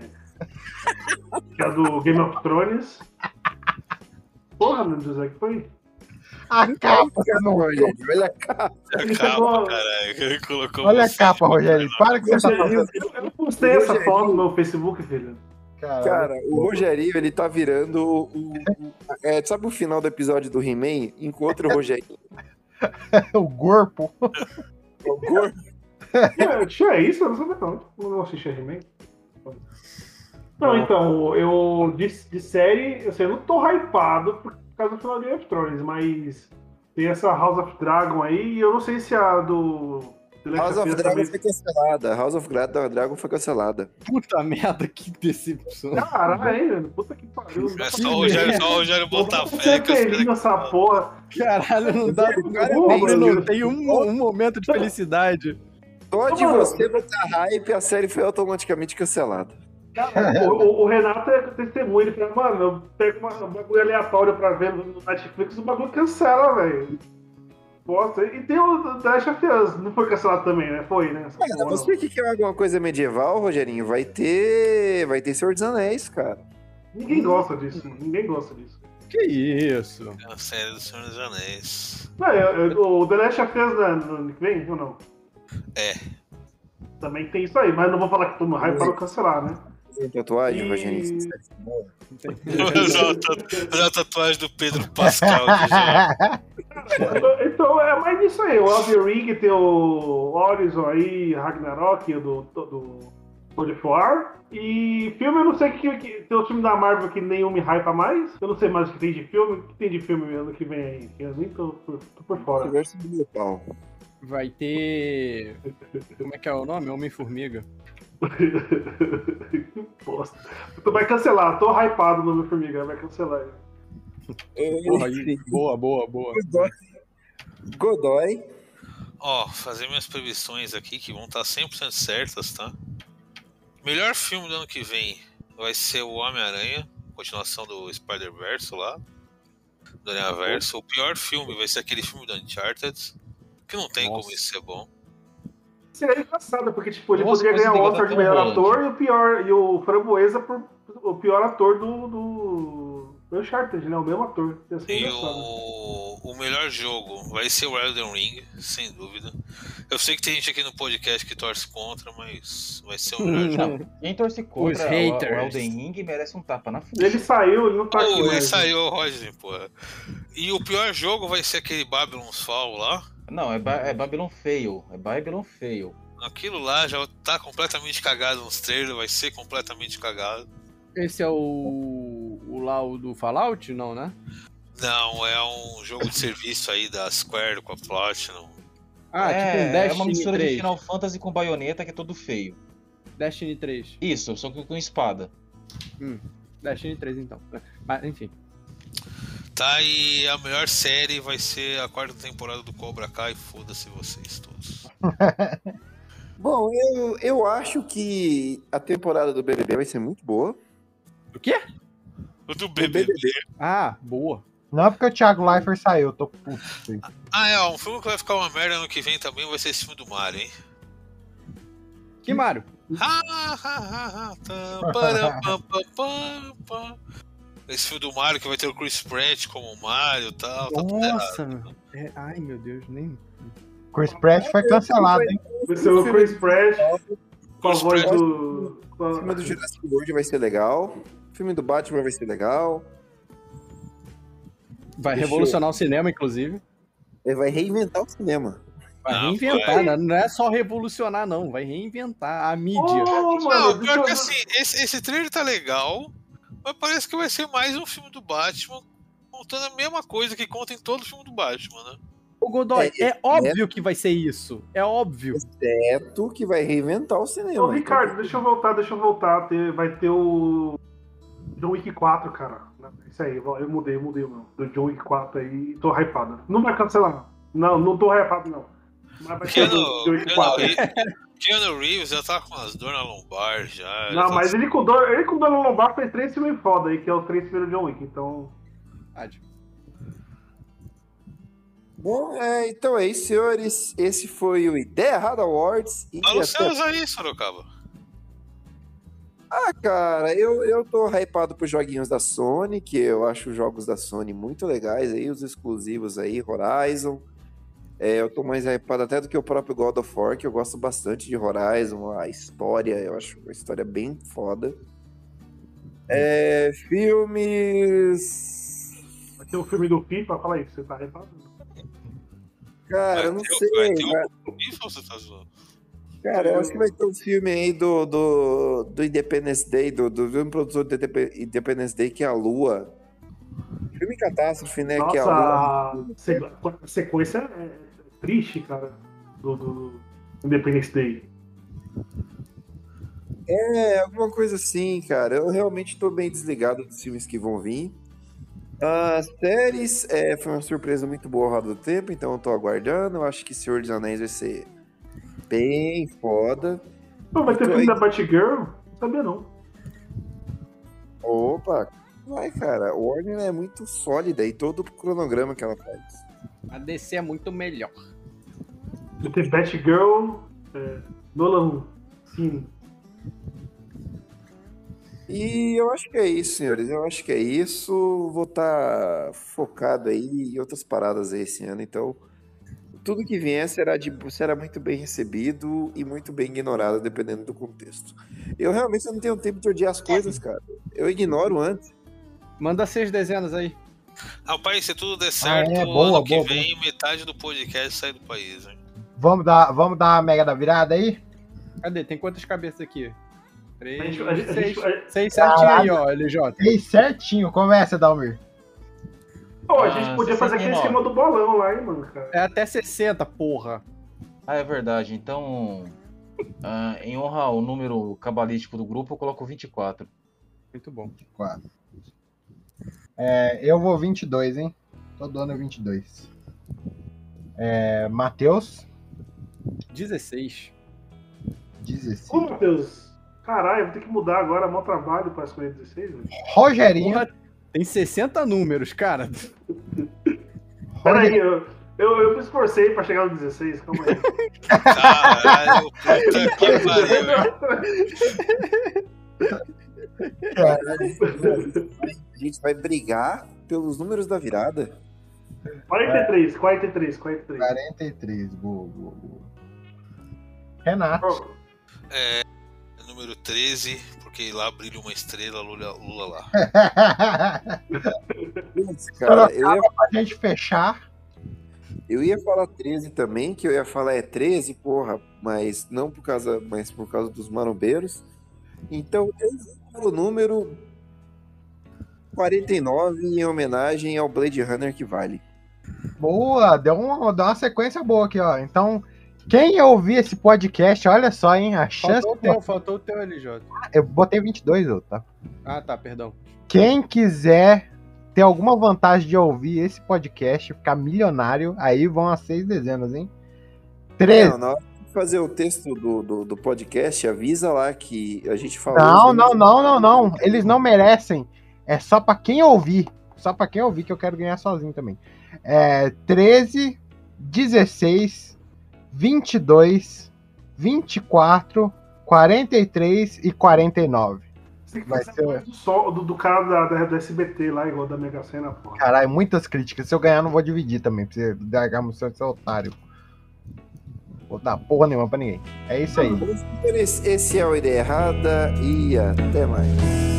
[SPEAKER 2] Que é do Game of Thrones. Porra, meu Deus, é que foi?
[SPEAKER 5] A capa,
[SPEAKER 6] Rogério, olha a capa.
[SPEAKER 4] Calma, caralho, que ele colocou
[SPEAKER 5] Olha a
[SPEAKER 4] você.
[SPEAKER 5] capa, Rogério. Para que você tá fazendo.
[SPEAKER 2] Eu postei essa foto no Facebook, filho.
[SPEAKER 6] Cara, o Rogerinho, ele tá virando o. o- é, sabe o final do episódio do He-Man? Encontra o Rogerinho.
[SPEAKER 5] o corpo.
[SPEAKER 6] O corpo.
[SPEAKER 2] Tinha, É, tinha isso? Eu não sabia não. Eu não assisti He-Man. Não, então, eu de, de série, eu sei, eu não tô hypado por causa do final de Game of Thrones, mas tem essa House of Dragon aí, e eu não sei se a do. The Last
[SPEAKER 6] House of
[SPEAKER 2] Us
[SPEAKER 6] Dragon
[SPEAKER 2] também-
[SPEAKER 6] foi cancelada. House of Gra- Dragon foi cancelada.
[SPEAKER 13] Puta merda, que decepção.
[SPEAKER 2] Caralho, puta que pariu.
[SPEAKER 4] É só o Rogério, só o Rogério botar fé
[SPEAKER 2] Você é
[SPEAKER 4] que é os
[SPEAKER 2] feliz nessa porra.
[SPEAKER 13] Caralho, não dá. Cara,
[SPEAKER 2] Ô,
[SPEAKER 13] eu não
[SPEAKER 2] Brasil.
[SPEAKER 13] tenho um, um momento de felicidade.
[SPEAKER 6] Só de
[SPEAKER 2] Mano.
[SPEAKER 6] você botar hype, a série foi automaticamente cancelada.
[SPEAKER 2] O, o- o Renato é testemunho, ele fala, mano, eu pego uma, um bagulho aleatório pra ver no Netflix, o bagulho cancela, velho. Bosta. E tem o The Last of Us, não foi cancelado também, né? Foi, né? Essa
[SPEAKER 6] Cara,
[SPEAKER 2] porra,
[SPEAKER 6] mas por que, que é alguma coisa medieval, Rogerinho? Vai ter. Vai ter Senhor dos Anéis, cara.
[SPEAKER 2] não. Ninguém gosta disso, ninguém gosta disso.
[SPEAKER 13] Que isso?
[SPEAKER 4] É a série do Senhor dos Anéis.
[SPEAKER 2] Não, eu-
[SPEAKER 6] É.
[SPEAKER 2] eu- o The Last of Us né, no ano que vem, ou não?
[SPEAKER 4] É.
[SPEAKER 2] Também tem isso aí, mas não vou falar que tô no hype para não cancelar, né?
[SPEAKER 6] Tem tatuagem, Rogerinho? é
[SPEAKER 4] Olha a tatuagem do Pedro Pascal aqui já.
[SPEAKER 2] Então é mais isso aí. O Elden Ring tem o Horizon aí, Ragnarok do, do, do God of War. E filme eu não sei o que, que- tem o filme da Marvel que nenhum me hypa mais. Eu não sei mais o que tem de filme. O que tem de filme ano que vem aí? Eu nem tô por, tô por fora.
[SPEAKER 6] Universo medieval.
[SPEAKER 13] Vai ter. Como é que é o nome? Homem-Formiga.
[SPEAKER 2] Bosta. Tu vai cancelar, tô hypado no meu formiga, vai cancelar.
[SPEAKER 13] Porra, aí. boa, boa, boa.
[SPEAKER 6] Godoy.
[SPEAKER 4] Ó, fazer minhas previsões aqui que vão estar 100% certas, tá? Melhor filme do ano que vem vai ser o Homem-Aranha, continuação do Spider-Verse lá, do Aranha-Verso. O pior filme vai ser aquele filme do Uncharted, que não tem como isso ser bom.
[SPEAKER 2] Seria engraçado, porque tipo, ele
[SPEAKER 4] Nossa,
[SPEAKER 2] poderia
[SPEAKER 4] mas
[SPEAKER 2] ganhar
[SPEAKER 4] esse
[SPEAKER 2] o Oscar
[SPEAKER 4] negócio
[SPEAKER 2] de
[SPEAKER 4] tá tão
[SPEAKER 2] melhor
[SPEAKER 4] grande.
[SPEAKER 2] ator e o pior. E o Framboesa por o pior ator do. do. do Uncharted, né? O mesmo ator. Ia ser
[SPEAKER 4] E
[SPEAKER 2] engraçado.
[SPEAKER 4] o, o melhor jogo vai ser o Elden Ring, sem dúvida. Eu sei que tem gente aqui no podcast que torce contra, mas vai ser o melhor jogo.
[SPEAKER 7] Quem torce
[SPEAKER 4] Os
[SPEAKER 7] contra o- o
[SPEAKER 4] haters.
[SPEAKER 7] Elden Ring merece um tapa na frente.
[SPEAKER 2] Ele saiu, ele não tá
[SPEAKER 4] Pô,
[SPEAKER 2] aqui.
[SPEAKER 4] Oh, ele
[SPEAKER 2] mais.
[SPEAKER 4] saiu, Roger, porra. E o pior jogo vai ser aquele Babylon's Fall lá.
[SPEAKER 7] Não, é, Ba- é Babylon Fail. É Babylon Fail.
[SPEAKER 4] Aquilo lá já tá completamente cagado nos trailers, vai ser completamente cagado.
[SPEAKER 13] Esse é o. o lá o do Fallout? Não, né?
[SPEAKER 4] Não, é um jogo de serviço aí da Square com a Platinum.
[SPEAKER 13] Ah,
[SPEAKER 7] é,
[SPEAKER 13] tipo um
[SPEAKER 7] É uma
[SPEAKER 13] Destiny
[SPEAKER 7] mistura
[SPEAKER 13] 3.
[SPEAKER 7] de Final Fantasy com baioneta que é todo feio.
[SPEAKER 13] Destiny 3.
[SPEAKER 7] Isso, só que com espada.
[SPEAKER 13] Hum, Destiny 3 então. Mas enfim.
[SPEAKER 4] Tá, e a melhor série vai ser a quarta temporada do Cobra Kai, foda-se vocês todos.
[SPEAKER 6] Bom, eu, eu acho que a temporada do BBB vai ser muito boa.
[SPEAKER 13] O quê?
[SPEAKER 4] O do
[SPEAKER 6] BBB.
[SPEAKER 13] Ah, boa.
[SPEAKER 5] Não é porque o Thiago Leifert saiu, eu tô puto. gente.
[SPEAKER 4] Ah, é, um filme que vai ficar uma merda ano que vem também vai ser esse filme do Mario, hein?
[SPEAKER 13] Que Mario?
[SPEAKER 4] Ha, ha, ha, ha, tá, para, pa, pa, pa, pa. Esse filme do Mario que vai ter o Chris Pratt como o Mario e tal. tá tudo errado.
[SPEAKER 13] Nossa, mano. É, ai, meu Deus, nem.
[SPEAKER 5] Chris Pratt foi cancelado, hein?
[SPEAKER 2] Vai ser o Chris Pratt com a voz
[SPEAKER 6] Pratt.
[SPEAKER 2] do. com
[SPEAKER 6] O filme do
[SPEAKER 2] a-
[SPEAKER 6] Jurassic World vai ser legal. O filme do Batman vai ser legal.
[SPEAKER 13] Vai
[SPEAKER 6] Deixa eu-
[SPEAKER 13] revolucionar o cinema, inclusive.
[SPEAKER 6] Ele vai reinventar o cinema.
[SPEAKER 13] Vai reinventar, né? Não é só revolucionar, não. Vai reinventar a mídia.
[SPEAKER 4] não, pior que assim, esse, esse trailer tá legal, mas parece que vai ser mais um filme do Batman contando a mesma coisa que conta em todo filme do Batman, né?
[SPEAKER 13] O Godoy, é, óbvio que vai ser isso. É óbvio.
[SPEAKER 6] Exceto que vai reinventar o cinema.
[SPEAKER 2] Ô, Ricardo, deixa eu voltar, deixa eu voltar. Tem- Vai ter o. John Wick 4, cara. Isso aí, eu mudei, eu mudei, mano. Do John Wick 4 aí, tô hypado. Não vai cancelar. Não, não tô hypado, não. Mas vai ter
[SPEAKER 4] Keanu,
[SPEAKER 2] o John Wick
[SPEAKER 4] Keanu,
[SPEAKER 2] 4.
[SPEAKER 4] Reeves, Keanu Reeves já tá com as dores na lombar já. já
[SPEAKER 2] Não,
[SPEAKER 4] tá-
[SPEAKER 2] mas ele com dor, ele com dor no lombar fez três filmes foda aí, que é os três primeiros John Wick, então.
[SPEAKER 6] Bom, é, então é isso, senhores. Esse foi o Ideia Errada Awards. E
[SPEAKER 4] Mas não
[SPEAKER 6] até-
[SPEAKER 4] sei usar isso, Sorocaba.
[SPEAKER 6] Ah, cara, eu, eu tô hypado pros joguinhos da Sony, que eu acho os jogos da Sony muito legais aí, os exclusivos aí, Horizon. É, eu tô mais hypado até do que o próprio God of War, que eu gosto bastante de Horizon, a história, eu acho uma história bem foda. É, filmes.
[SPEAKER 2] Vai ter o filme do Pipa, fala aí, você tá hypado?
[SPEAKER 6] Cara, eu não sei. né? cara.
[SPEAKER 4] Isso você tá zoando?
[SPEAKER 6] Cara, eu acho que vai ter um filme aí do, do, do Independence Day, do, do filme produtor do Indep- Independence Day, que é a Lua. Filme catástrofe, né? que é a Lua.
[SPEAKER 2] Nossa, se- a sequência é triste, cara, do, do Independence Day.
[SPEAKER 6] É, alguma coisa assim, cara. Eu realmente tô bem desligado dos filmes que vão vir. As séries é, foi uma surpresa muito boa ao lado do tempo, então eu tô aguardando. Eu acho que Senhor dos Anéis vai ser bem foda.
[SPEAKER 2] Pô, vai ter
[SPEAKER 6] Então,
[SPEAKER 2] filme
[SPEAKER 6] aí-
[SPEAKER 2] da Batgirl? Não sabia não.
[SPEAKER 6] Opa, vai, cara. O Warner é muito sólida e todo o cronograma que ela faz.
[SPEAKER 13] A DC é muito melhor.
[SPEAKER 2] Vai ter Batgirl, é, Nolan, sim.
[SPEAKER 6] E eu acho que é isso, senhores. Eu acho que é isso. Vou estar focado aí em outras paradas aí esse ano. Então, tudo que vier será, de, será muito bem recebido e muito bem ignorado, dependendo do contexto. Eu realmente não tenho tempo de odiar as coisas, cara. Eu ignoro antes.
[SPEAKER 13] Manda seis dezenas aí.
[SPEAKER 4] Rapaz, se tudo der certo,
[SPEAKER 5] é, boa,
[SPEAKER 4] ano que
[SPEAKER 5] boa,
[SPEAKER 4] vem metade do podcast sai do país, hein?
[SPEAKER 5] Vamos dar, vamos dar uma mega da virada aí?
[SPEAKER 13] Cadê? Tem quantas cabeças aqui? Três,
[SPEAKER 2] A gente- a gente- a
[SPEAKER 13] seis,
[SPEAKER 2] gente-
[SPEAKER 13] seis certinho aí, ó, LJ.
[SPEAKER 5] Ei, certinho, começa, Dalmir.
[SPEAKER 2] Pô, a gente
[SPEAKER 7] Ah,
[SPEAKER 2] podia fazer aquele
[SPEAKER 7] 69.
[SPEAKER 2] esquema do bolão lá, hein, mano, cara.
[SPEAKER 13] É até 60, porra.
[SPEAKER 7] Ah, é verdade. Então, ah, em honra ao número cabalístico do grupo, eu coloco 24.
[SPEAKER 13] Muito bom.
[SPEAKER 5] Quatro. É, eu vou 22, hein? Todo ano é 22. É, Matheus,
[SPEAKER 13] 16.
[SPEAKER 5] 16.
[SPEAKER 2] Ô, Matheus, Caralho, vou ter que mudar agora, mó trabalho pra escolher 16, velho.
[SPEAKER 5] Rogerinho.
[SPEAKER 13] Tem 60 números, cara.
[SPEAKER 2] Peraí, eu, eu, eu me esforcei pra chegar no 16, calma aí.
[SPEAKER 4] Caralho, puta que pariu.
[SPEAKER 6] Caralho, a gente vai brigar pelos números da virada.
[SPEAKER 2] 43, 43, 43.
[SPEAKER 3] 43, boa, boa, boa.
[SPEAKER 5] Renato.
[SPEAKER 4] É, número 13, porque lá brilha uma estrela, Lula, Lula lá.
[SPEAKER 6] Cara, eu ia,
[SPEAKER 5] Pra gente fechar.
[SPEAKER 6] eu ia falar 13 também, que eu ia falar é 13, porra, mas não por causa, mas por causa dos marombeiros. Então, eu vou pelo número 49 em homenagem ao Blade Runner que vale.
[SPEAKER 5] Boa, deu uma, deu uma sequência boa aqui, ó. Então, quem ouvir esse podcast, olha só, hein? A chance.
[SPEAKER 13] Faltou o teu, faltou o teu LJ.
[SPEAKER 5] Eu botei 22, outro, tá?
[SPEAKER 13] Ah, tá, perdão.
[SPEAKER 5] Quem quiser ter alguma vantagem de ouvir esse podcast, ficar milionário, aí vão as seis dezenas, hein? 13.
[SPEAKER 6] Não, na hora de fazer o texto do, do, do podcast, avisa lá que a gente falou.
[SPEAKER 5] Não,
[SPEAKER 6] os
[SPEAKER 5] não,
[SPEAKER 6] números-
[SPEAKER 5] não, não, não. Eles não merecem. É só pra quem ouvir. Só pra quem ouvir que eu quero ganhar sozinho também. É 13, 16, 22, 24, 43 e 49.
[SPEAKER 2] Tem que
[SPEAKER 5] Vai
[SPEAKER 2] fazer
[SPEAKER 5] ser.
[SPEAKER 2] do, sol- do, do cara da, da, do SBT lá, igual da Mega Sena, porra.
[SPEAKER 5] Caralho, muitas críticas. Se eu ganhar, eu não vou dividir também. Pra você dar a moção de ser otário. Vou dar porra nenhuma pra ninguém. É isso aí.
[SPEAKER 6] Esse é o Ideia Errada e até mais.